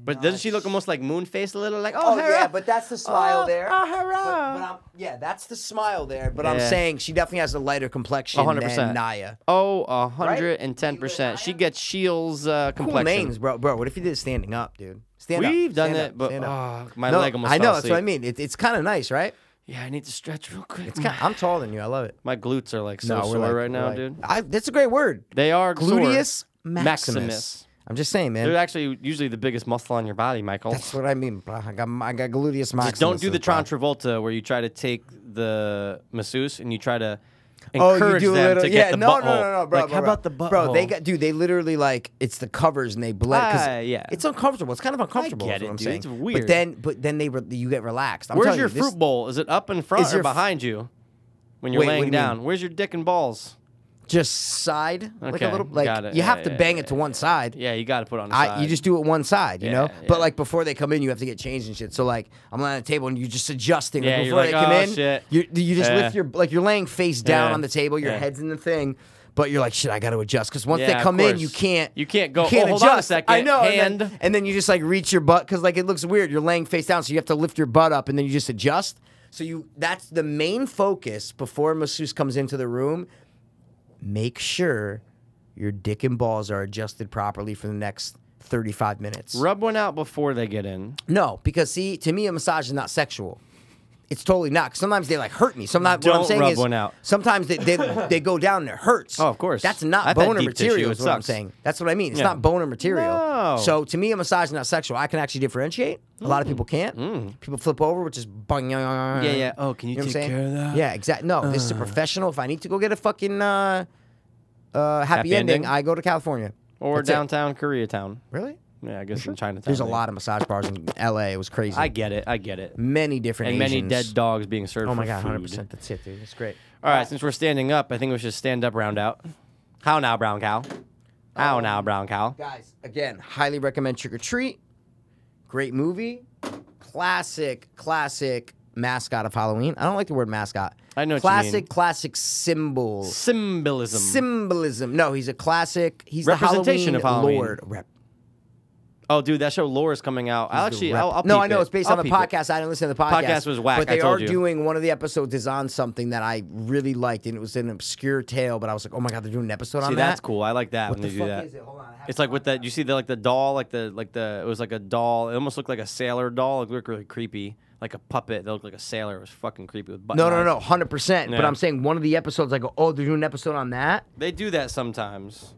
But doesn't she look almost like moon face a little? Like oh, Oh hurrah. yeah, but that's the smile Oh, there. oh, But- hurrah. But, I'm, yeah, that's the smile there. But I'm Yeah. saying she definitely has a lighter complexion 100%. than Naya. oh, a hundred and ten percent. She gets Shield's uh, Cool complexion. names, bro. Bro, what if you did standing up, dude? Stand up. We've done stand it, up, but stand up. oh, my No, leg almost. I know fell that's what I asleep. mean. It, it's kind of nice, right? Yeah, I need to stretch real quick. It's kind. I'm taller than you. I love it. my glutes are like so No, we're sore like- right now, we're like- dude. I, that's a great word. They are sore. Gluteus maximus. Maximus. I'm just saying, man. They're actually usually the biggest muscle on your body, Michael. that's what I mean. Bro. I got I got gluteus maximus. Just don't do the bro. Tron Travolta where you try to take the masseuse and you try to Oh, encourage you do a them little, to yeah. get the no, butthole. no, no, no, bro. like, bro, bro. how about the butthole? Bro, they got, dude. They literally like it's the covers and they blend. 'cause Ah, yeah. It's uncomfortable. It's kind of uncomfortable. get is what it, I'm dude. saying. It's weird. But then, but then they re- you get relaxed. I'm Where's telling your you, this- fruit bowl? Is it up in front Is or your f- behind you when you're Wait, what do laying you down? mean? Where's your dick and balls? Just side, like a Okay, little, like got it. you Yeah, have to yeah, bang yeah, it to one side. Yeah, you got to put on. The I, side. you just do it one side, you know. Yeah, But yeah. like before they come in, you have to get changed and shit. So like I'm on the table and you're just adjusting. like, Yeah, you're before like, they come "Oh, in, shit." you you just lift Yeah. your like you're laying face down Yeah. on the table, your Yeah. head's in the thing. But you're like, shit, I got to adjust because once Yeah, they of come in, course. you can't You can't go, "Oh, hold on adjust. a second, I know. And then, hand." and then you just like reach your butt because like it looks weird. You're laying face down, so you have to lift your butt up and then you just adjust. So you that's the main focus before masseuse comes into the room make sure your dick and balls are adjusted properly for the next 35 minutes. rub one out before they get in. No, because see, to me, a massage is not sexual. It's totally not. 'Cause Sometimes they like hurt me. Sometimes what I'm Don't saying rub is, one out. sometimes they, they they go down and it hurts. Oh, of course. That's not I've had boner deep tissue. material. It Is what I'm sucks. saying. That's what I mean. It's Yeah. not boner material. No. Mm. So to me, a massage is not sexual. I can actually differentiate. A lot of people can't. People flip over, which is bung. Yeah, yeah. Oh, can you Uh, know what I'm take saying? care of that? Uh. Yeah, exactly. No, this is a professional. If I need to go get a fucking uh, uh, happy, Happy ending, ending? I go to California. Or That's it. downtown Koreatown. Really? Yeah, I guess in Chinatown. There's a they- lot of massage bars in L.A. It was crazy. I get it. I get it. many different And many Asians. dead dogs being served. Oh my for god, food. hundred percent. That's it, dude. It's great. All right, since we're standing up, I think we should stand up round out. How now, brown cow? Oh. How now, brown cow? Guys, again, highly recommend Trick or Treat. Great movie. Classic, classic mascot of Halloween. I don't like the word mascot. I know what you Classic, mean. classic symbol. Symbolism. Symbolism. No, he's a classic. He's Representation the of Halloween Halloween. lord. Rep. oh, dude, that show Lore is coming out. I'll actually, rep- I'll, I'll no, peep I know it. it's based I'll on the peep it. podcast. I didn't listen to the podcast. Podcast was whack, But I they told are you. doing one of the episodes is on something that I really liked, and it was an obscure tale. But I was like, oh my god, they're doing an episode on See, that. that's cool. I like that What when the they do fuck that. is it? Hold on. I have It's to like with find that. You see the like the doll, like the like the. It was like a doll. It almost looked like a sailor doll. It looked really creepy. like a puppet that looked like a sailor. It was fucking creepy. With No, no, button no, eyes. hundred percent. But Yeah. I'm saying one of the episodes, I go, oh, they're doing an episode on that. They do that sometimes.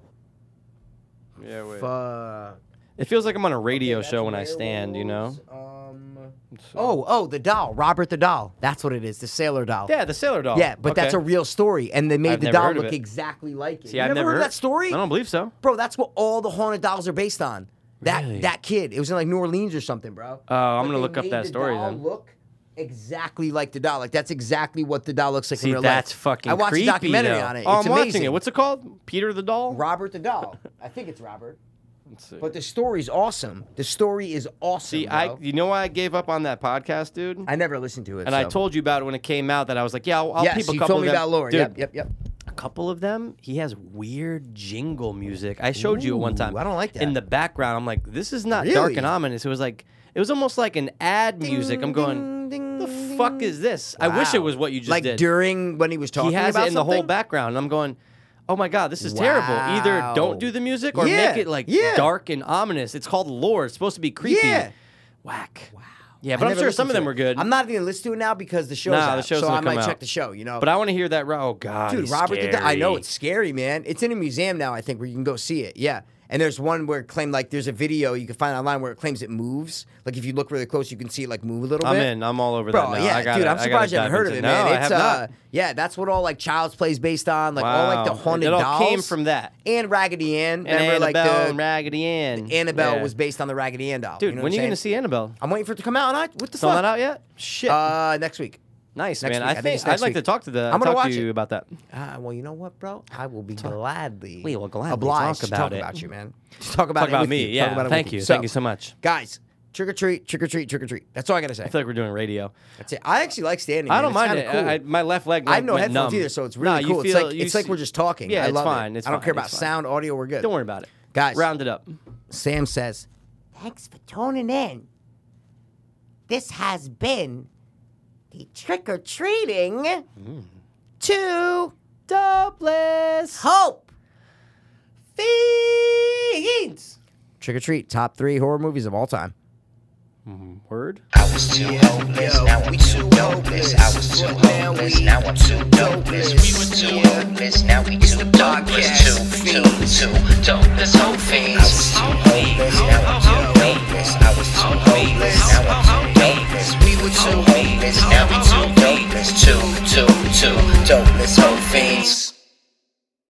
Yeah, wait. Fuck. It feels like I'm on a radio That's show when I stand, you know? werewolves, Um, oh, oh, the doll, Robert the doll. That's what it is, the sailor doll. Yeah, the sailor doll. Yeah, but that's a Okay. real story, and they made I've the never doll heard of look it. exactly like it. See, you I've never, never heard of that story, I don't believe so. bro. That's what all the haunted dolls are based on. That Really? that kid, it was in like New Orleans or something, bro. Oh, But I'm gonna they look up made that the story doll then. Look exactly like the doll. Like that's exactly what the doll looks like in See, real that's life. fucking I watched creepy, a documentary though. on it. Oh, it's I'm amazing. watching it. What's it called? Peter the doll? Robert the doll? I think it's Robert. Let's see. But the story's awesome. The story is awesome. See, bro. I you know why I gave up on that podcast, dude? I never listened to it. and I told you about it when it came out that I was like, yeah, I'll, I'll yes, peep a you couple told of me them. about Lori. Dude, Yep, yep, yep. a couple of them, he has weird jingle music. I showed you it one Ooh, time. I don't like that. In the background, I'm like, this is not dark Really? and ominous. It was like it was almost like an ad music. I'm going, the fuck is this? I wish it Wow. was what you just like did. during when he was talking he has about it in the whole something? background. And I'm going, oh my god, this is terrible. Either Wow. don't do the music or Yeah, make it like yeah. dark and ominous. It's called lore. It's supposed to be creepy. Yeah. Whack. Wow. Yeah, I but I'm never sure listened some of them to it. were good. I'm not even gonna listen to it now because the show's Nah, out, the show's so gonna I might come check out. the show. You know, but I want to hear that. Ro- oh god, dude, he's Robert, the Doll- I know scary. it's scary, man. It's in a museum now. I think where you can go see it. Yeah. And there's one where it claimed like there's a video you can find online where it claims it moves. Like if you look really close, you can see it like move a little I'm bit. in. I'm all over Bro, that now. yeah, I gotta, dude, I'm I gotta surprised you dive haven't heard of into it, man. No, I it's have uh, not. yeah, that's what all like Child's Plays based on, like all like the Wow. haunted It all dolls. came from that. and Raggedy Ann. And Remember, Annabelle like the and Raggedy Ann. Annabelle Yeah. was based on the Raggedy Ann doll. Dude, you know when are what you I'm gonna saying? see Annabelle? I'm waiting for it to come out. And I, what the Still fuck? not out yet? Shit. Uh, next week. nice, next man. week. I I think think it's next I'd like week. to talk to the. I'm gonna talk watch to you it. about that. Ah, well, you know what, bro? I will be gladly. We will gladly obliged talk to about talk it. about you, man. To talk about Talk it about with me. you. Yeah. Talk about it Thank with you. you. Thank you so much. guys. Trick or treat, trick or treat, trick or treat. That's all I gotta say. I feel like we're doing radio. That's it. I actually like standing. I man. don't It's mind kinda it. Cool. I, I- my left leg. I have no went headphones numb. either, so it's Nah, really you cool. feel- it's like you it's like see- we're just talking. Yeah, I it's love fine. It. It's I don't fine. care about It's fine. sound, audio. We're good. Don't worry about it, Guys. Round it up. Sam says, Thanks for tuning in. This has been the trick or treating Mm. to Dopeless hope. fiends. "Trick or treat, top three horror movies of all time." Word. I was too hopeless, now I'm too hopeless. I was too hopeless, now I'm too dopeless. We were too hopeless, now we too dopeless. Two, two, two, dopeless hope fiends. I was too hopeless, now I'm too dopeless. I was too hopeless, now I'm too dopeless. We were too hopeless, now we too dopeless. Two, two, two, dopeless hope fiends.